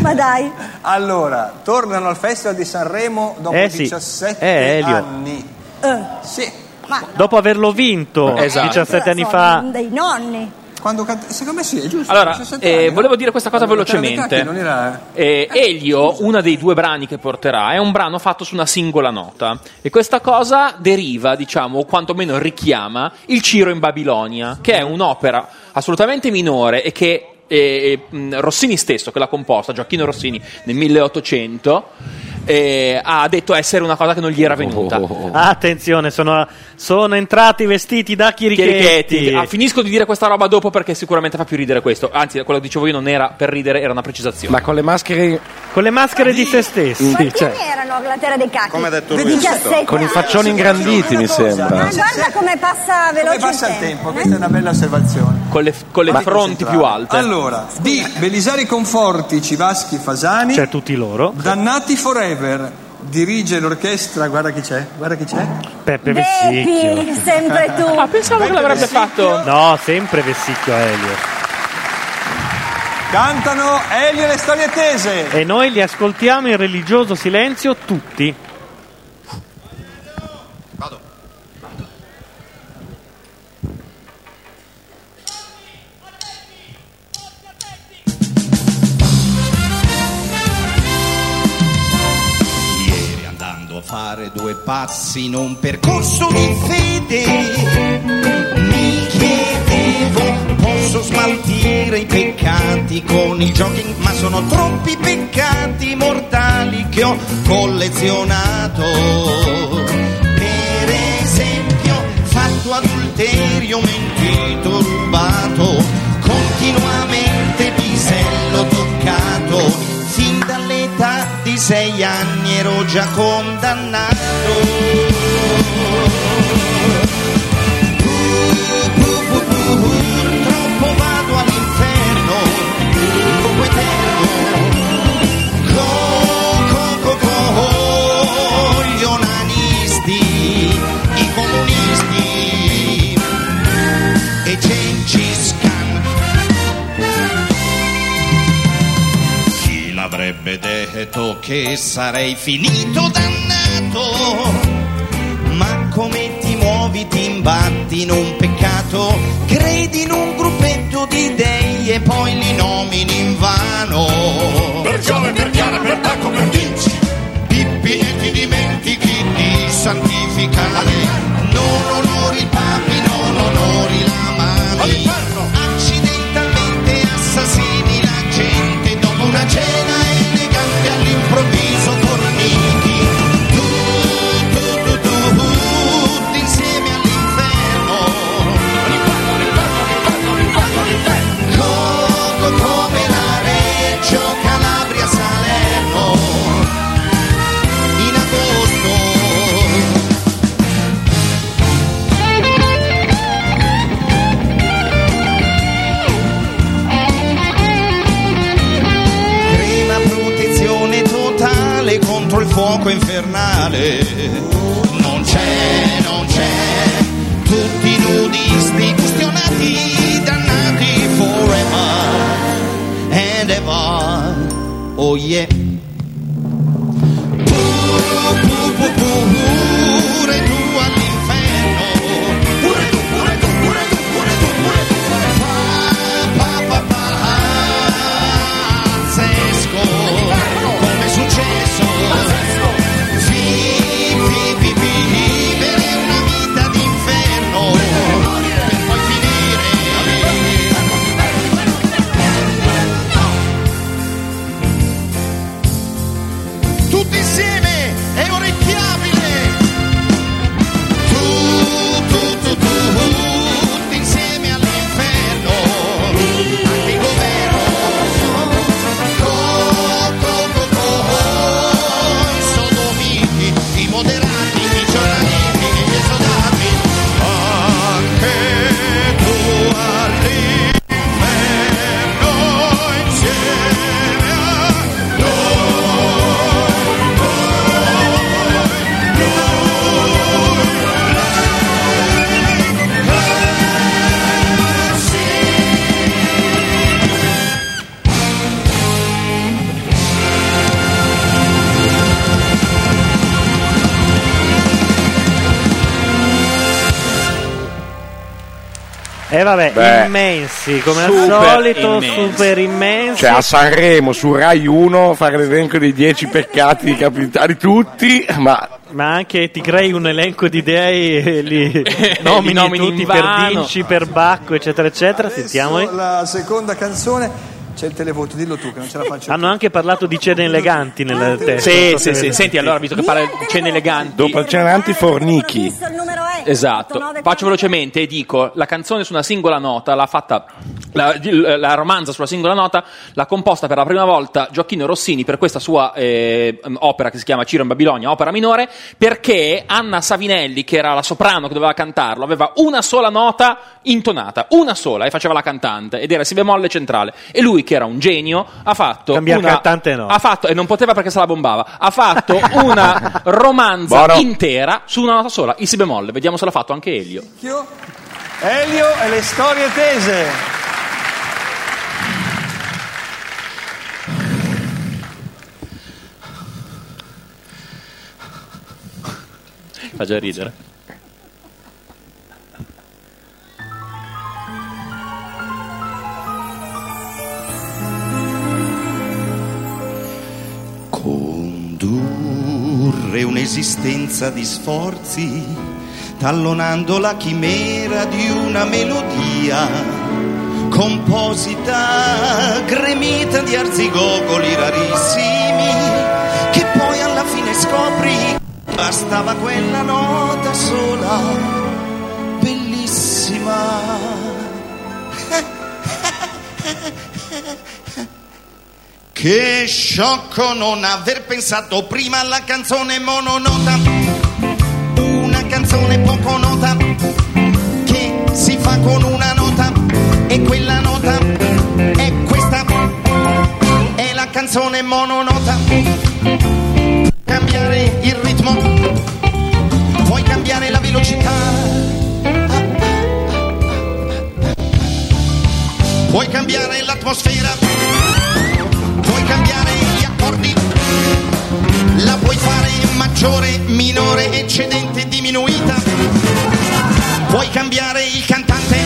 Ma dai. Allora, tornano al Festival di Sanremo dopo Eh sì. 17 Eh, Elio. anni. Eh. Sì. Ma Dopo averlo vinto Esatto. 17 anni fa... dei nonni. Quando canta- secondo me sì, è giusto. Allora, 17 eh, anni, no? volevo dire questa cosa Quando c'era velocemente. Beccacchi non era- Eh, Elio, uno dei due brani che porterà, è un brano fatto su una singola nota. E questa cosa deriva, diciamo, o quantomeno richiama il Ciro in Babilonia, che è un'opera assolutamente minore e che eh, mh, Rossini stesso, che l'ha composta, Gioacchino Rossini, nel 1800, eh, ha detto essere una cosa che non gli era venuta. Ah, Attenzione, sono, sono entrati vestiti da Chierichetti. chirichetti. Ah, finisco di dire questa roba dopo perché sicuramente fa più ridere questo. Anzi, quello che dicevo io non era per ridere, era una precisazione. Ma con le maschere. Con le maschere di se stessi. Quanti anni erano alla terra dei cacchi? Come ha detto Dei lui, 17 con i anni. faccioni ingranditi, mi sembra. Ma guarda come passa veloce Come passa il tempo. eh. tempo? Questa è una bella osservazione. Con le, con le fronti più alte. Allora, di Belisari Conforti, Civaschi, Fasani. Cioè tutti loro. Dannati Forever. Dirige l'orchestra, guarda chi c'è, guarda chi c'è. Peppe Vecchi, Vessicchio. sempre tu. Ah, pensavo che l'avrebbe fatto. No, sempre Vessicchio a Elio. Cantano Elio e le storie tese. E noi li ascoltiamo in religioso silenzio tutti. Ieri andando a fare due passi in un percorso di fede, mi chiedevo, posso smaltire i peccati con i giochi, ma sono troppi peccati mortali che ho collezionato. Per esempio, fatto adulterio, mentito, rubato, continuamente pisello toccato, fin dall'età di sei anni ero già condannato. Purtroppo vado all'inferno, fuoco eterno. Co, co, co, co, gli onanisti, i comunisti. che sarei finito dannato. Ma come ti muovi, ti imbatti in un peccato. Credi in un gruppetto di dei e poi li nomini in vano. Per Giove, per Chiara, per Tacco, per Vinci. Pippi e ti dimentichi di santifica la lei. Non onori il papi, non onori la madre. Accidentalmente assassini la gente dopo una cena elegante all'improvviso forniti. Tu, tu, tu, tu, tutti insieme all'inferno. Loco come la Reggio Calabria Salerno. In agosto Prima protezione totale contro il fuoco infernale. Non c'è, non c'è, tutti nudisti, custionati, dannati forever and ever. Oh yeah. Pu, pu, pu, pu, pure tu all'inferno. Pure tu, pure tu, pure tu, pure tu, pure tu. Pa, pa, pa, pazzesco come è successo Vi- vi- vi- vi- vivere una vita d'inferno per poi finire tutti insieme è orecchiabile tu tu tu tu tutti insieme all'inferno anche il governo i sodomiti, i moderati, i giornalisti, gli esodati, anche tu all'inferno insieme a noi, noi, noi, noi, sì. E Eh, vabbè, Beh, immensi, come al super solito, immensi. super immensi. Cioè a Sanremo su Rai 1 fare l'elenco dei 10 peccati capitali tutti, ma Ma anche ti crei un elenco di dei e [laughs] li nomini, Li nomini tutti in per vano. Vinci, per Bacco, eccetera, eccetera. Sentiamoli. La seconda canzone c'è il televoto, dillo tu che non ce la faccio. Hanno anche parlato di cene eleganti Ah, nel testo. Sì, sì, sì. Senti, allora, visto che parla di cene eleganti. dopo il Ceranti Fornichi. Esatto, faccio velocemente e dico: la canzone su una singola nota l'ha fatta, la, il- la romanza sulla singola nota l'ha composta per la prima volta Gioacchino Rossini per questa sua eh, opera che si chiama Ciro in Babilonia, opera minore, perché Anna Savinelli, che era la soprano che doveva cantarlo, aveva una sola nota intonata, una sola, e faceva la cantante, ed era si bemolle centrale. E lui, che era un genio, ha fatto. Cambia una, Ah, cantante no. Ha fatto, e non poteva perché se la bombava, ha [laughs] fatto una romanza Buono. intera su una nota sola, in si bemolle. Vediamo se l'ha fatto anche Elio. Occhio. Elio e le storie tese. Fa già ridere. condurre un'esistenza di sforzi, tallonando la chimera di una melodia composita, gremita di arzigogoli rarissimi, che poi alla fine scopri bastava quella nota sola, bellissima. Che sciocco non aver pensato prima alla canzone mononota, una canzone poco nota, che si fa con una nota, e quella nota è questa, è la canzone mononota. Cambiare il ritmo, puoi cambiare la velocità. Puoi cambiare l'atmosfera, puoi cambiare gli accordi, maggiore, minore, eccedente, diminuita. Puoi cambiare il cantante,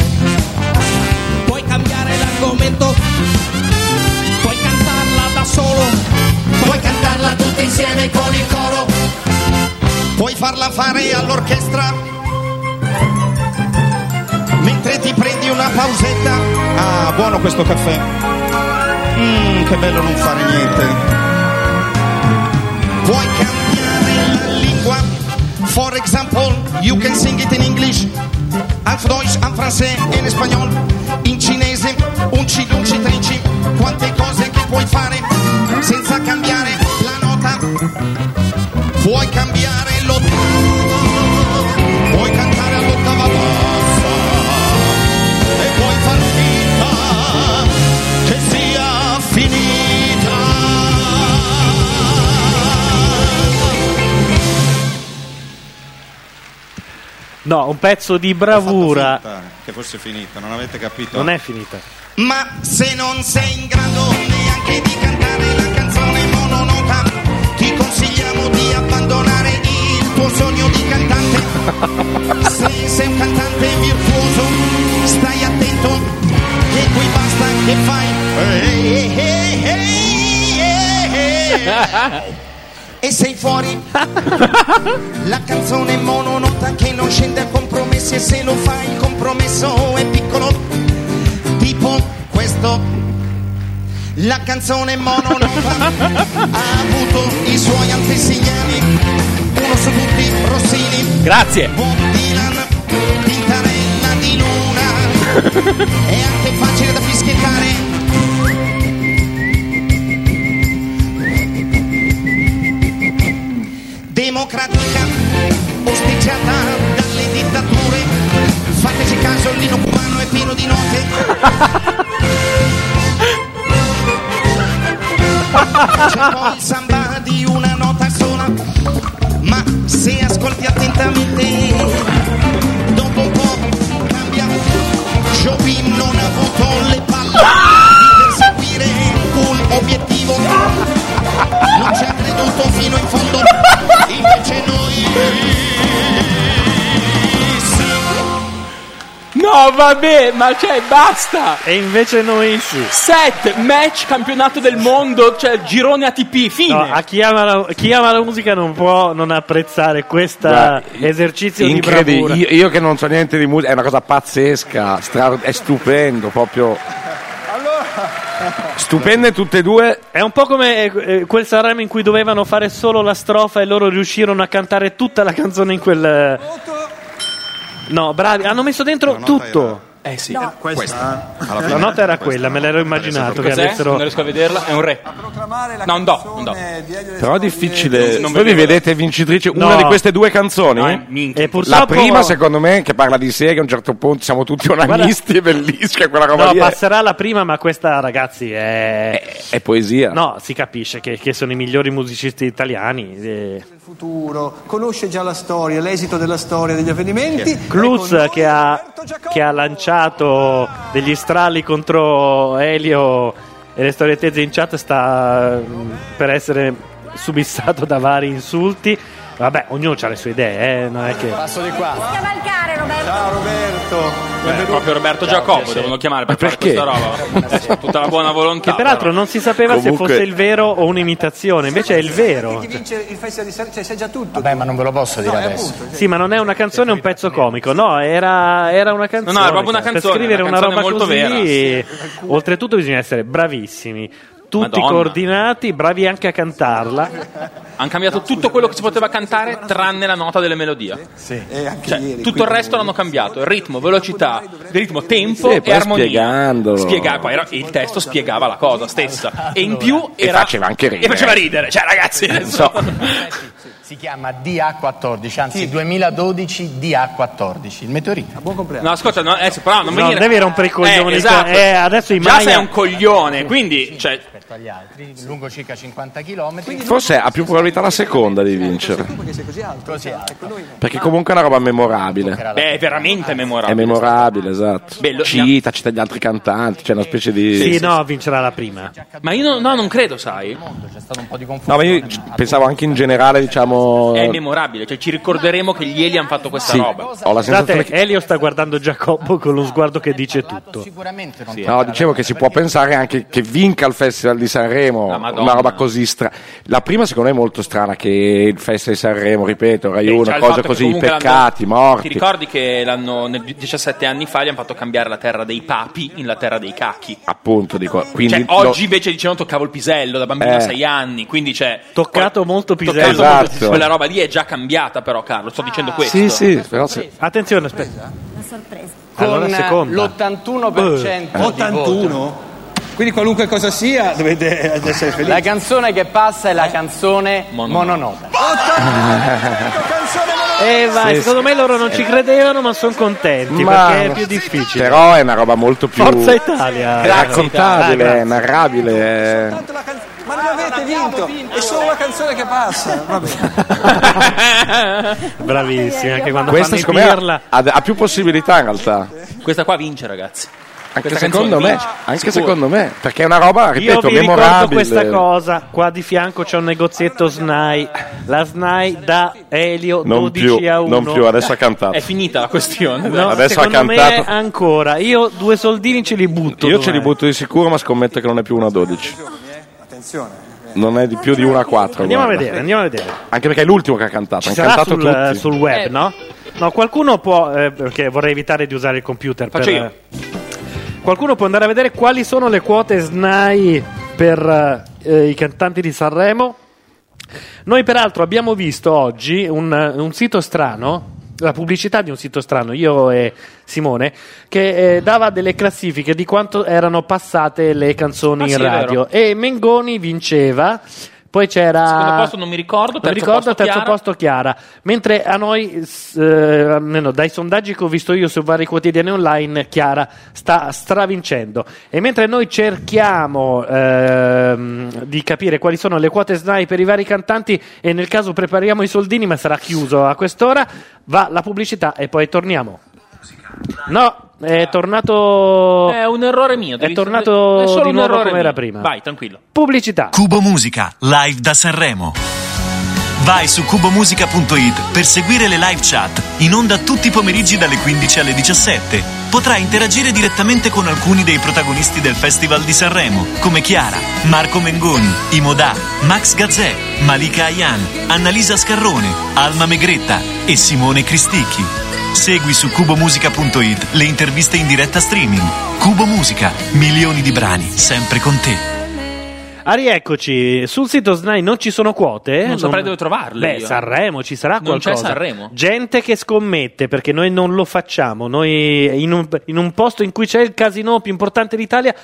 puoi cambiare l'argomento, puoi cantarla da solo, puoi cantarla tutti insieme con il coro, puoi farla fare all'orchestra, mentre ti prendi una pausetta. Ah, buono questo caffè. Mmm, che bello non fare niente. Puoi cambiare la lingua. For example, you can sing it in English, en Deutsch, en français, in spagnol, in cinese, unci, unci, trinci. Quante cose che puoi fare senza cambiare la nota. Puoi cambiare l'ottava, puoi cantare all'ottava bassa e puoi far finta che sia finita. No, un pezzo di bravura. eh, Che fosse finita, non avete capito? Non è finita. Ma se non sei in grado neanche di cantare la canzone mononota, ti consigliamo di abbandonare il tuo sogno di cantante. Se sei un cantante virtuoso, stai attento, che qui basta che fai. "Ehi, ehi, ehi, ehi, ehi". E sei fuori la canzone mononota che non scende a compromessi e se lo fai il compromesso è piccolo tipo questo. La canzone mononota ha avuto i suoi antesignani, uno su tutti Rossini, Grazie. Tintarella di Luna, è anche facile da fischiettare. Democratica, osteggiata dalle dittature, fateci caso, il lino cubano è pieno di note. C'è poi il samba di una nota sola, ma se ascolti attentamente, dopo un po' cambia. Jobim non ha avuto le palle Ah! di perseguire un obiettivo, non ci ha creduto fino in fondo, invece noi No, vabbè, ma cioè, basta! E invece noi sì. Set, match, campionato del mondo, cioè, girone ATP, fine! No, a chi ama, la, chi ama la musica non può non apprezzare questo esercizio di bravura. Incredibile, io, io che non so niente di musica, è una cosa pazzesca, stra- è stupendo, proprio stupende tutte e due. È un po' come eh, eh, quel Sanremo in cui dovevano fare solo la strofa e loro riuscirono a cantare tutta la canzone in quel. eh, No, bravi, hanno messo dentro tutto. Eh sì, No. questa. Alla fine La nota era quella, me l'ero immaginato che Cos'è? avessero. Non riesco a vederla, è un re. No, un do, un do. Però è difficile. Non Voi vi vedevo. vedete vincitrice una No. di queste due canzoni? No, eh, minchia. E La purtroppo- prima, secondo me, che parla di sé, che a un certo punto siamo tutti [laughs] onanisti, è bellissima quella roba No, lì. è- passerà la prima, ma questa, ragazzi, è. È poesia. No, si capisce che, che sono i migliori musicisti italiani. eh. futuro, conosce già la storia, l'esito della storia, degli avvenimenti. Cruz che ha, che ha lanciato degli strali contro Elio e le storie tese in chat sta mm, per essere subissato da vari insulti. Vabbè, ognuno ha le sue idee, eh, non è che... Passo di qua. Cavalcare, Roberto. Ciao Roberto. Beh, proprio Roberto Giacomo devono chiamare per fare questa roba. Tutta la buona [laughs] volontà. Che peraltro non si sapeva Comunque- se fosse il vero o un'imitazione, invece è il vero. Chi vince il festival di Sanremo, cioè sai già tutto. Vabbè, ma non ve lo posso dire No, eh, adesso. Sì, ma non è una canzone, è un pezzo comico. No, era, era una canzone. No, no, era proprio una cioè, canzone, Per scrivere una una, canzone roba molto così, vera, oltretutto bisogna essere bravissimi, tutti Madonna. coordinati, bravi anche a cantarla. Hanno cambiato tutto quello che si poteva cantare tranne la nota delle melodie. Cioè, tutto il resto l'hanno cambiato: ritmo, velocità, ritmo, tempo Sì, e poi armonia. spiegandolo. Spiega- poi era- il testo spiegava la cosa stessa. E in più E era- faceva anche ridere. E faceva ridere, cioè, ragazzi, adesso- Si chiama DA14, anzi 2012 DA14, il meteorito. Buon compleanno. [laughs] No, ascolta, no, adesso però non No, venire. devi rompere i coglioni, Eh, esatto. eh, adesso i Già Maya- sei un coglione, quindi cioè, rispetto agli altri, lungo circa 50 km. Forse ha più probabilità la seconda di vincere. diciamo cioè, Così ecco, alto. Perché comunque è una roba memorabile. Beh, è veramente È memorabile. memorabile, esatto. Bello. Cita, cita gli altri cantanti, c'è una specie di. Sì, no, vincerà la prima. Ma io no- no, non credo, sai. No, ma io c- pensavo anche in generale, diciamo. È memorabile, cioè ci ricorderemo che gli Eli hanno fatto questa Sì. roba. Ho la sensazione Scusate, Elio sta guardando Giacobbo con lo sguardo che dice tutto. Sicuramente non No, dicevo che si può pensare anche che vinca il Festival di Sanremo, Madonna. una roba così strana. La prima secondo me è molto strana, che il Festival di Sanremo, ripeto, Rai Beh, già 1, cioè il cose fatto che così, comunque peccati, l'hanno- Ti morti. ricordi che l'hanno, nel 17 anni fa gli hanno fatto cambiare la terra dei papi in la terra dei cacchi? Appunto, dico, Cioè, quindi lo- oggi invece dicevano toccavo il pisello da bambino a Eh. 6 anni, quindi c'è Toccato molto pisello. toccato molto- Esatto. quella roba lì è già cambiata però Carlo, sto Ah, dicendo questo. Sì, sì, però se- Attenzione, aspetta. Una sorpresa. Con, eh, Allora, seconda. l'81% Eh. 81? Quindi qualunque cosa sia dovete essere felici. La canzone che passa è la canzone Mononota. [laughs] Eh, vai, Sì, secondo sì. me loro non ci credevano, ma sono contenti Ma- perché è più difficile. Però è una roba molto più Forza Italia. è Grazie, raccontabile, Italia, grazie. narrabile. eh. Ma non avete vinto, è solo una canzone che passa. Va [laughs] bene. Bravissimi, anche quando Questa fanno secondo i me pirla. ha, ha- ha più possibilità in realtà. Questa qua vince ragazzi. Anche Questa secondo canzone me, vince, anche sicuro. secondo me, perché è una roba, Io Ah, ripeto, vi ricordo memorabile. questa cosa, qua di fianco c'è un negozietto SNAI, la SNAI da Elio Non 12 più, a 1. non più, adesso ha cantato. È finita la questione. No, Adesso ha secondo me cantato. ancora, io due soldini ce li butto. Io ce li domani. butto di sicuro, ma scommetto che non è più una 12. Attenzione. Non è di più di una 4. Andiamo a guarda. vedere, andiamo a vedere. Anche perché è l'ultimo che ha cantato. Ci hanno sarà cantato sul, eh, tutti. sul web, no? No, qualcuno può, eh, perché vorrei evitare di usare il computer. Faccio per- eh, io. Qualcuno può andare a vedere quali sono le quote SNAI per eh, i cantanti di Sanremo. Noi peraltro abbiamo visto oggi un, un sito strano, la pubblicità di un sito strano, io e Simone, che eh, dava delle classifiche di quanto erano passate le canzoni Ah, in sì, è radio. E Mengoni vinceva, poi c'era... Secondo posto non mi ricordo, Non terzo mi ricordo, posto terzo Chiara. posto Chiara. Mentre a noi, s- eh, almeno dai sondaggi che ho visto io su vari quotidiani online, Chiara sta stravincendo. E mentre noi cerchiamo ehm, di capire quali sono le quote SNAI per i vari cantanti, e nel caso prepariamo i soldini, ma sarà chiuso a quest'ora, va la pubblicità e poi torniamo. No, è tornato. È un errore mio, È devi- tornato è solo di un nuovo errore come era mio. prima. Vai, tranquillo. Pubblicità. Cubo Musica, live da Sanremo. Vai su cubomusica.it per seguire le live chat in onda tutti i pomeriggi dalle 15 alle 17. Potrai interagire direttamente con alcuni dei protagonisti del Festival di Sanremo, come Chiara, Marco Mengoni, Imodà, Max Gazzè, Malika Ayan, Annalisa Scarrone, Alma Megretta e Simone Cristicchi. Segui su cubomusica.it le interviste in diretta streaming. Cubo Musica, milioni di brani sempre con te. Ah, rieccoci. Sul sito SNAI non ci sono quote. Non saprei dove trovarle Beh, io. Sanremo ci sarà Non c'è qualcosa. Sanremo? Gente che scommette perché noi non lo facciamo. Noi in un, in un posto in cui c'è il casino più importante d'Italia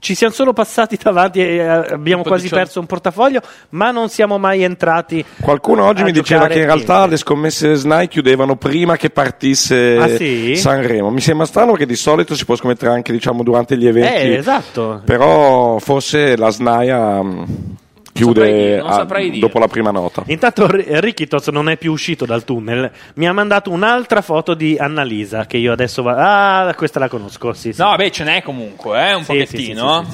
ci siamo solo passati [laughs] davanti e eh, abbiamo Tipo quasi diciamo- perso un portafoglio, ma non siamo mai entrati. Qualcuno oggi a mi diceva giocare che in realtà niente. le scommesse SNAI chiudevano prima che partisse Ah, sì? Sanremo. Mi sembra strano che di solito si può scommettere anche diciamo, durante gli eventi. Eh, esatto. Però forse la SNAI ha, mh, chiude saprei- non a- saprei dire. dopo la prima nota. Intanto R- Rikitos non è più uscito dal tunnel. Mi ha mandato un'altra foto di Annalisa che io adesso va- Ah, questa la conosco, sì, sì. No, beh, ce n'è comunque, eh, un Sì, pochettino.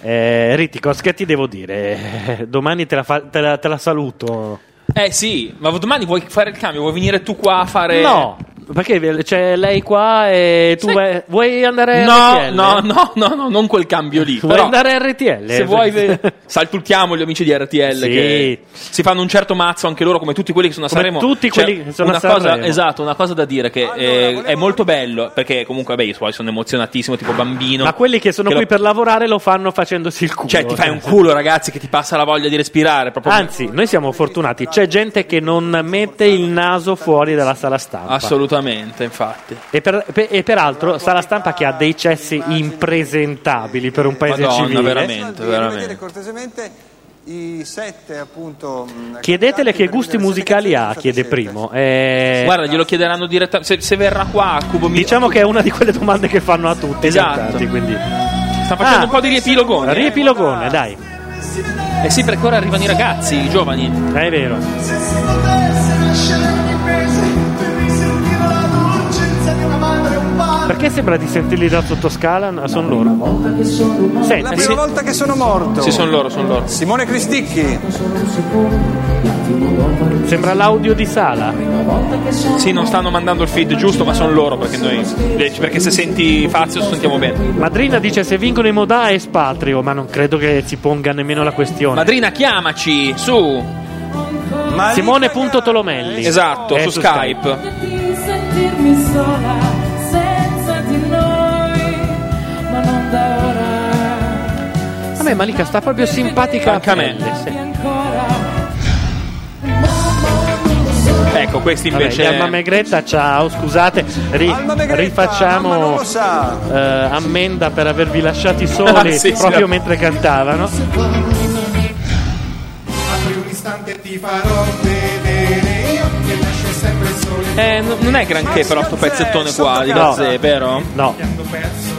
Eh, Ritikos, che ti devo dire? [laughs] Eh, Domani te la, fa- te la- te la saluto. Eh sì, ma domani vuoi fare il cambio? Vuoi venire tu qua a fare No, perché c'è lei qua e tu vai- vuoi andare a No, RTL? no, no, no, no, non quel cambio [laughs] lì. Vuoi però andare a RTL? Se [laughs] vuoi, ve- saltutiamo gli amici di RTL Sì. che si fanno un certo mazzo anche loro, come tutti quelli che sono a Come Sanremo. tutti C'è quelli che sono una a cosa, Sanremo. Esatto, una cosa da dire che eh, è molto bello perché comunque, vabbè, io poi sono emozionatissimo, tipo bambino. Ma quelli che sono Che qui lo- per lavorare lo fanno facendosi il culo. Cioè, ti fai un culo, ragazzi, che ti passa la voglia di respirare. Proprio Anzi, noi siamo fortunati. C'è gente che non mette il naso fuori dalla sala stampa. assolutamente, infatti. E, per- per- e peraltro, sala stampa che ha dei cessi impresentabili per un paese Madonna, civile. veramente, Vedere cortesemente i sette appunto. mm, mh, Chiedetele che gusti musicali ha, chiede primo. Eh, Guarda, glielo chiederanno direttamente. Se, se verrà qua a Cubo Mi- diciamo che è una di quelle domande che fanno a tutti. i Esatto. cantanti, quindi. Ah, Sta facendo un po' di riepilogone. Riepilogone, dai. Eh sì, perché ora arrivano i ragazzi, i giovani. Eh, È vero. Se si potesse lasciare ogni mese, mi sentiva la dolcezza di una madre e un padre. Perché sembra di sentirli da sottoscala? Sono loro. Senti, la prima volta che sono morto. Sì, sono loro, sono loro. Simone Cristicchi. Sembra l'audio di sala. Sì, non stanno mandando il feed giusto, ma sono loro perché noi. eh, Perché se senti Fazio sentiamo bene. Madrina dice se vincono i Modà è espatrio, ma non credo che si ponga nemmeno la questione. Madrina, chiamaci su. Simone.tolomelli. Esatto, È su Skype. di sentirmi sola senza di noi, ma non da ora. A me Malika sta proprio simpatica. Anche a me. pelle, sì. Ecco, questi Vabbè, invece. Alma Megretta, ciao, scusate, ri- rifacciamo eh, ammenda per avervi lasciati soli Ah, sì, sì, proprio no. mentre cantavano. Apri un istante e ti farò vedere io che nasce sempre il sole. Eh, n- non è granché però sto pezzettone qua di No. Gazzè, vero? No. Ho perso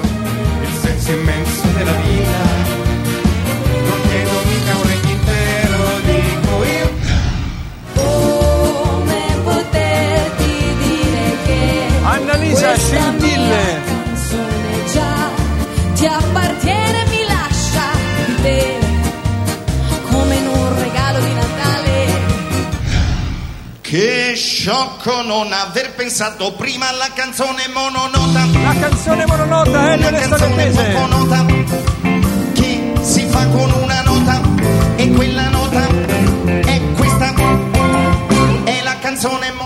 il senso immenso della vita. Non chiedo mica un regno intero, dico io. Come poterti dire che Annalisa questa Scintille. mia canzone già ti appartiene, mi lascia di te come in un regalo di Natale. Che sciocco non aver pensato prima alla canzone mononota. La canzone mononota eh, è una canzone mononota che si fa con una nota e quella nota è questa. È la canzone mononota.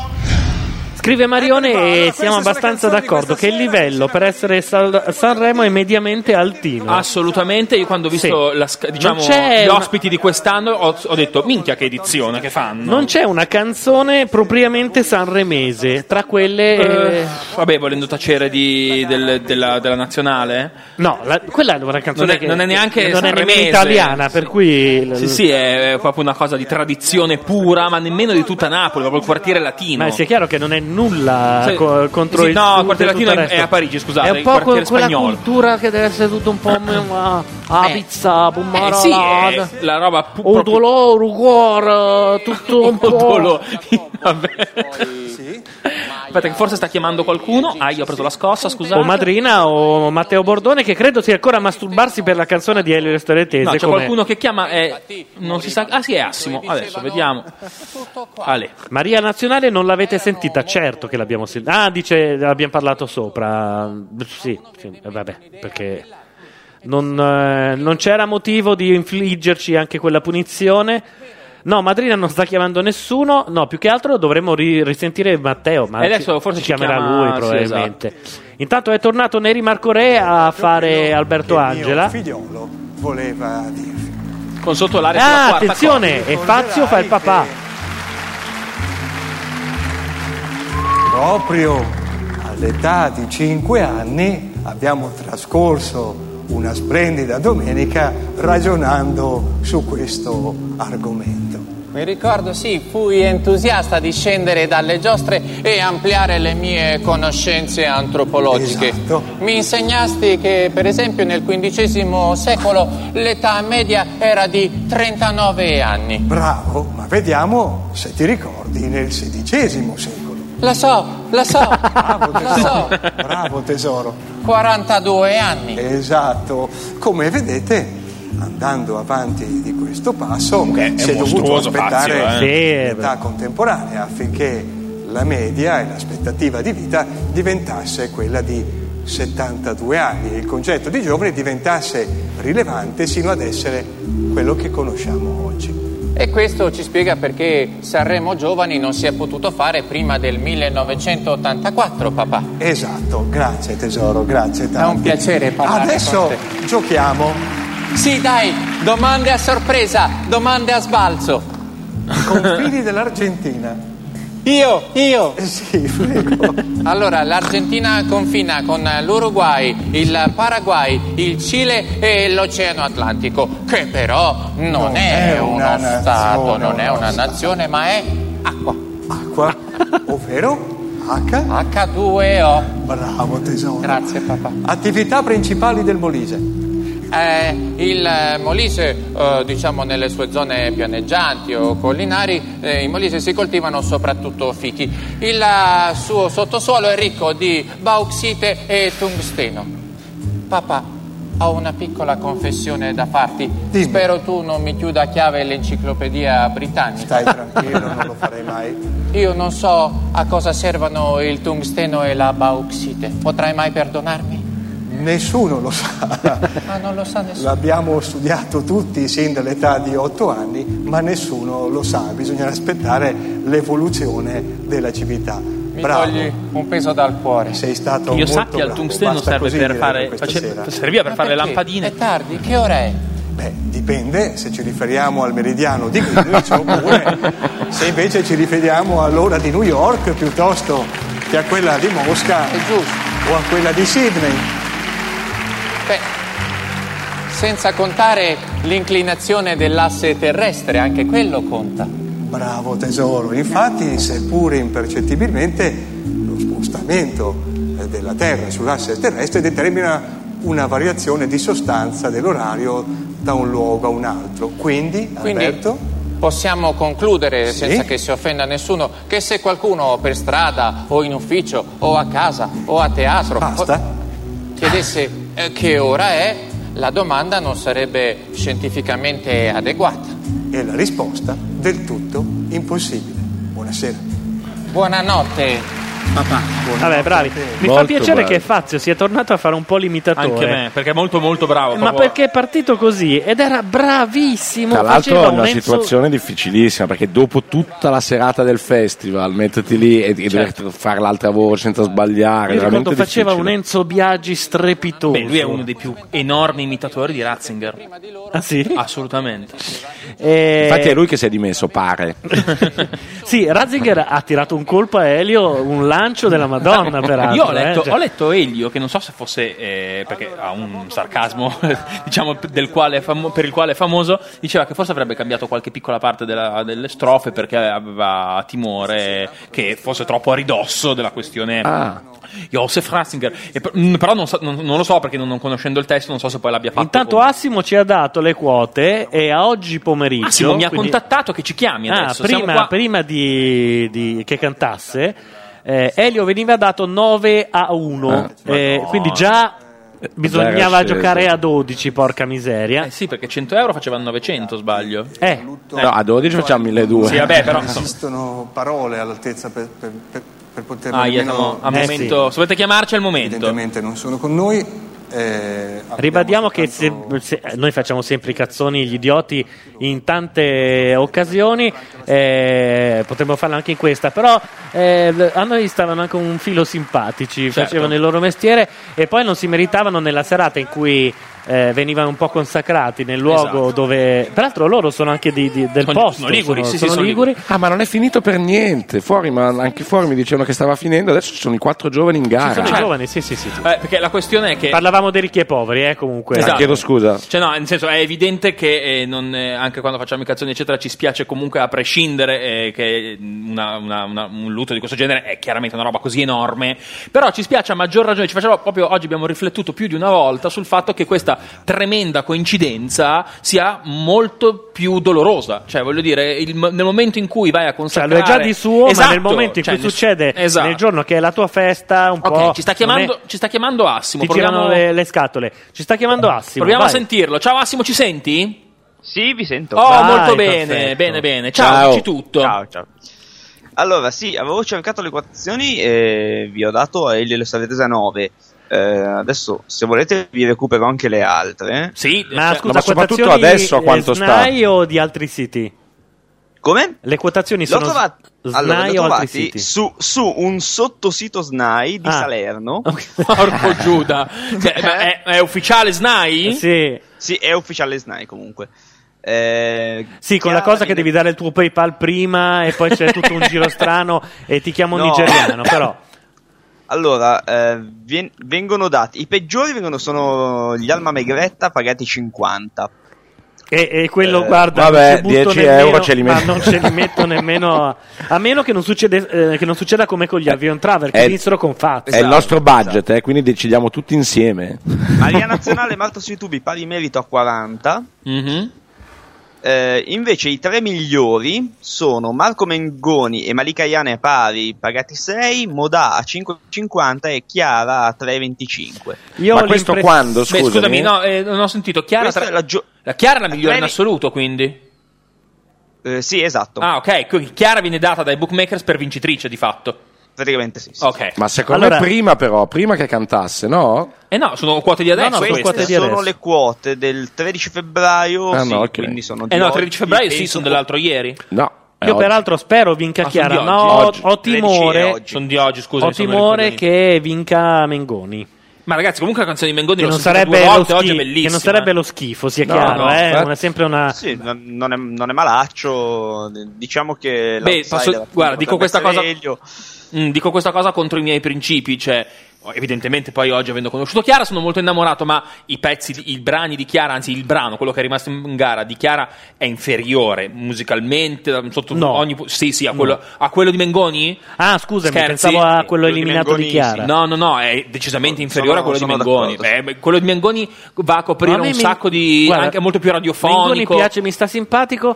Scrive Marione e siamo abbastanza d'accordo che il livello per essere Sal- Sanremo è mediamente altino. Assolutamente, io quando ho visto la sc- diciamo, c'è gli una- ospiti di quest'anno ho, ho detto minchia che edizione che fanno. Non c'è una canzone propriamente sanremese, tra quelle... Eh, eh, vabbè, volendo tacere di- del- della, della nazionale. No, la- quella è una canzone Non è- che non è neanche non è nemmeno sanremese. italiana, per cui... eh? Sì, sì, è è proprio una cosa di tradizione pura, ma nemmeno di tutta Napoli, proprio il quartiere latino. Eh, Ma sia chiaro che non è nulla Sì. co- contro Sì, il no, sud il quartiere e tutto latino il è- resto. è a Parigi, scusate, È un il po' quartiere quel- quella spagnolo. cultura che deve essere tutto un po' a pizza, Eh sì, è la roba pu- o proprio- dolore, rugor, [laughs] tutto un po'. Odolo. [laughs] Vabbè. Aspetta, che forse sta chiamando qualcuno. Ah, io ho preso la scossa, scusate. O Madrina o Matteo Bordone, che credo sia ancora a masturbarsi per la canzone di Elio e le Storie Tese. No, c'è come- qualcuno che chiama. eh, non si sa. Ah, sì, è Assimo. Adesso vediamo. Ale. Maria Nazionale non l'avete sentita, certo che l'abbiamo sentita. Ah, dice abbiamo parlato sopra. Sì, sì, eh, vabbè, perché non, eh, non c'era motivo di infliggerci anche quella punizione. No, Madrina non sta chiamando nessuno. No, più che altro dovremmo ri- risentire Matteo. Ma E adesso ci- forse ci ci chiamerà chiama- lui, sì, esatto. probabilmente. Intanto è tornato Neri Marco Re a fare Alberto Angela. figliolo voleva dirvi. Con sotto l'area sulla Ah, quarta attenzione! corda. E Fazio fa il papà. Proprio all'età di 5 anni abbiamo trascorso una splendida domenica ragionando su questo argomento. Mi ricordo, sì, fui entusiasta di scendere dalle giostre e ampliare le mie conoscenze antropologiche. Mi insegnasti che, per esempio, nel XV secolo l'età media era di 39 anni. Bravo, ma vediamo se ti ricordi nel XVI secolo. Lo so, lo so, lo so, Bravo tesoro. 42 anni. Esatto, come vedete andando avanti di questo passo Comunque è si è dovuto mostruoso aspettare Fazio, eh. Sì, l'età contemporanea affinché la media e l'aspettativa di vita diventasse quella di 72 anni e il concetto di giovane diventasse rilevante sino ad essere quello che conosciamo oggi. E questo ci spiega perché Sanremo Giovani non si è potuto fare prima del 1984, papà. Esatto, grazie tesoro, grazie tanto. È un piacere parlare Adesso con giochiamo. Sì, dai, domande a sorpresa, domande a sbalzo. Confini dell'Argentina. Eh, Io, io. Sì, prego. Allora, l'Argentina confina con l'Uruguay, il Paraguay, il Cile e l'Oceano Atlantico, che però non, è, è uno una nazione, stato, non è uno una stato. nazione, ma è acqua. [laughs] Acqua, ovvero H. H2O. Bravo tesoro. Grazie papà. Attività principali del Molise. eh, il eh, Molise, eh, diciamo nelle sue zone pianeggianti o collinari, eh, in Molise si coltivano soprattutto fichi. Il eh, suo sottosuolo è ricco di bauxite e tungsteno. Papà, ho una piccola confessione da farti. Spero tu non mi chiuda a chiave l'enciclopedia britannica. Stai tranquillo, non lo farei mai. Io non so a cosa servano il tungsteno e la bauxite. Potrai mai perdonarmi? Nessuno lo sa. Ma non lo sa nessuno. L'abbiamo studiato tutti sin dall'età di 8 anni, ma nessuno lo sa. Bisogna aspettare l'evoluzione della civiltà. Mi Bravo. togli un peso dal cuore. Sei stato Io molto sappia, il bravo. tungsteno Basta serve così per direi fare. questa face- sera. serviva per fare le perché? lampadine. È tardi, che ora è? Beh, dipende se ci riferiamo al meridiano di Greenwich oppure se invece ci riferiamo all'ora di New York piuttosto che a quella di Mosca o a quella di Sydney. Beh, senza contare l'inclinazione dell'asse terrestre, anche quello conta. Bravo tesoro, infatti seppure impercettibilmente lo spostamento eh, della Terra sull'asse terrestre determina una variazione di sostanza dell'orario da un luogo a un altro. Quindi, Quindi Alberto, possiamo concludere, senza che si offenda nessuno, che se qualcuno per strada o in ufficio o a casa o a teatro o- chiedesse eh, che ora è, la domanda non sarebbe scientificamente adeguata. E la risposta del tutto impossibile. Buonasera. Buonanotte, papà. Vabbè, bravi. Mi fa Molto piacere bravi. che Fazio sia tornato a fare un po' l'imitatore. Anche me, perché è molto molto bravo. Ma proprio. perché è partito così ed era bravissimo. Tra l'altro faceva è un una Enzo- situazione difficilissima perché dopo tutta la serata del festival metterti lì e, e dover fare l'altra voce senza sbagliare. Certo. Mi ricordo veramente faceva difficile. un Enzo Biagi strepitoso. Beh, lui è uno dei più enormi imitatori di Ratzinger. Ah sì? Assolutamente. Infatti è lui che si è dimesso, pare. Eh, Sì, Ratzinger ha tirato un colpo a Elio, un lancio della [laughs] Madonna, peraltro. Io ho letto, eh, cioè- ho letto Elio, che non so se fosse eh, perché ha un sarcasmo, [laughs] diciamo, p- del quale è famo- per il quale è famoso. Diceva che forse avrebbe cambiato qualche piccola parte della- delle strofe perché aveva timore che fosse troppo a ridosso della questione. Ah. Josef Ratzinger, E per- mm, però non, so- non- non lo so perché non, non conoscendo il testo, non so se poi l'abbia fatto. Intanto Assimo ci ha dato le quote e a oggi pomeriggio... Massimo mi ha quindi- contattato che ci chiami Ah, adesso. siamo prima, qua. prima di, di- che cantasse, eh, Elio veniva dato 9 a Ah, 1, eh, quindi già bisognava Era sceso. giocare a 12, porca miseria. Eh sì, perché 100 euro facevano 900, sbaglio. Eh. No, a 12 facciamo 1200. Sì, vabbè, però insomma. esistono parole all'altezza per, per, per, per poter Ah, io almeno- no, a momento. Se volete chiamarci al momento. Evidentemente non sono con noi. eh, Ribadiamo che se- se- noi facciamo sempre i cazzoni, gli idioti in tante occasioni, eh, potremmo farlo anche in questa, però eh, l- a noi stavano anche un filo simpatici, facevano il loro mestiere e poi non si meritavano nella serata in cui eh, venivano un po' consacrati nel luogo Esatto. dove... Peraltro loro sono anche di- di- del Sono- posto, sono liguri, sono, sì, sì, sono sono liguri. Ah, ma non è finito per niente. Fuori, ma anche fuori mi dicevano che stava finendo. Adesso ci sono i quattro giovani in gara. Sono i giovani, sì, sì, sì. Eh, perché la questione è che. Parlavamo Cioè, dei ricchi e poveri, eh, comunque. Esatto. Chiedo scusa. Cioè, no, nel senso, è evidente che eh, non, eh, anche quando facciamo i cazzoni, eccetera, ci spiace comunque a prescindere eh, che una- una- una- un lutto di questo genere è chiaramente una roba così enorme. Però ci spiace a maggior ragione. Ci facciamo proprio oggi abbiamo riflettuto più di una volta sul fatto che questa tremenda coincidenza sia molto più dolorosa. Cioè, voglio dire, il- nel momento in cui vai a Cioè, consacrare. lo è già di suo, Esatto, ma nel momento in cioè, cui ness- succede Esatto. nel giorno che è la tua festa, un po'... Ok, ci sta chiamando, non è- ci sta chiamando Assimo. Eh, Ti girano le, le scatole. Ci sta chiamando Assimo. Proviamo vai. a sentirlo. Ciao Massimo, ci senti? Sì, vi sento. Oh, Vai, molto bene, perfetto. bene, bene. Ciao, Ciao. dici tutto. Ciao, ciao. Allora, sì, avevo cercato le quotazioni e vi ho dato a Elio Salvatesa 9. Eh, adesso, se volete, vi recupero anche le altre. Sì, cioè, Ma scusa, quotazioni, eh, Snai o di altri siti? Come? Le quotazioni L'ho sono trovato, s- Snai allora, li ho o trovati altri siti? su, su un sottosito SNAI di Ah. [laughs] Salerno. Porco Giuda. Cioè, ma è, è ufficiale SNAI? Eh, Sì. Sì, è ufficiale SNAI comunque. Eh, Sì, con la cosa che devi dare il tuo PayPal prima e poi c'è tutto un giro strano e ti chiama un No. [laughs] nigeriano, però. Allora, eh, vien- vengono dati. I peggiori vengono, sono gli Alma Megretta pagati 50. E, e quello, guarda, Eh, vabbè, non ci butto 10 nemmeno- euro ce li ma metto. non ce li metto nemmeno. A, a meno che non, succede- eh, che non succeda come con gli avion travel, che è- vinsero con fatti. eh, È il nostro budget, eh, quindi decidiamo tutti insieme. Ma via nazionale Marto sui tubi pari merito a 40. Mhm. Eh, invece i tre migliori sono Marco Mengoni e Malika Iane a pari, pagati 6, Modà a 5,50 e Chiara a 3,25. Beh, scusami, no, eh, non ho sentito. Chiara, Questa tra- è la gio- la Chiara è la migliore in Bene. assoluto, quindi. sì, esatto. Ah, ok. quindi Chiara viene data dai bookmakers per vincitrice, di fatto. Praticamente sì. Ok. Ma secondo me prima però, prima che cantasse, no? Eh no, sono quote di adesso. No, no, sono, queste. quote di sono le quote del 13 febbraio, Ah, sì, no, ok. quindi sono di Eh no, oggi, 13 febbraio sì, penso sono dell'altro ieri. No. eh, Io, peraltro, spero vinca Ah, Esatto. sono Chiara, di ma oggi. ho, Oggi. ho timore, 13 oggi. Sono di oggi, scusa. ho timore che vinca Mengoni. Ma ragazzi, comunque la canzone di Mengoni Che l'ho non, sentita sarebbe due lo volte, schi- oggi è che bellissima. non sarebbe lo schifo, sia No, chiaro, no, eh, infatti. non è sempre una... Sì, no- non, è, non è malaccio. Diciamo che Beh, l'outsider, posso- appunto, guarda, dico potrebbe questa cosa. essere Elio. Mm, dico questa cosa contro i miei principi, cioè. Evidentemente poi oggi avendo conosciuto Chiara sono molto innamorato, ma i pezzi, di- i brani di Chiara, anzi il brano, quello che è rimasto in gara di Chiara è inferiore musicalmente, da- sotto No. ogni... pu- Sì, sì, a quello, No. a quello di Mengoni? Ah, scusami, pensavo a quello eliminato di Chiara. No, no, no, è decisamente inferiore a quello sono di Mengoni. Beh, beh, quello di Mengoni va a coprire Ma a me un mi- sacco di... guarda, anche molto più radiofonico. Mengoni piace, mi sta simpatico,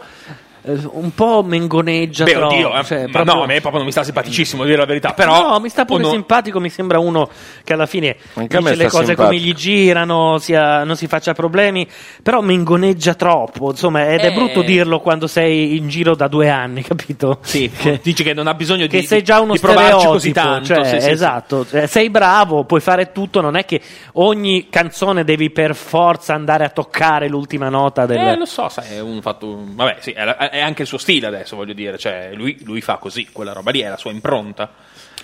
eh, un po' mengoneggia Beh, però, oddio, eh, cioè, ma proprio- no, a me proprio non mi sta simpaticissimo, a dire la verità. Però, no, mi sta pure Oh, no. simpatico, mi sembra uno che alla fine Anche a me dice le sta cose come simpatico. gli girano, sia- non si faccia problemi, però mengoneggia troppo, insomma, ed è Eh. brutto dirlo quando sei in giro da due anni, [laughs] capito? Sì, dici che non ha bisogno Che di, sei già uno di provarci così stereotipo, tanto. cioè, sì, sì, sì. esatto, Cioè, sei bravo, puoi fare tutto, non è che ogni canzone devi per forza andare a toccare l'ultima nota del... Eh, lo so, sai, è un fatto. Vabbè, sì, è, la- è anche il suo stile adesso, voglio dire. Cioè, lui, lui fa così, quella roba lì è la sua impronta.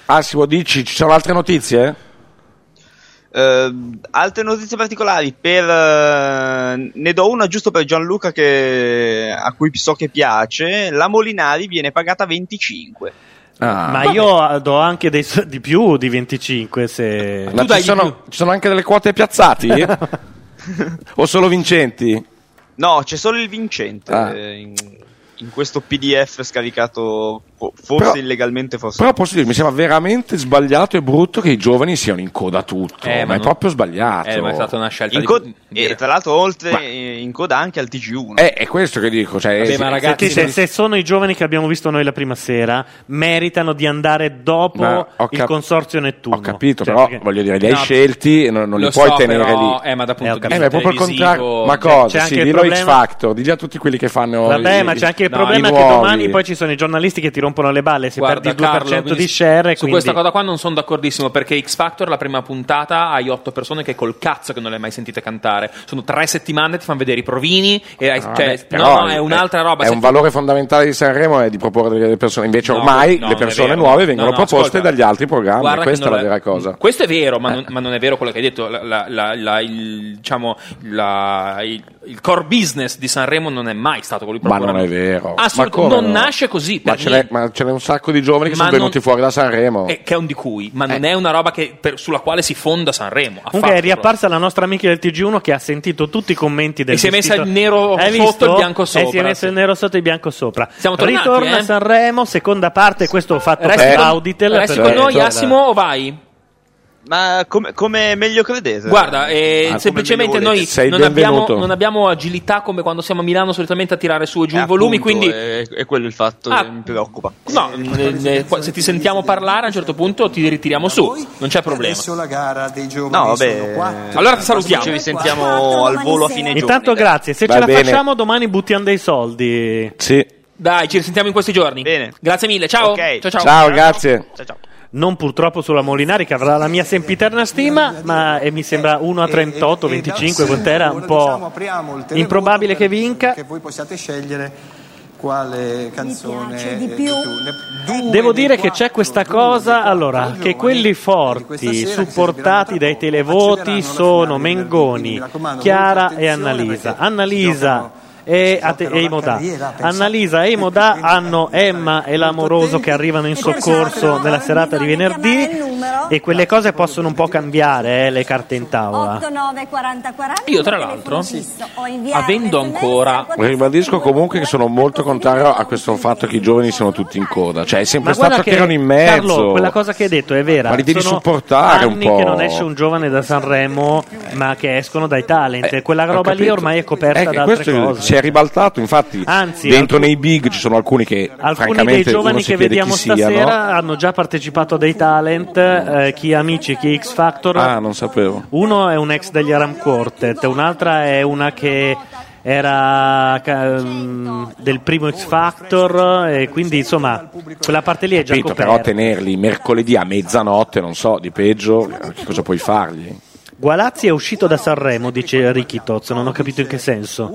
Ah, si può dirci, ci sono altre notizie? Eh, altre notizie particolari per, eh, ne do una giusto per Gianluca che, a cui so che piace la Molinari viene pagata 25 Ah. Ma io do anche dei so- di più di 25 se... Ma ci, sono, ci sono anche delle quote piazzati? [laughs] o solo vincenti? no c'è solo il vincente Ah. eh, in, in questo pdf scaricato fo- forse Però- illegalmente forse Però posso dire, mi sembra veramente sbagliato e brutto che i giovani siano in coda a tutto. Eh, ma ma, è non- proprio sbagliato. Eh, ma è stata una scelta In di- co- e tra l'altro oltre Ma- eh, in coda anche al TG1 Eh, è questo che dico. Cioè, Vabbè, ma ragazzi, sì. Senti, se, se sono i giovani che abbiamo visto noi la prima sera, meritano di andare dopo Ma ho il cap- consorzio Nettuno. Ho capito, Cioè, però perché- voglio dire, li hai No, scelti e non, non lo li puoi so, tenere però- lì. Eh, ma da punto Eh, ho di cioè, capito. Eh, ma è proprio il contrario. Ma C'è- c'è cosa? anche Sì, il dillo X problema- Factor, digli a tutti quelli che fanno. Vabbè, i- ma c'è anche il no, problema i che nuovi. domani poi ci sono i giornalisti che ti rompono le balle se Guarda, perdi il 2% Carlo, di mi- share. Su quindi- questa cosa qua non sono d'accordissimo perché X Factor, la prima puntata, hai otto persone che col cazzo che non le hai mai sentite cantare. Sono tre settimane, ti fanno vedere i provini. E Ah, hai- No, cioè, vabbè, no, però no, è un'altra roba. È se un tu- valore fondamentale di Sanremo è di proporre delle persone. Invece, No, ormai le no, non è persone vero. nuove vengono No, no, proposte ascolta. dagli altri programmi. Guarda che Ah, Questa è non la lo vera cosa. Eh. Questo è vero, ma, non, ma non è vero quello che hai detto. La- la- la- la- il, diciamo, la- il, il core business di Sanremo non è mai stato quello di Ma proporre- non è vero. Assolutamente, Ma come non no? nasce così. Ma Per ce, n'è, ma ce n'è un sacco di giovani che Ma sono non- venuti fuori da Sanremo. niente. Eh, che è un di cui, ma non è una roba che- per- sulla quale si fonda Sanremo. Ah, Comunque è affatto. riapparsa la nostra amica del TG1 che ha sentito tutti i commenti del E si è messa vestito. il nero Hai sotto visto? e il bianco E si sopra, è messo il nero sotto e il bianco sopra. Siamo tornati, Ritorna eh? Sanremo, seconda parte, questo fatto Resti per con- Auditel. resti perché- con noi, Cioè, Assimo, o vai? ma com- come meglio credete Guarda, eh, Ah, semplicemente come meglio noi volete. non abbiamo, non abbiamo agilità come quando siamo a Milano solitamente a tirare su e giù i volumi, Eh, Appunto, quindi è, è quello il fatto Ah. che mi preoccupa No, eh, eh, qua- se ti sentiamo parlare a un certo punto ti ritiriamo su, non c'è problema. Adesso la gara dei giovani No, sono vabbè. quattro. Allora ti salutiamo. Ci sentiamo al volo a fine giorno. Intanto grazie, se Va ce la bene. facciamo domani buttiamo dei soldi. Sì. Dai, ci risentiamo in questi giorni. Bene. Grazie mille, ciao. Ciao, ciao. grazie. Non purtroppo sulla Molinari che avrà la mia sempiterna stima, ma e mi sembra 1 a 38, 25 quant'era un po' apriamo il televoto improbabile che vinca. che voi possiate scegliere quale canzone piace di eh, più. Ne- due Devo dei dire che c'è questa cosa, allora, eh, che quelli forti supportati dai televoti sono Mengoni, Chiara e Annalisa. Annalisa e, Ate- e Imodà. Annalisa e Imodà hanno Emma e l'amoroso che arrivano in soccorso nella serata di venerdì e quelle cose possono un po' cambiare eh, le carte in tavola. 8, 9, 40, 40. Io, tra l'altro, Ho inviato. avendo ancora Ribadisco comunque che sono molto contrario a questo fatto che i giovani siano tutti in coda. Cioè, è sempre Ma guarda stato che, erano in mezzo. Carlo, quella cosa che hai detto è vera. Ma li devi Sono supportare un anni po'. che non esce un giovane da Sanremo, ma che escono dai talent. quella roba lì Eh, capito. ormai è Eh, coperta che da questo altre cose. si è ribaltato, infatti, Anzi, dentro nei big ci sono alcuni che Alcuni dei francamente uno giovani si che chiede vediamo chi siano. stasera hanno già partecipato a dei talent, eh, chi Amici, chi X Factor. Ah, non sapevo. Uno è un ex degli Aram Quartet, un'altra è una che era ca- mm, del primo X Factor e quindi insomma quella parte lì è già Capito, coperta. però tenerli mercoledì a mezzanotte, non so, di peggio, che cosa puoi fargli? Gualazzi è uscito da Sanremo, dice Ricky Tozzo, non ho capito in che senso.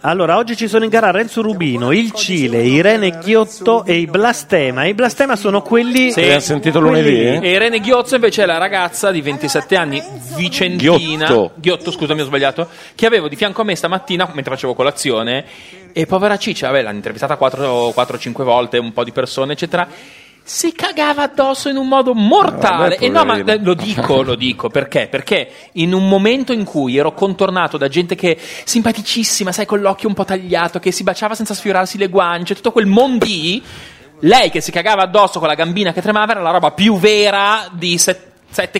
Allora, oggi ci sono in gara Renzo Rubino, il Cile, Irene Chiotto e i Blastema. I Blastema sono quelli... Sì. L'abbiamo sentito lunedì, quelli- eh? E Irene Ghiozzo invece è la ragazza di 27 anni, vicentina, Ghiotto. Ghiotto, scusami ho sbagliato, che avevo di fianco a me stamattina mentre facevo colazione e povera Ciccia, vabbè l'hanno intervistata 4-5 volte, un po' di persone eccetera, si cagava addosso in un modo Vabbè, Ah, mortale. e no, ma poverina. eh, lo dico, lo dico perché? Perché in un momento in cui ero contornato da gente che simpaticissima, sai, con l'occhio un po' tagliato, che si baciava senza sfiorarsi le guance, tutto quel mondì, lei che si cagava addosso con la gambina che tremava era la roba più vera di 7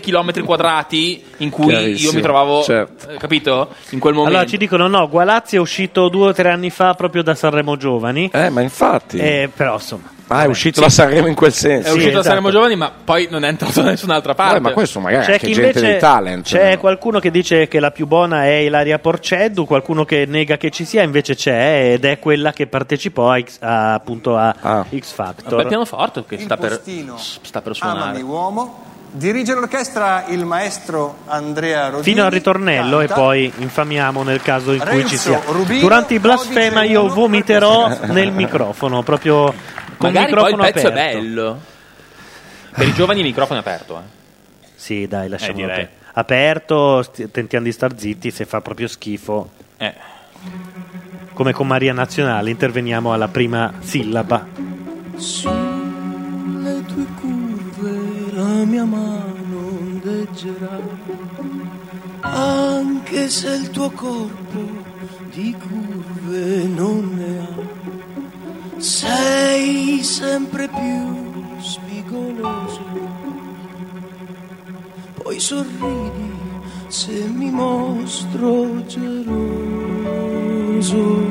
km quadrati in cui io Chiarissimo, mi trovavo, certo. eh, capito? In quel momento. Allora ci dicono no, Gualazzi è uscito due o tre anni fa proprio da Sanremo Giovani. Eh, ma infatti. Eh, però insomma... Ah, è uscito da Sanremo in quel senso. è esatto. uscito da Sanremo Giovani, ma poi non è entrato da nessun'altra parte. ma questo magari C'è chi invece c'è qualcuno che dice che la più buona è Ilaria Porceddu, qualcuno che nega che ci sia, invece c'è ed è quella che partecipò a X, a- appunto a Ah. X Factor. Vabbè, pianoforte che sta per, postino. sta per Amami suonare. uomo. Dirige l'orchestra il maestro Andrea Rodini. Fino al ritornello canta. e poi infamiamo nel caso in cui Renzo ci sia. Rubino, Durante i blasfema io vomiterò nel microfono, proprio con il Magari poi il microfono pezzo è aperto. bello. Per i giovani il microfono è aperto. Eh. Sì, dai, lasciamolo Eh, direi. aperto. Aperto, st- tentiamo di star zitti, se fa proprio schifo. Eh. Come con Maria Nazionale, interveniamo alla prima sillaba. Sulle tue curve la mia mano ondeggerà, anche se il tuo corpo di curve non ne ha. Sei sempre più spigoloso, poi sorridi se mi mostro geloso.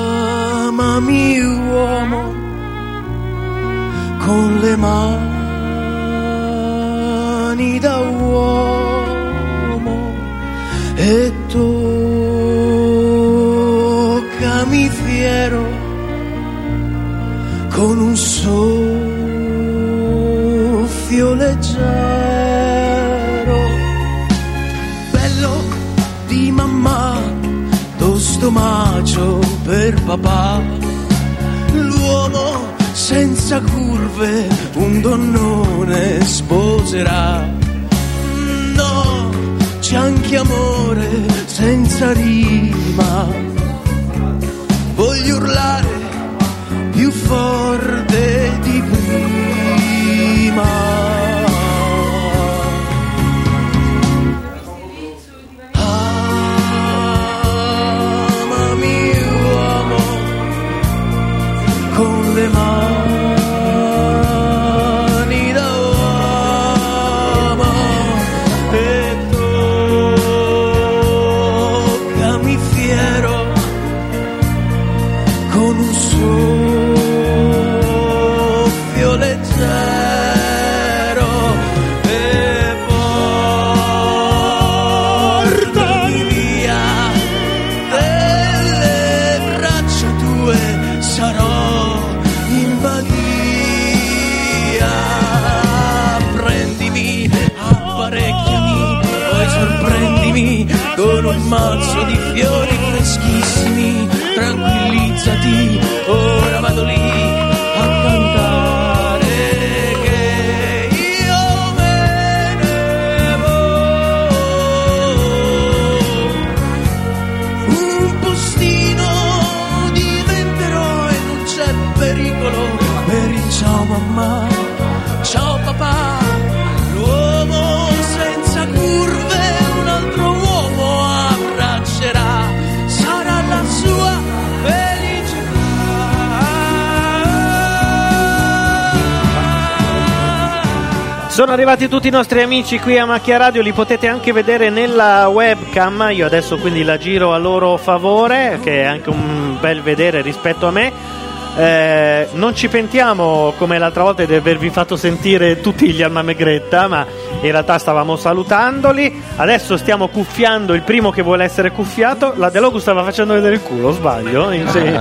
Amami uomo con le mani da uomo e toccami fiero con un soffio leggero bello di mamma lo stomacio per papà, l'uomo senza curve un donnone sposerà. No, c'è anche amore senza rima. Voglio urlare più forte di prima. Amami uomo con le mani da uomo e toccami fiero con un soffio leggero e portami via delle braccia tue sarò in balia prendimi apparecchiami poi sorprendimi con un mazzo di fiori freschissimi tranquillizzati ora vado lì a cantare che io me certo mamma, ciao papà, l'uomo senza curve un altro uomo abbraccerà, sarà la sua felicità. Sono arrivati tutti i nostri amici qui a Macchia Radio, li potete anche vedere nella webcam, io adesso quindi la giro a loro favore, che è anche un bel vedere rispetto a me. Eh, non ci pentiamo come l'altra volta di avervi fatto sentire tutti gli Alma Megretta, ma in realtà stavamo salutandoli. Adesso stiamo cuffiando il primo che vuole essere cuffiato. La Delogu stava facendo vedere il culo, sbaglio? Sì.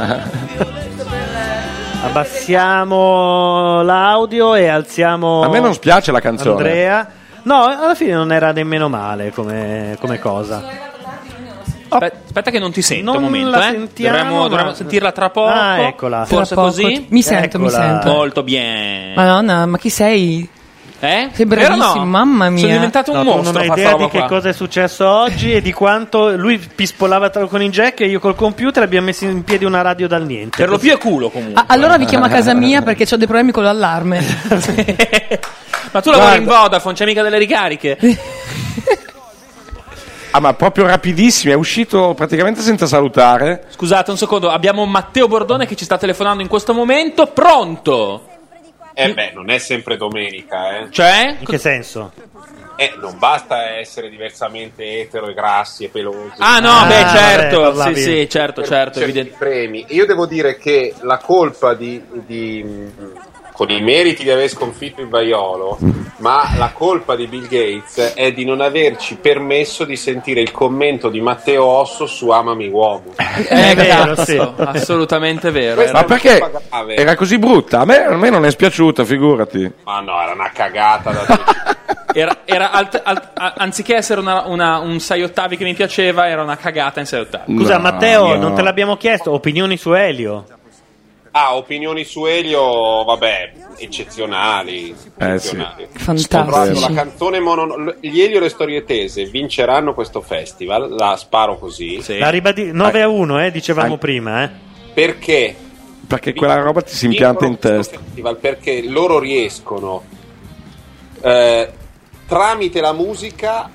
Abbassiamo l'audio e alziamo. A me non spiace la canzone. Andrea. No, alla fine non era nemmeno male come, come cosa. Aspe- Aspetta che non ti sento un momento, la eh. sentiamo, dovremmo, ma- dovremmo sentirla tra poco. Ah, eccola. Forse Tra poco. così? Mi sento, mi Eccola. sento. Molto bien. Madonna, ma chi sei? Eh? Sei Vero o bravissimo, no? mamma mia. Sono diventato un No, tu mostro. non hai a far idea roba di che qua. cosa è successo oggi e di quanto lui pispolava tra- con il jack e io col computer abbiamo messo in piedi una radio dal niente. Per lo più è culo comunque. Ah, allora vi chiamo a casa [laughs] mia perché ho dei problemi con l'allarme. Ma tu lavori in Vodafone, c'è mica [laughs] delle ricariche. Ah, ma proprio rapidissimo, è uscito praticamente senza salutare. Scusate un secondo, abbiamo Matteo Bordone che ci sta telefonando in questo momento. Pronto? Eh beh, non è sempre domenica, eh. Cioè? In che senso? Eh, non basta essere diversamente etero e grassi e pelosi. Ah no, beh certo, sì, sì, certo, certo, Certi evidente. premi. Io devo dire che la colpa di, di- con i meriti di aver sconfitto il vaiolo, ma la colpa di Bill Gates è di non averci permesso di sentire il commento di Matteo Osso su Amami Uomo. È vero, sì. Eh, assolutamente vero. Ma Era- perché Ah, era così brutta? A me, a me non è spiaciuta, figurati. Ma no, era una cagata da [laughs] Era, era alt- alt- a- anziché essere una- una- un 6 ottavi che mi piaceva, era una cagata in 6 ottavi. Scusa, No, Matteo, io- non te l'abbiamo chiesto. Opinioni su Elio? Ah, opinioni su Elio, vabbè, eccezionali. Eh sì. eccezionali. Fantastici. Ho trovato La canzone mono... Gli Elio e le storie tese vinceranno questo festival, la sparo così. La ribadi- 9 a 1, eh, dicevamo prima. Eh. Perché? Perché quella roba ti si impianta in testa. Festival, Perché loro riescono eh, tramite la musica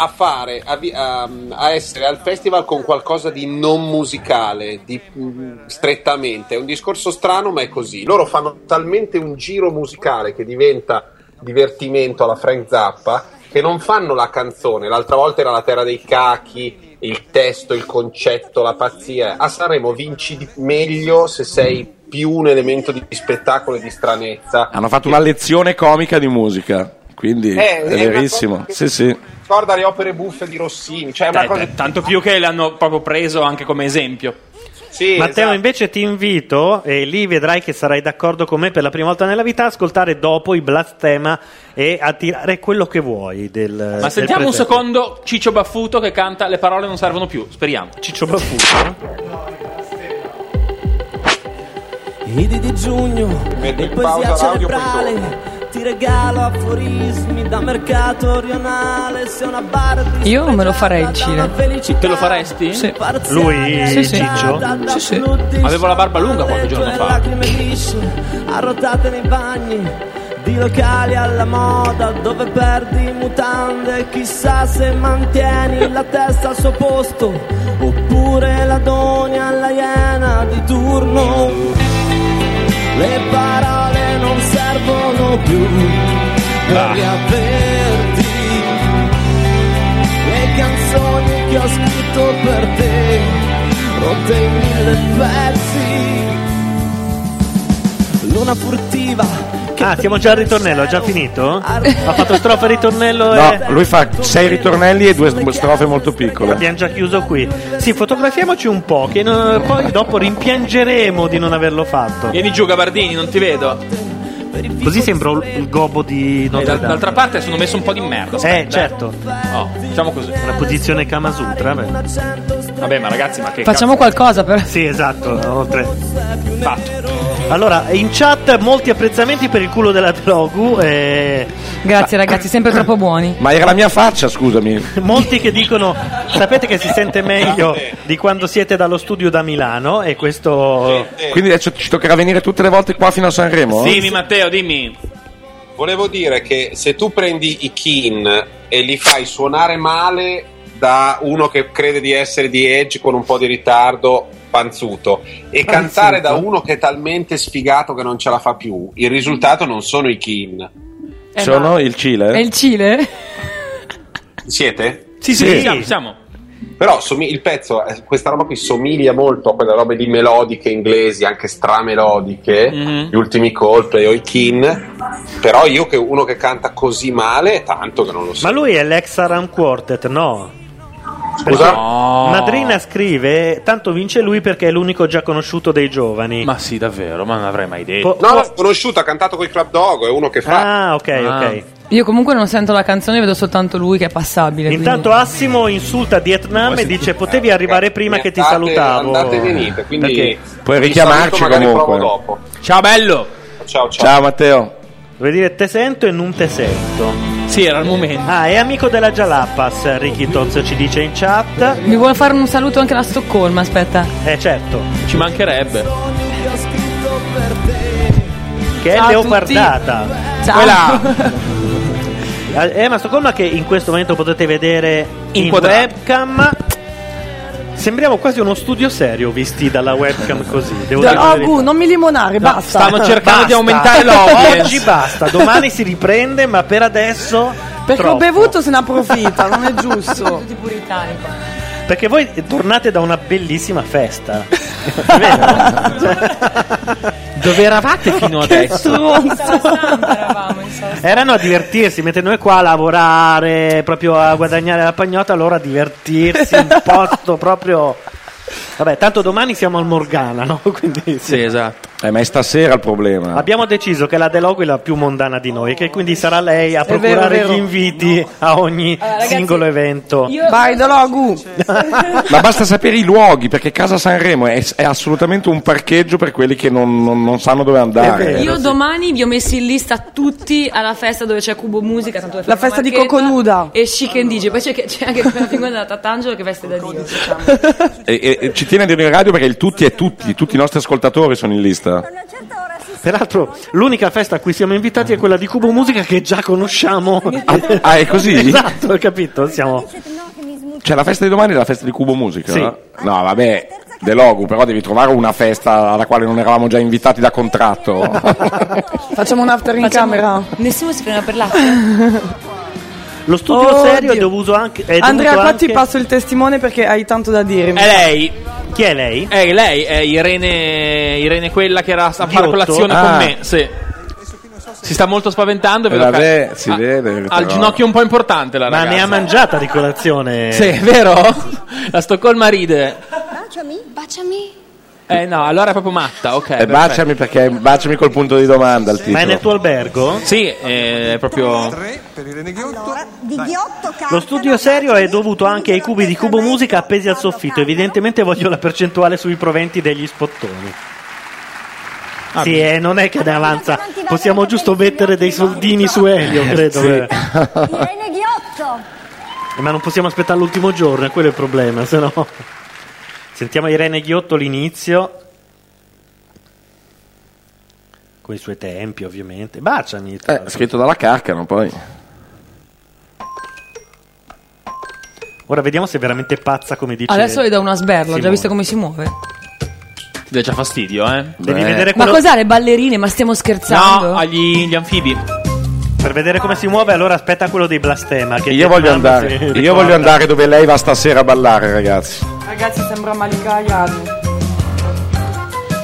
a fare a, vi- a- a essere al festival con qualcosa di non musicale di, mm, strettamente è un discorso strano ma è così loro fanno talmente un giro musicale che diventa divertimento alla Frank Zappa che non fanno la canzone l'altra volta era la terra dei cachi il testo, il concetto, la pazzia a Sanremo vinci di- meglio se sei più un elemento di spettacolo e di stranezza Hanno fatto una lezione comica di musica. Quindi Eh, è è una verissimo. Sì, sì. ricorda le opere buffe di Rossini cioè è una Dai, cosa dai, tanto più che l'hanno proprio preso anche come esempio. Sì, Matteo, esatto. invece ti invito, e lì vedrai che sarai d'accordo con me per la prima volta nella vita, a ascoltare dopo i blastema e a tirare quello che vuoi. Del, Ma sentiamo un secondo Ciccio Baffuto che canta Le parole non servono più, speriamo. Ciccio Baffuto. Idi di giugno Metto e in pausa poesia l'audio, poi cerebrale ti regalo aforismi da mercato rionale se una barra di Io me lo farei il Cile. Te lo faresti? Sì. Lui, Sì, sì. Ciccio? Sì, sì. Avevo la barba lunga qualche giorno fa. lacrime lisce arrotate nei bagni di locali alla moda dove perdi mutande chissà se mantieni la testa al suo posto oppure la doni alla iena di turno le parole non servono più per riaverti le canzoni che ho scritto per te rotte in mille pezzi luna furtiva Ah, siamo già al ritornello, è già finito? Ha fatto strofa ritornello e... No, lui fa sei ritornelli e due strofe molto piccole. Abbiamo già chiuso qui. Sì, fotografiamoci un po', che no- poi dopo rimpiangeremo di non averlo fatto. Vieni giù, Gabardini, non ti vedo. Così sembra il gobo di E Notre da- Dame. Eh, d'altra parte sono messo un po' di merda. Eh, aspetta. certo. Oh, diciamo così. La posizione Kamasutra, beh. un accento Vabbè, ma ragazzi, ma che Facciamo cazzo- qualcosa però. Sì, esatto, oltre. Fatto. Allora, in chat molti apprezzamenti per il culo della Drogu. eh, Grazie ragazzi, sempre troppo buoni. Ma era la mia faccia, scusami. Molti che dicono, sapete che si sente meglio di quando siete dallo studio da Milano e questo... Quindi adesso ci toccherà venire tutte le volte qua fino a Sanremo? eh? Matteo, dimmi. Volevo dire che se tu prendi i Kin e li fai suonare male da uno che crede di essere di Edge con un po' di ritardo panzuto e Panzuto. cantare da uno che è talmente sfigato che non ce la fa più, il risultato non sono i Kin. Eh, Sono il Cile. E il Cile? Siete? Sì, sì, Sì. siamo, Però somi- il pezzo, eh, questa roba qui somiglia molto a quelle robe di melodiche inglesi, anche stramelodiche, Mhm. gli ultimi Coldplay o i Kin. Però io che uno che canta così male, è tanto che non lo so. Ma lui è l'ex Aram Quartet, no? Scusa? Perché Madrina scrive, tanto vince lui perché è l'unico già conosciuto dei giovani. Ma sì, davvero, ma non avrei mai Po- detto. No, l'ho conosciuto, ha cantato con i Club Dog, è uno che fa. Ah, ok, ok. Io comunque non sento la canzone, vedo soltanto lui che è passabile. quindi- Intanto Assimo insulta Vietnam e dice potevi arrivare prima che ti salutavo. Eh, Andate e venite, quindi Perché? Puoi vi richiamarci saluto, magari comunque. provo dopo. Ciao bello. Ciao, ciao. Ciao Matteo. Vuol dire te sento e non te sento. Sì, era il momento. Ah, è amico della Jalapas, Ricky Tozzo ci dice in chat. Mi vuole fare un saluto anche la Stoccolma, aspetta. Eh certo. Ci mancherebbe. Ciao Che è a leopardata. Ciao. Eh, ma Stoccolma che in questo momento potete vedere in, Inquadrata. webcam. Sembriamo quasi uno studio serio visti dalla webcam così. Devo dire la Oh, verità. Gu, non mi limonare, No, basta. Basta. l'audience. [laughs] Oggi basta, domani si riprende, ma per adesso. Perché ho troppo. bevuto se ne approfitta, non è giusto. Tutti puritani. Perché voi tornate da una bellissima festa. Dove eravate fino Erano a divertirsi, mentre noi qua a lavorare, proprio a guadagnare la pagnotta, loro a divertirsi un posto proprio. Vabbè, tanto domani siamo al Morgana, no? [laughs] Quindi sì. esatto. Eh, ma è stasera il problema. Abbiamo deciso che la Delogu è la più mondana di noi, che quindi sarà lei a vero, procurare vero. gli inviti a ogni ragazzi, singolo evento. Vai, Dologu. Cioè, Ma basta sapere i luoghi, perché Casa Sanremo è, è assolutamente un parcheggio per quelli che non, non- non sanno dove andare. Io domani vi ho messi in lista tutti alla festa dove c'è Cubo Musica, tanto per La fare festa una di marchetta, Coconuda. E Chic and DJ, poi c'è, c'è anche la figura della Tatangelo che veste da diciamo. Dio. E, e- e ci tiene a dire in radio perché il tutti è tutti, tutti i nostri ascoltatori sono in lista. Peraltro, l'unica festa a cui siamo invitati è quella di Cubo Musica che già conosciamo. ah, è così? [laughs] Esatto, hai capito? Siamo... Cioè, la festa di domani è la festa di Cubo Musica? Sì. no? No, vabbè, De Logu, però devi trovare una festa alla quale non eravamo già invitati da [laughs] contratto. Facciamo un after in camera. Nessuno si prende per [laughs] l'after. Lo studio Oh, serio è Dio. dovuto anche. È Andrea, dovuto qua anche... ti passo il testimone perché hai tanto da dirmi. È lei. Chi è lei? È lei, è Irene, Eh, Irene quella che era a fare Ghiotto? colazione con Ah. me. Sì. Si sta molto spaventando e Eh, vedo vabbè, che si vede. ha il però. Ah, ginocchio un po' importante la Ma ragazza. ne ha mangiata di colazione. [laughs] Sì, è vero? La Stoccolma ride. Baciami, baciami. Eh no, allora è proprio matta, Eh, ok. perfetto. baciami perché baciami col punto di domanda il Ma è nel titolo. tuo albergo? Sì, eh, è proprio... Di ghiotto Lo studio serio è dovuto anche ai cubi di Cubo Musica appesi al soffitto. Evidentemente voglio la percentuale sui proventi degli spottoni. sì, eh, non è che ne avanza. Possiamo giusto mettere dei soldini su Elio, credo. Irene Ghiotto. Eh, Ma non possiamo aspettare l'ultimo giorno, è quello il problema, se no. Sentiamo Irene Ghiotto l'inizio. Con i suoi tempi, ovviamente. Baciami. tra Eh, l'altro. scritto dalla Carcano poi. Ora vediamo se è veramente pazza come dice. Adesso le do una sberla, ho già Simone. visto come si muove. Ti dà già fastidio, eh? Devi vedere Ma quello- cos'ha le ballerine? Ma stiamo scherzando? No, agli gli anfibi. Per vedere come si muove, allora aspetta quello dei blastema. Che Io voglio Vietnam andare, si io ricorda. voglio andare dove lei va stasera a ballare, ragazzi. Ragazzi, sembra Malika Ayani.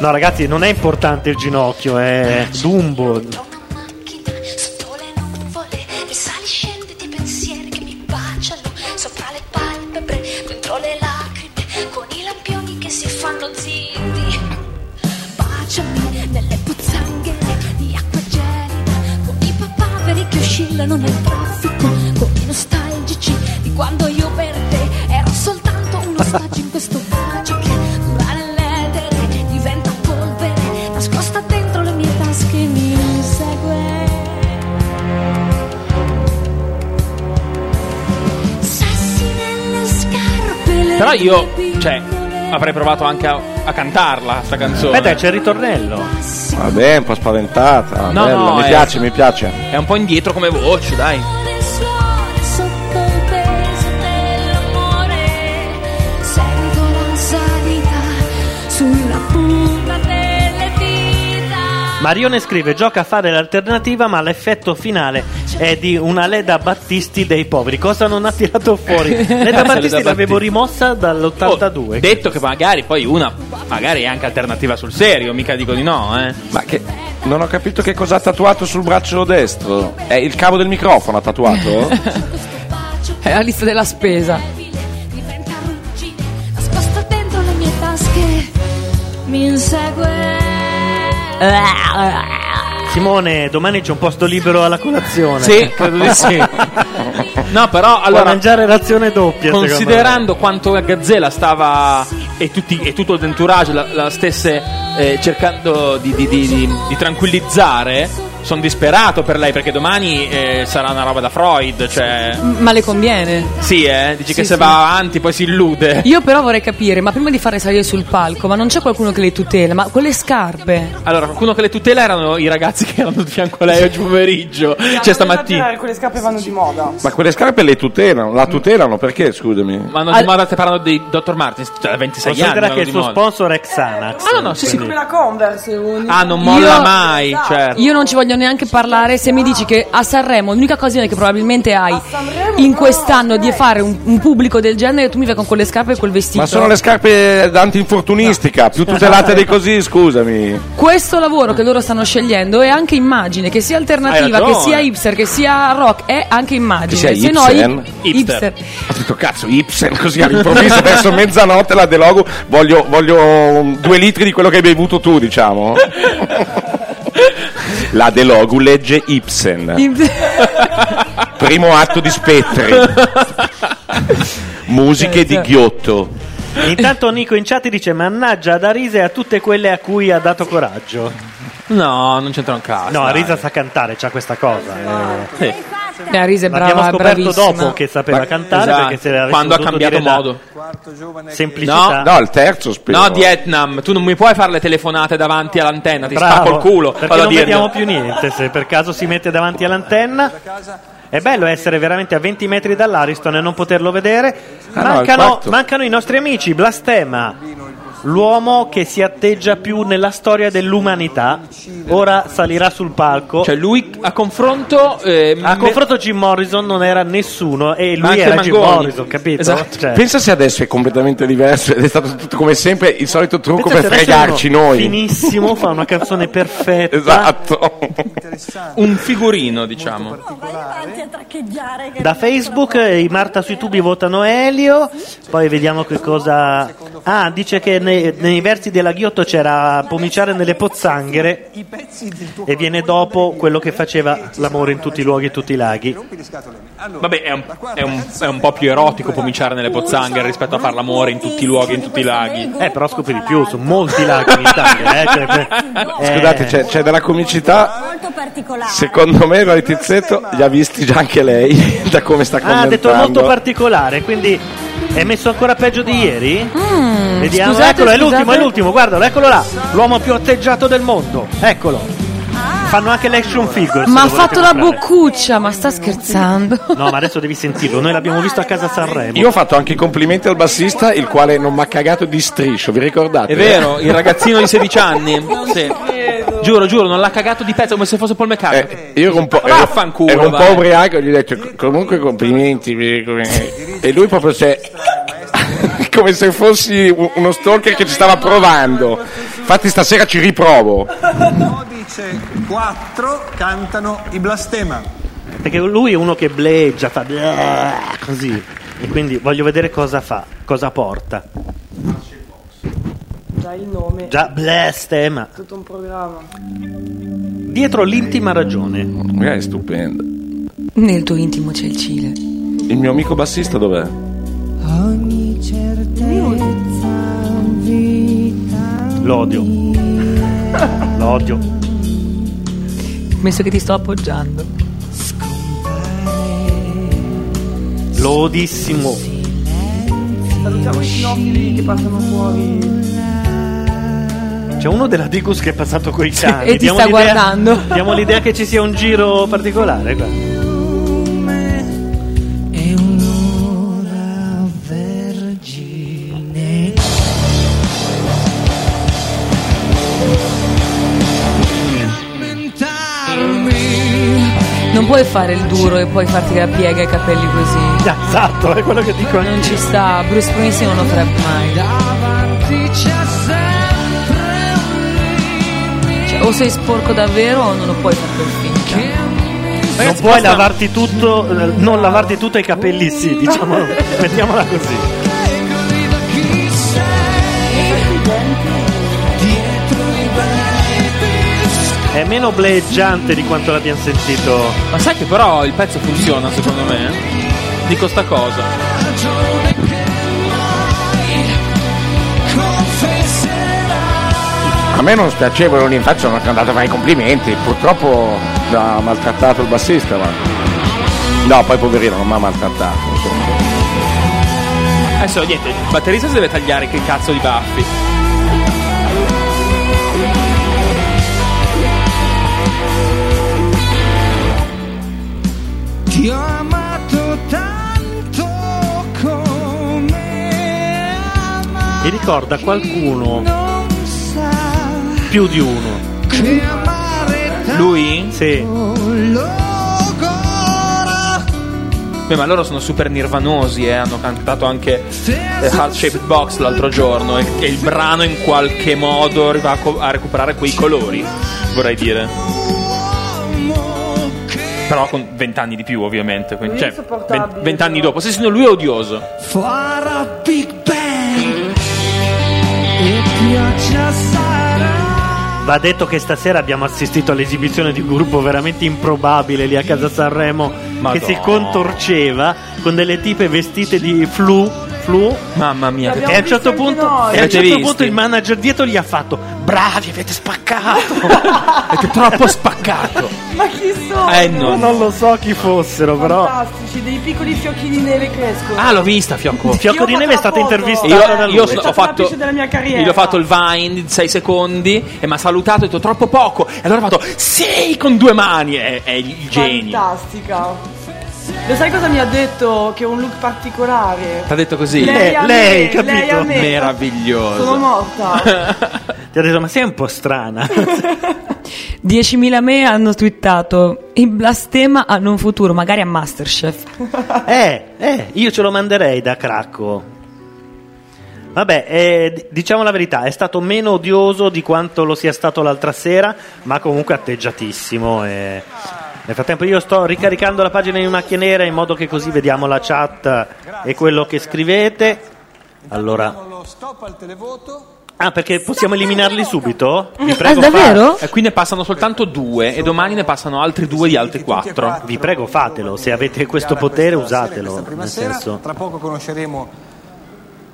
No, ragazzi, non è importante il ginocchio, è Dumbo. Sotto le nuvole risali scendi di pensieri che mi baciano sopra le palpebre, dentro le lacrime, con i lampioni che si fanno zitti. Baciami nelle pozzanghere di acqua gelida, con i papaveri che oscillano nel traffico, con i nostalgici di quando io per te ero soltanto uno stagio in questo Però io, cioè, avrei provato anche a, a cantarla, sta canzone. Aspetta, c'è il ritornello. Vabbè, un po' spaventata. No, bella. no, mi è- piace, mi piace. È un po' indietro come voce, dai. suore sotto il peso dell'amore sento l'ansietà sulla punta delle dita Marione scrive: Gioca a fare l'alternativa, ma l'effetto finale è di una Leda Battisti dei poveri. Cosa non ha tirato [laughs] fuori? Leda Leda Battisti l'avevo Battisti. Oh, rimossa dall'82. Detto che magari poi una, magari è anche alternativa sul serio, mica dico di no, eh. Ma che. Non ho capito che cosa ha tatuato sul braccio destro. È il cavo del microfono ha [laughs] tatuato? È la lista della spesa. nascosta dentro le mie tasche mi insegue Simone, domani c'è un posto libero alla colazione. Sì, credo di sì. No, però allora. mangiare razione doppia. secondo me. Considerando quanto Gazzella stava e, tutti- e tutto il entourage la, la stesse eh, cercando di, di- di- di- di tranquillizzare, sono disperato per lei perché domani eh, sarà una roba da Freud. Cioè, M- Ma le conviene. sì, eh, dici Sì, che se sì. va avanti poi si illude. [laughs] Io però vorrei capire, ma prima di farle salire sul palco, ma non c'è qualcuno che le tutela? Ma quelle scarpe? Allora, qualcuno che le tutela erano i ragazzi che erano di fianco a lei oggi pomeriggio, cioè stamattina. Quelle scarpe vanno di moda. Ma quelle scarpe le tutelano. La tutelano perché, scusami? Ma non Al- domanda te parlano di Dr. Martens, cioè da 26 anni. Considera che vanno il di suo moda. sponsor è Xanax. Ah, no, no, sì, sì. Come la Converse. eh, un- Ah, non molla Io- mai, certo. Io non ci voglio neanche parlare se mi dici che a Sanremo l'unica occasione che probabilmente hai in quest'anno di fare un, un pubblico del genere tu mi vai con quelle scarpe e quel vestito. Ma sono le scarpe antinfortunistica, più tutelate di così, scusami. Questo lavoro che loro stanno scegliendo è anche immagine, che sia alternativa, Hai che ragione. sia hipster, che sia rock, è anche immagine. Che sia Se no, Ibsen. i- Hipster. hipster. Ho detto cazzo, Ibsen così all'improvviso [laughs] verso mezzanotte la Delogu voglio, voglio um, due litri di quello che hai bevuto tu, diciamo. La Delogu legge Ibsen. Primo atto di spettri. Musiche Certo. di Ghiotto. [laughs] Intanto Nico in chat dice: Mannaggia ad Arise e a tutte quelle a cui ha dato coraggio. No, non c'entra un cazzo. No, dai. Arisa sa cantare, c'ha questa cosa. eh. Beh, Arisa è L'abbiamo brava, è scoperto bravissima. dopo che sapeva Ma- cantare Esatto. perché se l'avesse Quando ha potuto cambiato dire da modo. Semplicità. No, il terzo spero. No, Vietnam, tu non mi puoi fare le telefonate davanti all'antenna, ti Bravo, spacco il culo. Perché vado a non dirglielo. vediamo più niente se per caso si mette davanti all'antenna. È bello essere veramente a 20 metri dall'Ariston e non poterlo vedere. Ah, no, il Mancano, quarto. mancano i nostri amici, Blastema, l'uomo che si atteggia più nella storia dell'umanità. Ora salirà sul palco. Cioè, lui a confronto. eh, A me- confronto Jim Morrison non era nessuno e Ma lui anche era Jim Mangoni. Morrison, capito? Esatto. Cioè, Pensa se adesso è completamente diverso ed è stato tutto come sempre il solito trucco pensa per se adesso uno fregarci noi. Finissimo, fa una canzone perfetta. Esatto. un figurino, diciamo. avanti a traccheggiare. che- Da Facebook eh, i Marta sui tubi votano Elio, poi vediamo che cosa... Ah, dice che nei, nei versi della Ghiotto c'era pomiciare nelle pozzanghere e viene dopo quello che faceva l'amore in tutti i luoghi e tutti i laghi. Vabbè, è un, è un- è un po' più erotico cominciare nelle pozzanghere rispetto a far l'amore in tutti i luoghi, e in tutti i laghi. Eh, però scopri di più, sono molti laghi in Italia. eh, cioè, per- Scusate, c'è, c'è della comicità. Molto particolare. Secondo me Roy Tizzetto li ha visti già anche lei, [laughs] da come sta Ah, ha commentando. detto molto particolare, quindi è messo ancora peggio di ieri? Vediamo, Mm, scusate, eccolo, è scusate. l'ultimo, è l'ultimo, guardalo, eccolo là, l'uomo più atteggiato del mondo, eccolo. Fanno anche l'action figure. se Ah. Ma lo ha volete fatto la comprare. boccuccia, ma sta scherzando. No, ma adesso devi sentirlo, noi l'abbiamo visto a casa Sanremo. Io ho fatto anche i complimenti al bassista, il quale non mi ha cagato di striscio, vi ricordate? È vero, il [laughs] ragazzino di 16 [laughs] anni. Sì. Giuro, giuro, non l'ha cagato di pezzo come se fosse Paul McCartney. Eh, Io ero un po', ero, Vaffanculo, ero un po' vai. ubriaco e gli ho detto "Com- comunque complimenti. vi- come-" E lui proprio se. [laughs] come se fossi u- uno stalker che ci stava provando. Infatti stasera ci riprovo. Codice 4 cantano i blastema. Perché lui è uno che bleggia, fa bleh, così. E quindi voglio vedere cosa fa, cosa porta. Già il nome. Già blestema. Tutto un programma. Dietro l'intima ragione. Magari Eh, è stupendo. Nel tuo intimo c'è il Cile. Il mio amico bassista dov'è? Ogni certezza vita L'odio. [laughs] L'odio. Penso che ti sto appoggiando. Lodissimo. Salutiamo i cinofili che passano fuori. C'è uno della Digus che è passato coi cani. E ti Diamo sta l'idea- guardando. Diamo l'idea che ci sia un giro particolare qua. Non puoi fare il duro e poi farti la piega ai capelli così. Esatto, è quello che dico Non ci sta, Bruce Springsteen non lo farebbe mai. Cioè, o sei sporco davvero o non lo puoi fare per finta. non puoi lavarti tutto, eh, non lavarti tutto i capelli, Uh. sì, diciamo, [laughs] mettiamola così. È meno bleggiante di quanto l'abbiamo sentito. Ma sai che però il pezzo funziona secondo me? eh? Dico sta cosa. A me non spiaceva non in faccia, non ho andato a fare i complimenti. Purtroppo ha maltrattato il bassista, ma. No, poi poverino, non mi ha maltrattato. insomma. Adesso niente, il batterista si deve tagliare che cazzo di baffi. Ti ho amato tanto come Mi ricorda qualcuno, non sa più di uno. che amare Lui? Sì. Beh, ma loro sono super nirvanosi, eh. Hanno cantato anche eh, Heart Shaped Box l'altro giorno. E, e il brano in qualche modo va a, co- a recuperare quei colori, vorrei dire. Però con vent'anni di più, ovviamente. quindi- cioè, Insopportabile, vent'anni dopo. Se no, lui è odioso. farà Big Bang e pioggia sarà Va detto che stasera abbiamo assistito all'esibizione di un gruppo veramente improbabile lì a casa Sanremo che si contorceva con delle tipe vestite di flu. flu. Mamma mia, e che a un certo abbiamo visto anche punto, noi. e a un Avete certo visto? punto il manager dietro gli ha fatto: Bravi, avete spaccato! Avete troppo spaccato! Ma chi sono? Eh [laughs] no. Non lo so chi fossero, però. Fantastici, dei piccoli fiocchi di neve che escono. Ah, l'ho vista Fiocco. Fiocco Io di ho Neve è fatto stata la foto. Io, intervistata da lui. io È stata ho la fatto, pice della mia carriera. Io ho fatto il Vine di 6 secondi e mi ha salutato e ha detto troppo poco. E allora ho fatto sì con due mani. È, è il genio. Fantastica. Lo sai cosa mi ha detto? Che ho un look particolare. Ti ha detto così? Eh, Lei a Lei, me, capito? lei a me. Meraviglioso. Sono morta. Ti ha detto, ma sei un po' strana. 10.000 me hanno twittato il blastema hanno un futuro, magari a Masterchef. eh, eh, io ce lo manderei da cracco. Vabbè, eh, d- diciamo la verità, è stato meno odioso di quanto lo sia stato l'altra sera, ma comunque atteggiatissimo. e- Nel frattempo io sto ricaricando la pagina di Macchia Nera in modo che così vediamo la chat e quello che scrivete. Allora, Lo stop al televoto. ah, perché possiamo eliminarli subito? Vi Ah, prego, davvero? fa- E qui ne passano soltanto due e domani ne passano altri due di altri quattro. Vi prego, fatelo. Se avete questo potere, usatelo. Nel senso. Tra poco conosceremo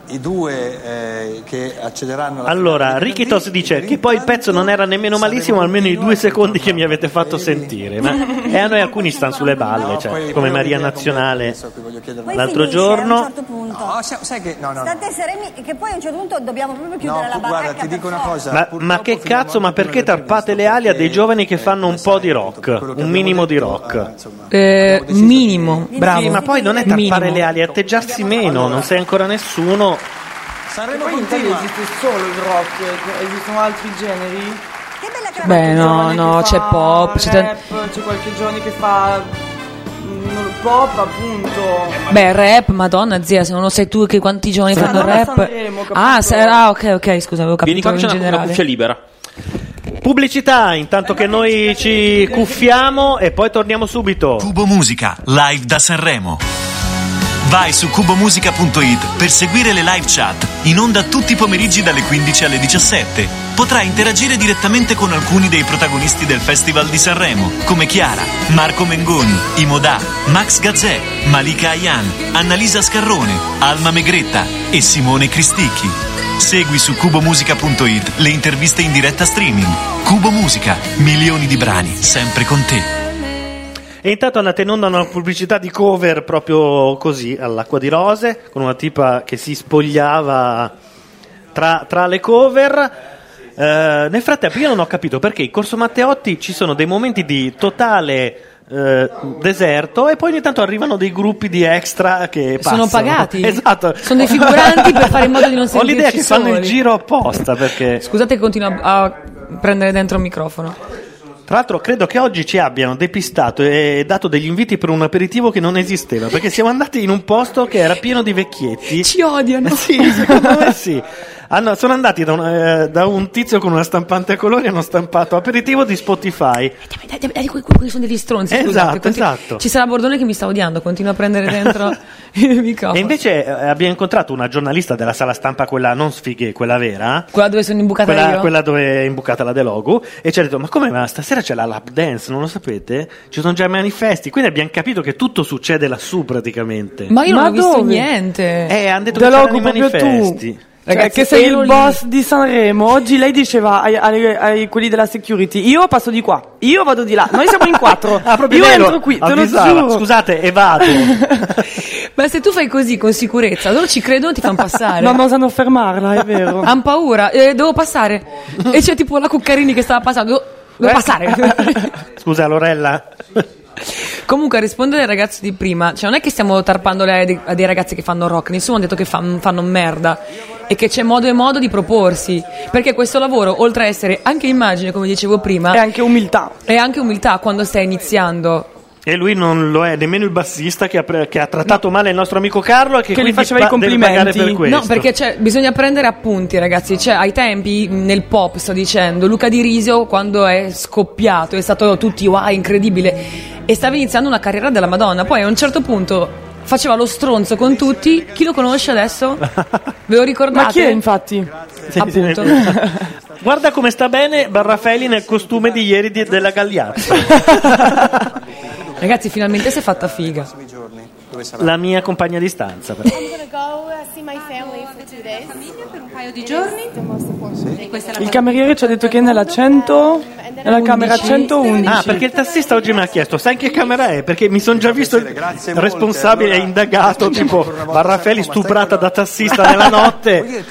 i due eh, che accederanno alla Allora, Rikitos dice che poi il pezzo non era nemmeno malissimo, almeno i due secondi che mi avete fatto sentire. Ma e a noi alcuni stanno sulle balle, cioè, come Maria Nazionale l'altro finisce, a un giorno. certo punto. No, sai- sai che no, no, no. State sereni, che poi a un certo punto dobbiamo proprio No, chiudere la pu- guarda, baracca. ti dico una cosa. Ma, ma che cazzo, ma perché tarpate le ali a dei giovani che fanno un po' di rock? Un minimo di rock. Eh, minimo, bravo. Sì, ma poi non è tarpare Minimo. le ali, è atteggiarsi meno, non sei ancora nessuno. E poi in Italia esiste solo il rock, eh, esistono altri generi? Beh, no, no, c'è pop, c'è C'è tan- rap, c'è qualche giovane che fa mm, non lo- pop, appunto. Beh, rap, madonna zia, se non lo sai tu che quanti giovani Sì, fanno ma non a rap. Sanremo, capito? Ah, se- ah, ok, ok, scusa, avevo capito Vieni qua in che c'è una- una generale. cuffia libera. Pubblicità, intanto che noi ci cuffiamo e poi torniamo subito. Cubo Musica, live da Sanremo. Vai su cubomusica.it per seguire le live chat in onda tutti i pomeriggi dalle 15 alle 17. Potrai interagire direttamente con alcuni dei protagonisti del Festival di Sanremo, come Chiara, Marco Mengoni, Imodà, Max Gazzè, Malika Ayan, Annalisa Scarrone, Alma Megretta e Simone Cristicchi. Segui su cubomusica.it le interviste in diretta streaming. Cubo Musica, milioni di brani sempre con te. E intanto andate in onda una pubblicità di cover proprio così, all'acqua di rose, con una tipa che si spogliava tra, tra le cover. Eh, nel frattempo io non ho capito perché in Corso Matteotti ci sono dei momenti di totale eh, deserto e poi ogni tanto arrivano dei gruppi di extra che Sono passano. pagati? [laughs] Esatto. Sono dei figuranti per fare in modo di non [laughs] Ho l'idea sentirci che fanno il soli. giro apposta perché... Scusate che continuo a a prendere dentro il microfono. Tra l'altro credo che oggi ci abbiano depistato e dato degli inviti per un aperitivo che non esisteva, perché siamo andati in un posto che era pieno di vecchietti. Eh Ci odiano. Sì, secondo me sì. Hanno- sono andati da un, eh, da un tizio con una stampante a colori e hanno stampato aperitivo di Spotify. Dai, dai, dai, que- que- quelli sono degli stronzi. Esatto, scusate, continu- esatto. Ci sarà Bordone che mi sta odiando, continua a prendere dentro il microfono. E invece eh, abbiamo incontrato una giornalista della sala stampa, quella non sfighe, quella vera. Quella dove sono imbucata quella, io. quella dove è imbucata la De Logu e ci ha detto ma come ma stasera c'è la lap dance non lo sapete ci sono già i manifesti quindi abbiamo capito che tutto succede lassù praticamente Ma io non ho visto dove? niente. Cioè, eh hanno detto De che c'erano Logu i proprio tu. manifesti Ragazzi, che sei il ero lì. boss di Sanremo, oggi lei diceva ai, ai- ai quelli della security: Io passo di qua, io vado di là, noi siamo in quattro. [laughs] Ah, proprio io vero, entro qui, te lo avvisava, giuro. scusate evado [laughs] Ma se tu fai così con sicurezza, loro ci credono e ti fanno passare. Non osano fermarla, [laughs] è vero. Hanno paura, eh, devo [laughs] passare. E c'è tipo la Cuccarini che stava passando. Devo- Eh. Devo [laughs] passare. scusa Lorella Comunque, a rispondere al ragazzo di prima, cioè non è che stiamo tarpando le ali a dei ragazzi che fanno rock, nessuno ha detto che fan- fanno merda e che c'è modo e modo di proporsi, perché questo lavoro, oltre a essere anche immagine, come dicevo prima, è anche umiltà. È anche umiltà quando stai iniziando. e lui non lo è nemmeno il bassista che ha, pre- che ha trattato male il nostro amico Carlo e che, Che quindi gli faceva i pa- deve complimenti. pagare per questo No, perché c'è- bisogna prendere appunti, ragazzi. Cioè, ai tempi, nel pop, sto dicendo, Luca Di Risio, quando è scoppiato, è stato tutti wow, incredibile. E stava iniziando una carriera della Madonna. Poi a un certo punto faceva lo stronzo con tutti. Chi lo conosce [laughs] adesso? Ve lo ricordate? Ma chi è, infatti? Sì, sì, [laughs] Appunto. sì. guarda come sta bene Barrafelli nel costume di ieri di- della Gagliazza [laughs] Ragazzi, finalmente si è fatta figa. la mia compagna di stanza però. per un paio di giorni. Questa è la Il cosa- cameriere ci ha detto che è nella 100, nella camera 111. Ah, perché il tassista oggi mi ha chiesto, sai che camera è? Perché mi sono già visto il responsabile e indagato, tipo Barrafelli stuprata da tassista nella notte.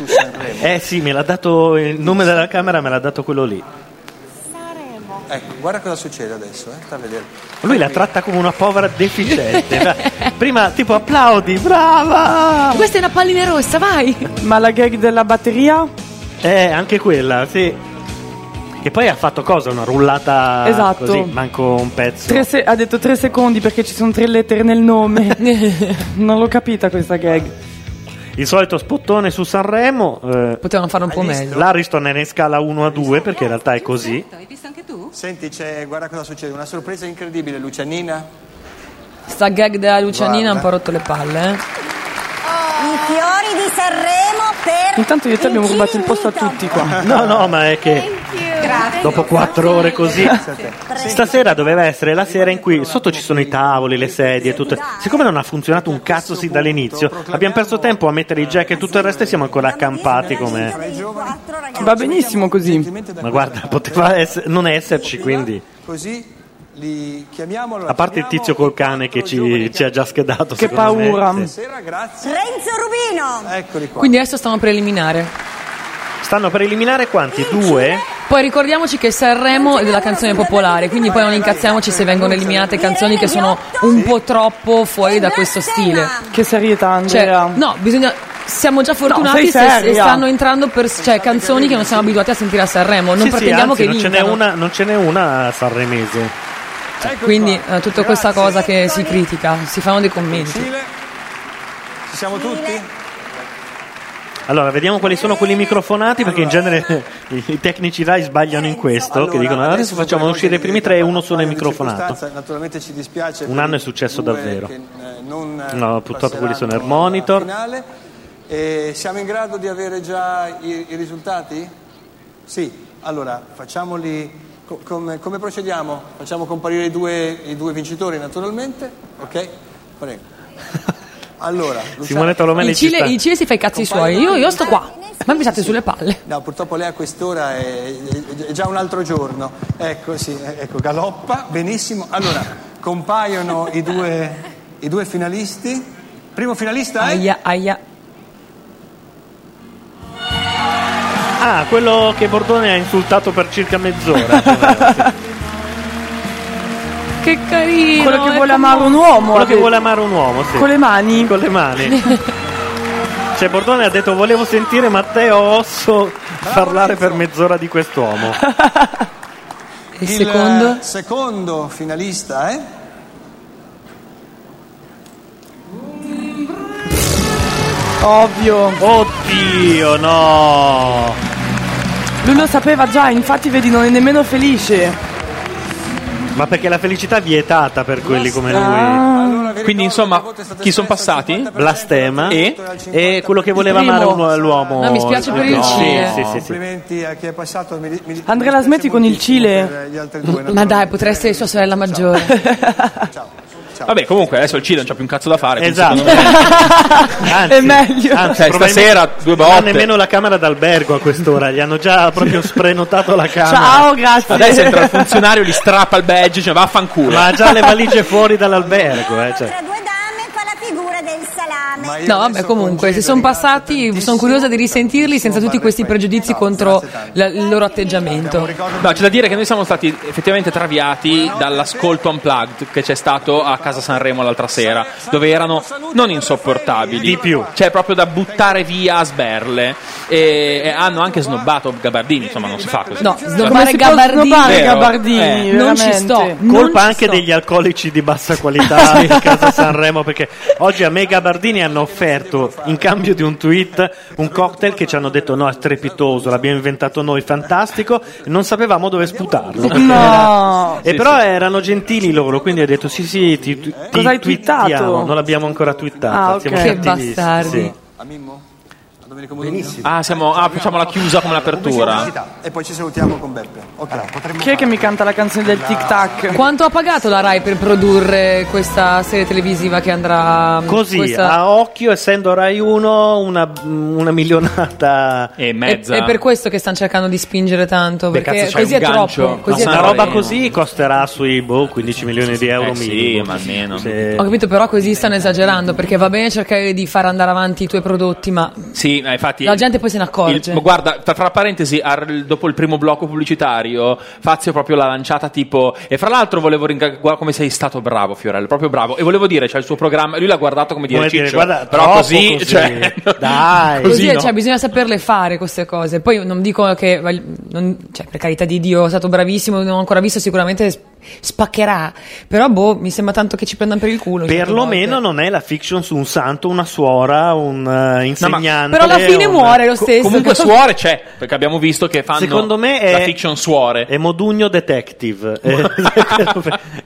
Eh sì, me l'ha dato il nome della camera, me l'ha dato quello lì. Ecco, guarda cosa succede adesso, eh, sta a vedere. Lui la tratta come una povera deficiente. Cioè, Prima tipo applaudi, brava! Questa è una pallina rossa, vai! Ma la gag della batteria? Eh, anche quella, sì. Che poi ha fatto cosa? Una rullata Esatto. così, manco un pezzo. Tre se- ha detto tre secondi perché ci sono tre lettere nel [laughs] nome. non l'ho capita questa gag. Il solito spottone su Sanremo. eh, Potevano fare un po' meglio. L'Ariston era in scala 1 a 2 perché in realtà è così. Hai visto anche tu? Senti, c'è, guarda cosa succede, una sorpresa incredibile, Lucianina. Sta gag della Lucianina ha un Guarda. po' rotto le palle. eh. I fiori di Sanremo per Intanto io e te abbiamo rubato il posto a tutti qua. No, no, ma è che dopo 4 ore così. Stasera doveva essere la sera in cui sotto ci sono i tavoli, le sedie, tutto. Siccome non ha funzionato un cazzo sin dall'inizio, abbiamo perso tempo a mettere i jack e tutto il resto e siamo ancora accampati come. Va benissimo così. Ma guarda, poteva ess- non esserci quindi. Così li chiamiamolo. A parte il tizio col cane che ci, ci ha già schedato. Che secondo me, paura. sì. Renzo Rubino. Eccoli qua. Quindi adesso stanno per eliminare. Stanno per eliminare quanti? Due? Poi ricordiamoci che Sanremo è della canzone popolare, quindi poi non incazziamoci se vengono eliminate canzoni che sono un po' troppo fuori da questo stile. Che serietà, Andrea. Cioè, no, bisogna. Siamo già No, fortunati sei se, se seria. stanno entrando per, cioè, canzoni che non siamo abituati a sentire a Sanremo. Non Sì, sì, pretendiamo anzi, che non ce, vincano. n'è una, non ce n'è una sanremese. Cioè, ecco Quindi, eh, tutta questa cosa che si Ah, critica, si fanno dei commenti. Ci siamo tutti? Allora, vediamo quali sono quelli microfonati, perché in genere [laughs] i i tecnici Rai sbagliano in questo, che dicono "Ah, adesso facciamo uscire i primi tre e uno solo è microfonato. Stanza, naturalmente ci dispiace. Un per anno è i successo due davvero. che, eh, non, eh, No, purtroppo quelli sono Air passeranno Monitor. alla finale. E siamo in grado di avere già i, i risultati? Sì, allora facciamoli. co- come, come procediamo? Facciamo comparire i due, i due vincitori naturalmente, ok? Prego. [laughs] Allora, Simone Tolomelli Il ci Cile, sta. il Cile si fa i cazzi suoi, io, io sto qua. Ma mi state sulle palle. No, purtroppo lei a quest'ora è, è- è già un altro giorno. Ecco, sì, ecco, galoppa, eh, benissimo. Allora, compaiono i due, i due finalisti. Primo finalista è... Aia, aia. Ah, quello che Bordone ha insultato per circa mezz'ora. cioè, [laughs] Che carino. Quello che è vuole commo- amare un uomo. eh, Quello ha che detto. vuole amare un uomo, sì. Con le mani. Con le mani. [laughs] Cioè, Bordone ha detto: Volevo sentire Matteo Osso parlare per mezz'ora di quest'uomo. Il secondo? secondo finalista è... Ovvio. Oddio, no. Lui lo sapeva già, infatti vedi, non è nemmeno felice. Ma perché la felicità è vietata per quelli come Ah. lui. Quindi, insomma, chi sono passati? Blastema e, e quello che voleva Il amare primo. un- l'uomo. No, mi spiace per il eh. No, Cile. Sì, sì, sì. Complimenti a chi è passato. Mi, mi- Andrea la smetti con il Cile. gli altri due. Ma dai, potrei essere sua sorella maggiore. Vabbè, comunque adesso il Cile non c'ha più un cazzo da fare. quindi Esatto. secondo [laughs] me- Anzi, È meglio. Cioè, probabilmente stasera due non ha botte. nemmeno la camera d'albergo a quest'ora. Gli hanno già proprio sprenotato la camera. Adesso entra il funzionario, gli strappa il badge, cioè vaffanculo. Ma ha già le valigie fuori dall'albergo. Eh, cioè. figura del salame. No, vabbè, comunque, se sono passati, sono curiosa di risentirli senza tutti questi pregiudizi contro la- il loro atteggiamento. No, c'è da dire che noi siamo stati effettivamente traviati dall'ascolto unplugged che c'è stato a Casa Sanremo l'altra sera, dove erano non insopportabili, di più, cioè proprio da buttare via a sberle. E, e hanno anche snobbato Gabardini, insomma, non si fa così. No, Cioè, snobbare Come si può Gabardini? snobbare Vero, Gabardini, Non ci veramente. sto, non Colpa ci anche sto. degli alcolici di [laughs] bassa qualità in casa Sanremo perché oggi a me e Gabardini hanno offerto in cambio di un tweet un cocktail che ci hanno detto no è strepitoso, l'abbiamo inventato noi, fantastico, e non sapevamo dove sputarlo. perché No. [laughs] era- E Sì, però erano gentili loro, quindi ho detto sì sì, ti, ti Cosa hai tweetiamo". twittato? Non l'abbiamo ancora twittato, Ah, ok. siamo Che cattivissimi, bastardi. sì. A Mimmo? A Domenico Modugno? Ah, siamo, ah, facciamo la chiusa come l'apertura. E poi ci salutiamo con Beppe. Ok. Chi è che mi canta la canzone del tic tac? Quanto ha pagato la Rai per produrre questa serie televisiva che andrà Così, questa- a occhio, essendo Rai 1, una, una milionata e È, è per questo che stanno cercando di spingere tanto, Beh, perché cazzo, c'è così un è gancio. troppo. Così è una troppo. roba così costerà sui boh, 15 milioni di euro Eh sì, minimo. ma almeno. Se- Ho capito, però così stanno esagerando, perché va bene cercare di far andare avanti i tuoi prodotti, ma Sì, eh, infatti. la gente poi se ne accorge. Il- ma guarda, tra, tra parentesi, ar- dopo il primo blocco pubblicitario, Fazio proprio l'ha lanciata tipo. E fra l'altro volevo ringraziare. Guarda come sei stato bravo, Fiorello, proprio bravo. E volevo dire, c'è il suo programma. Lui l'ha guardato come dire, Come dire, "Ciccio, guarda, però troppo così, così. [laughs] cioè, Dai. Così, così no. cioè, bisogna saperle fare queste cose. Poi non dico che, voglio- non- cioè, per carità di Dio, è stato bravissimo, non ho ancora visto, sicuramente sp- spaccherà. Però, boh, mi sembra tanto che ci prendano per il culo. certe Perlomeno volte. non è la fiction su un santo, una suora, un eh, insegnante. però alla fine un- muore lo Co- stesso. [laughs] Comunque [laughs] suore c'è, perché abbiamo visto che fanno Secondo me la è- fiction suore. È Modugno Detective. Eh,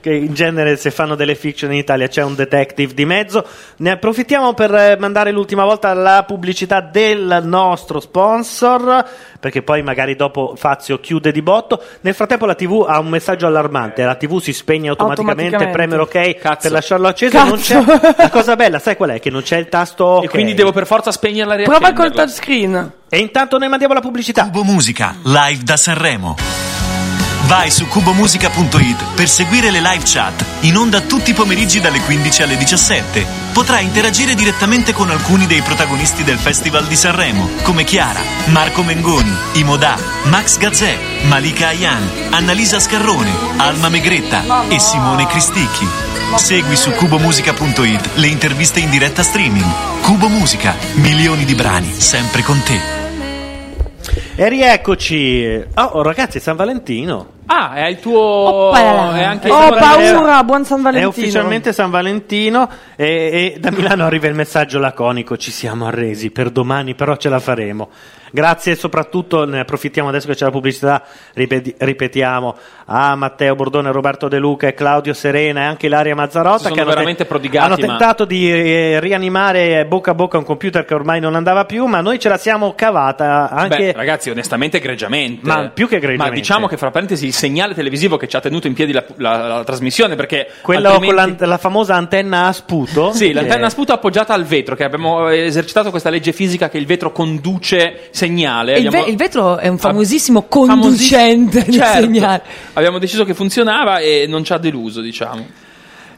[laughs] che in genere, se fanno delle fiction in Italia, c'è un detective di mezzo. Ne approfittiamo per eh, mandare l'ultima volta la pubblicità del nostro sponsor. Perché poi magari dopo Fazio chiude di botto. Nel frattempo, la TV ha un messaggio allarmante. La TV si spegne automaticamente. Eh. Automaticamente. premere ok per lasciarlo acceso. Cazzo. Non c'è... [laughs] La cosa bella, sai qual è? Che non c'è il tasto. E quindi devo per forza spegnerla e Prova riaccenderla. col touchscreen. E intanto noi mandiamo la pubblicità. Cubo Musica, live da Sanremo. Vai su cubomusica.it per seguire le live chat in onda tutti i pomeriggi dalle 15 alle 17. Potrai interagire direttamente con alcuni dei protagonisti del Festival di Sanremo, come Chiara, Marco Mengoni, Imodà, Max Gazzè, Malika Ayan, Annalisa Scarrone, Alma Megretta e Simone Cristicchi. Segui su cubomusica.it le interviste in diretta streaming. Cubo Musica, milioni di brani sempre con te. E rieccoci. Oh, ragazzi, San Valentino. Ah, è il tuo. è anche Ho il tuo- paura, Ah, buon San Valentino. È ufficialmente San Valentino e, e da Milano arriva il messaggio laconico, ci siamo arresi per domani, però ce la faremo. Grazie e soprattutto ne approfittiamo adesso che c'è la pubblicità, ripeti- ripetiamo a Matteo Bordone, Roberto De Luca e Claudio Serena e anche Ilaria Mazzarotta sono che hanno, veramente prodigati, hanno ma- tentato di eh, rianimare bocca a bocca un computer che ormai non andava più, ma noi ce la siamo cavata anche... Beh, ragazzi, onestamente, egregiamente. Ma più che egregiamente. Ma diciamo che, fra parentesi, il segnale televisivo che ci ha tenuto in piedi la, la- la trasmissione, perché. Quello altrimenti- con Eh. la, la famosa antenna a sputo. Sì, l'antenna Che- a sputo appoggiata al vetro, che abbiamo esercitato questa legge fisica che il vetro conduce segnale. E il, Abbiamo- ve- il vetro è un famosissimo conducente di Certo. segnale. Abbiamo deciso che funzionava e non ci ha deluso, diciamo.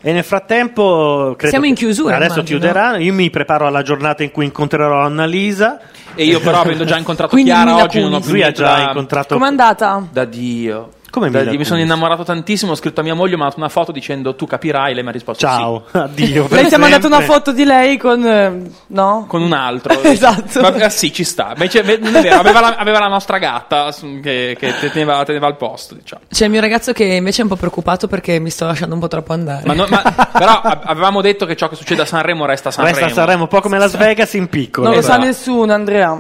E nel frattempo, credo Siamo in che- chiusura, Adesso immagino. chiuderà. Io mi preparo alla giornata in cui incontrerò Annalisa. E io però, avendo già incontrato Quindi Chiara mi la oggi, non ho punti. più Lui ha già nulla- incontrato. Com'è andata? Da Dio. Come Da mi la Dio, mi sono punti? innamorato tantissimo, ho scritto a mia moglie, mi ha mandato una foto dicendo tu capirai, lei mi ha risposto Ciao, [laughs] addio. Lei ti ha mandato una foto di lei con... eh, no? Con un [laughs] altro. Esatto. Ma, ah, sì, ci sta. Ma cioè, non è vero, aveva la, aveva la nostra gatta s- che, che teneva, teneva al posto, diciamo. C'è il mio ragazzo che invece è un po' preoccupato perché mi sto lasciando un po' troppo andare. Ma no- ma- però a- avevamo detto che ciò che succede a Sanremo resta a Sanremo. Resta a Sanremo, un po' come Las Vegas in piccolo. Non lo sa Esatto. nessuno, Andrea.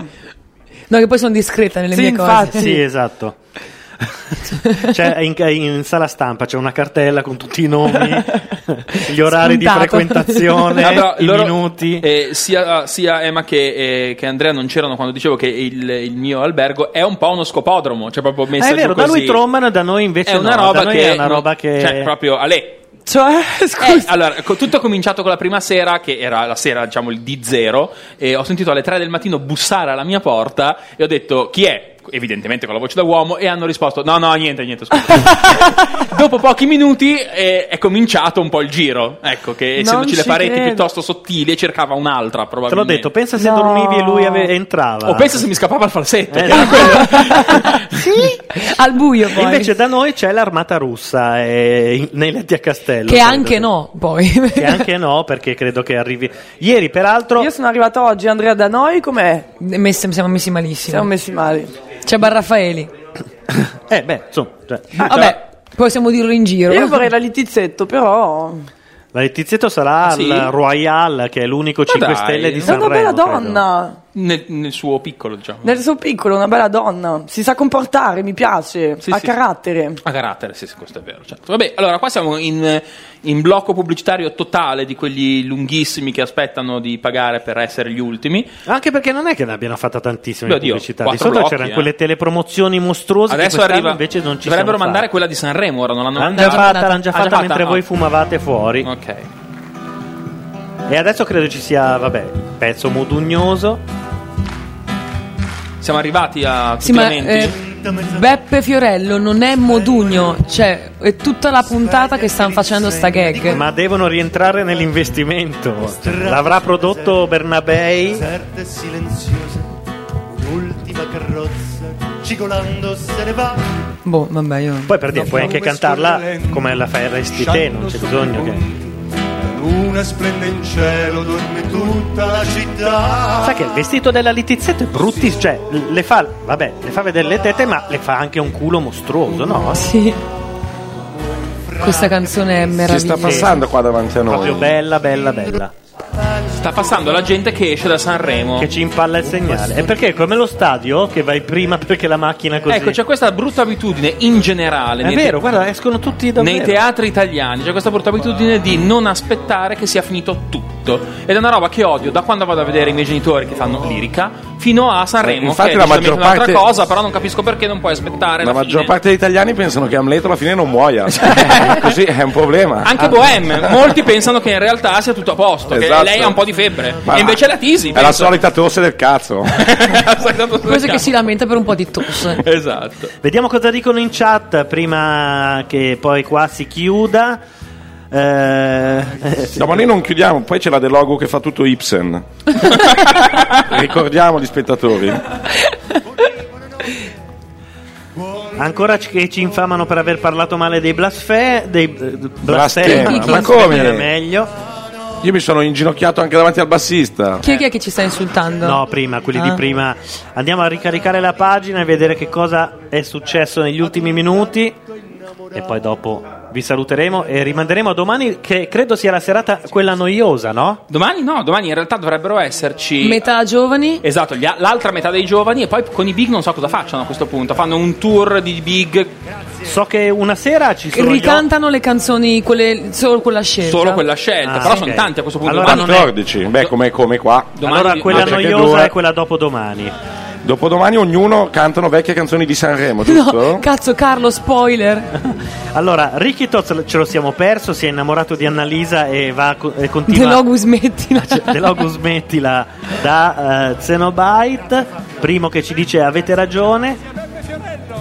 No, che poi sono discreta nelle Sì, mie infatti. cose. [laughs] Sì, esatto. C'è in, in sala stampa c'è una cartella con tutti i nomi, [laughs] gli orari Spuntato. di [laughs] frequentazione, Ah, però i loro- minuti. eh, sia, sia Emma che, eh, che Andrea non c'erano quando dicevo che il, il mio albergo è un po' uno scopodromo. Cioè, proprio Ah, messo è vero, giù da lui così. trombano, da noi invece è una no, roba da noi che è una roba che... cioè proprio a lei cioè scusa allora co- tutto è cominciato con la prima sera che era la sera diciamo il D0 e ho sentito alle 3 del mattino bussare alla mia porta e ho detto chi è evidentemente con la voce da uomo e hanno risposto no no niente niente [laughs] scusa dopo pochi minuti eh, è cominciato un po' il giro ecco che Non essendoci le ci pareti credo. piuttosto sottili cercava Te un'altra l'ho probabilmente detto, pensa se dormivi e lui ave- entrava. Eh, o pensa se mi scappava il falsetto che [laughs] Al buio poi. Invece da noi c'è l'armata russa eh, in- nei letti a castello. che credo. anche no, poi. Che anche no, perché credo che arrivi... Ieri peraltro... Io sono arrivata oggi, Andrea, da noi com'è? Messi- siamo messi malissimo. Siamo messi male. C'è Barraffaeli. Eh beh, insomma... cioè- Vabbè, possiamo dirlo in giro. Io vorrei la litizzetto, però... La Letizia sarà Ah, sì? al Royal, che è l'unico 5 dai. stelle di È una È Sanremo. bella credo. donna. nel, nel suo piccolo diciamo Nel suo piccolo, è una bella donna. Si sa comportare, mi piace. Sì, ha sì. carattere. A carattere, sì, sì, questo è vero. certo. Vabbè, allora qua siamo in, in blocco pubblicitario totale di quelli lunghissimi che aspettano di pagare per essere gli ultimi. Anche perché non è che ne abbiano fatta tantissima Beh, di oddio, pubblicità. Di quattro solito blocchi, c'erano eh. quelle telepromozioni mostruose Adesso che quest'anno arriva, invece non ci dovrebbero siamo mandare fatti. quella di Sanremo, ora non l'hanno L'hanno già mandata. fatta, l'hanno già Ah, fatta mentre Ah. voi fumavate fuori. Ok. E adesso credo ci sia, vabbè, il pezzo modugnoso. Siamo arrivati a tutti Sì, ma lamenti? eh, Beppe Fiorello non è Modugno, cioè è tutta la puntata che stanno facendo sta gag. Ma devono rientrare nell'investimento. L'avrà prodotto Bernabei. Deserta e silenziosa, un'ultima carrozza, cigolando se ne va. Boh, vabbè, io. Poi per dire, puoi anche cantarla come la fai resti te, non c'è bisogno che... La luna splende in cielo, dorme tutta la città. Sai che il vestito della litizzetto è bruttissimo, cioè le fa, vabbè, le fa vedere le tette, ma le fa anche un culo mostruoso, no? Sì. Questa canzone è Ci sta meravigliosa. passando qua davanti a noi. Proprio bella, bella, bella. Sta passando la gente che esce da Sanremo. Che ci impalla il segnale. E perché è come lo stadio che vai prima perché la macchina così. Ecco, c'è questa brutta abitudine in generale. È nei vero, guarda, escono tutti da Nei teatri italiani c'è questa brutta abitudine di non aspettare che sia finito tutto. Ed è una roba che odio da quando vado a vedere i miei genitori che fanno lirica fino a Sanremo. Infatti che è la maggior decisamente un'altra parte- cosa, però non capisco perché non puoi aspettare La la, maggior fine. parte degli italiani pensano che Amleto alla fine non [laughs] muoia. Eh, Così è un problema. Ah, Anche [laughs] Bohème, molti pensano che in realtà sia tutto a posto, Esatto. che lei ha un po' di febbre. Ma e invece è la tisi. È la solita tosse del cazzo. [laughs] Cosa che si lamenta per un po' di [laughs] tosse. Esatto. Vediamo cosa dicono in chat prima che poi qua si chiuda. Eh, No, ma noi non chiudiamo, poi c'è la De Logo che fa tutto [laughs] Ibsen. Ricordiamo gli spettatori. Ancora ci- che ci infamano per aver parlato male dei blasfè. Dei Blastema, blasfè. ma come? Era meglio. Io mi sono inginocchiato anche davanti al bassista. Chi è, chi è che ci sta insultando? Eh. No, prima, quelli Ah. di prima. Andiamo a ricaricare la pagina e vedere che cosa è successo negli ultimi minuti. E poi dopo vi saluteremo e rimanderemo a domani, che credo sia la serata quella noiosa, no? Domani no, domani in realtà dovrebbero esserci. Metà giovani. Esatto, gli a- l'altra metà dei giovani e poi con i big non so cosa facciano a questo punto. Fanno un tour di big So che una sera ci sono. gli Ricantano le canzoni, quelle, solo quella scelta. solo quella scelta, Ah, però ok. sono tanti a questo punto. Allora Domani- non è- 14. Beh, come, come qua. Domani- allora quella Invece che noiosa due. è quella dopo domani. Dopodomani ognuno cantano vecchie canzoni di Sanremo, giusto? No, cazzo, Carlo, spoiler. [laughs] Allora, Ricky Toz ce lo siamo perso, si è innamorato di Annalisa e va co- e De continua Logus, smettila. [laughs] De Logus mettila da eh, Zenobite, primo che ci dice avete ragione.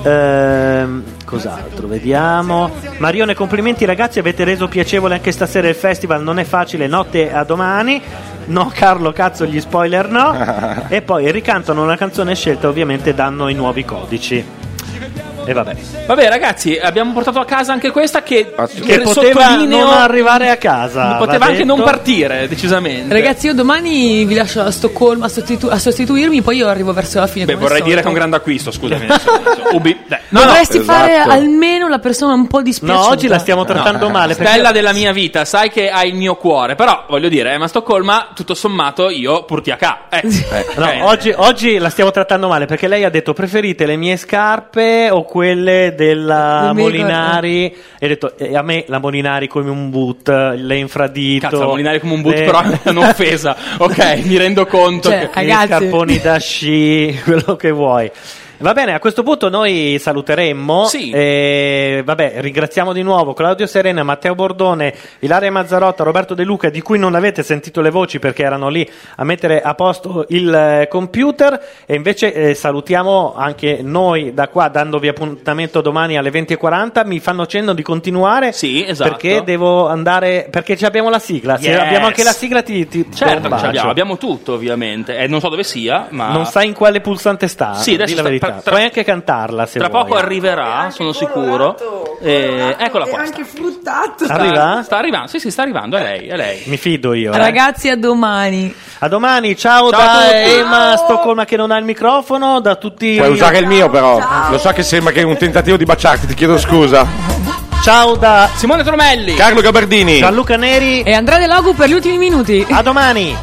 Ehm, Cos'altro? Vediamo. Marione, complimenti ragazzi, avete reso piacevole anche stasera il festival, non è facile, notte a domani. No Carlo, cazzo, gli spoiler no. e poi ricantano una canzone scelta, ovviamente danno i nuovi codici. E vabbè. Vabbè, ragazzi, abbiamo portato a casa anche questa che, Che poteva sottolineo- non arrivare a casa. poteva va anche non detto. partire, decisamente. Ragazzi, io domani vi lascio a Stoccolma a, sostitu- a sostituirmi, poi io arrivo verso la fine. Beh, come vorrei al solito. dire che è un grande acquisto, [laughs] scusami. Ubi, dai. Dovresti fare almeno la persona un po' dispiaciuta. esatto. cioè. No. Stella della mia vita, sai che hai il mio cuore, però voglio dire, eh, ma Stoccolma, tutto sommato, io purti a ca. Eh. No, Ok. oggi, oggi la stiamo trattando male perché lei ha detto preferite le mie scarpe o quelle della Non mi Molinari e ha detto "Eh, a me la Molinari come un boot le infradito Eh. Cazzo, la Molinari come un boot, le- però [laughs] è un'offesa. ok, mi rendo conto. Cioè, che... gli scarponi da sci, [laughs] quello che vuoi. Va bene, a questo punto noi saluteremmo. E, vabbè, ringraziamo di nuovo Claudio Serena, Matteo Bordone, Ilaria Mazzarotta, Roberto De Luca, di cui non avete sentito le voci perché erano lì a mettere a posto il eh, computer. E invece eh, salutiamo anche noi da qua, dandovi appuntamento domani alle 20.40. Mi fanno cenno di continuare. Sì, esatto. Perché devo andare. Perché ci abbiamo la sigla. Se eh, Yes. abbiamo anche la sigla, ti, ti ti do un Certo che ce bacio. l'abbiamo, abbiamo tutto ovviamente, e non so dove sia, ma Non sai in quale pulsante sta. Ah. Sì, adesso di la sta- verità. tra- tra- Puoi anche cantarla se tra vuoi. poco arriverà, sono sicuro. Eh, eccola qua. anche fruttato. Sta, Arriva? sta arrivando, sì, sì, sta arrivando, è lei, è lei. Mi fido io. eh. Ragazzi, a domani. A domani, Ciao ciao, da a tutti. Emma Stoccolma che non ha il microfono, da tutti Puoi usare il mio però. Lo so che sembra che è un tentativo di baciarti, ti chiedo scusa. Ciao da Simone Tromelli. Carlo Gabardini. Gianluca Neri e Andrea De Logu per gli ultimi minuti. A domani.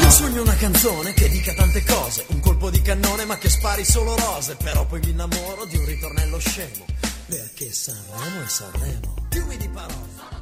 Io sogno una canzone che dica tante cose, un colpo di cannone ma che spari solo rose, però poi mi innamoro di un ritornello scemo, perché Sanremo è Sanremo. Fiumi di parole.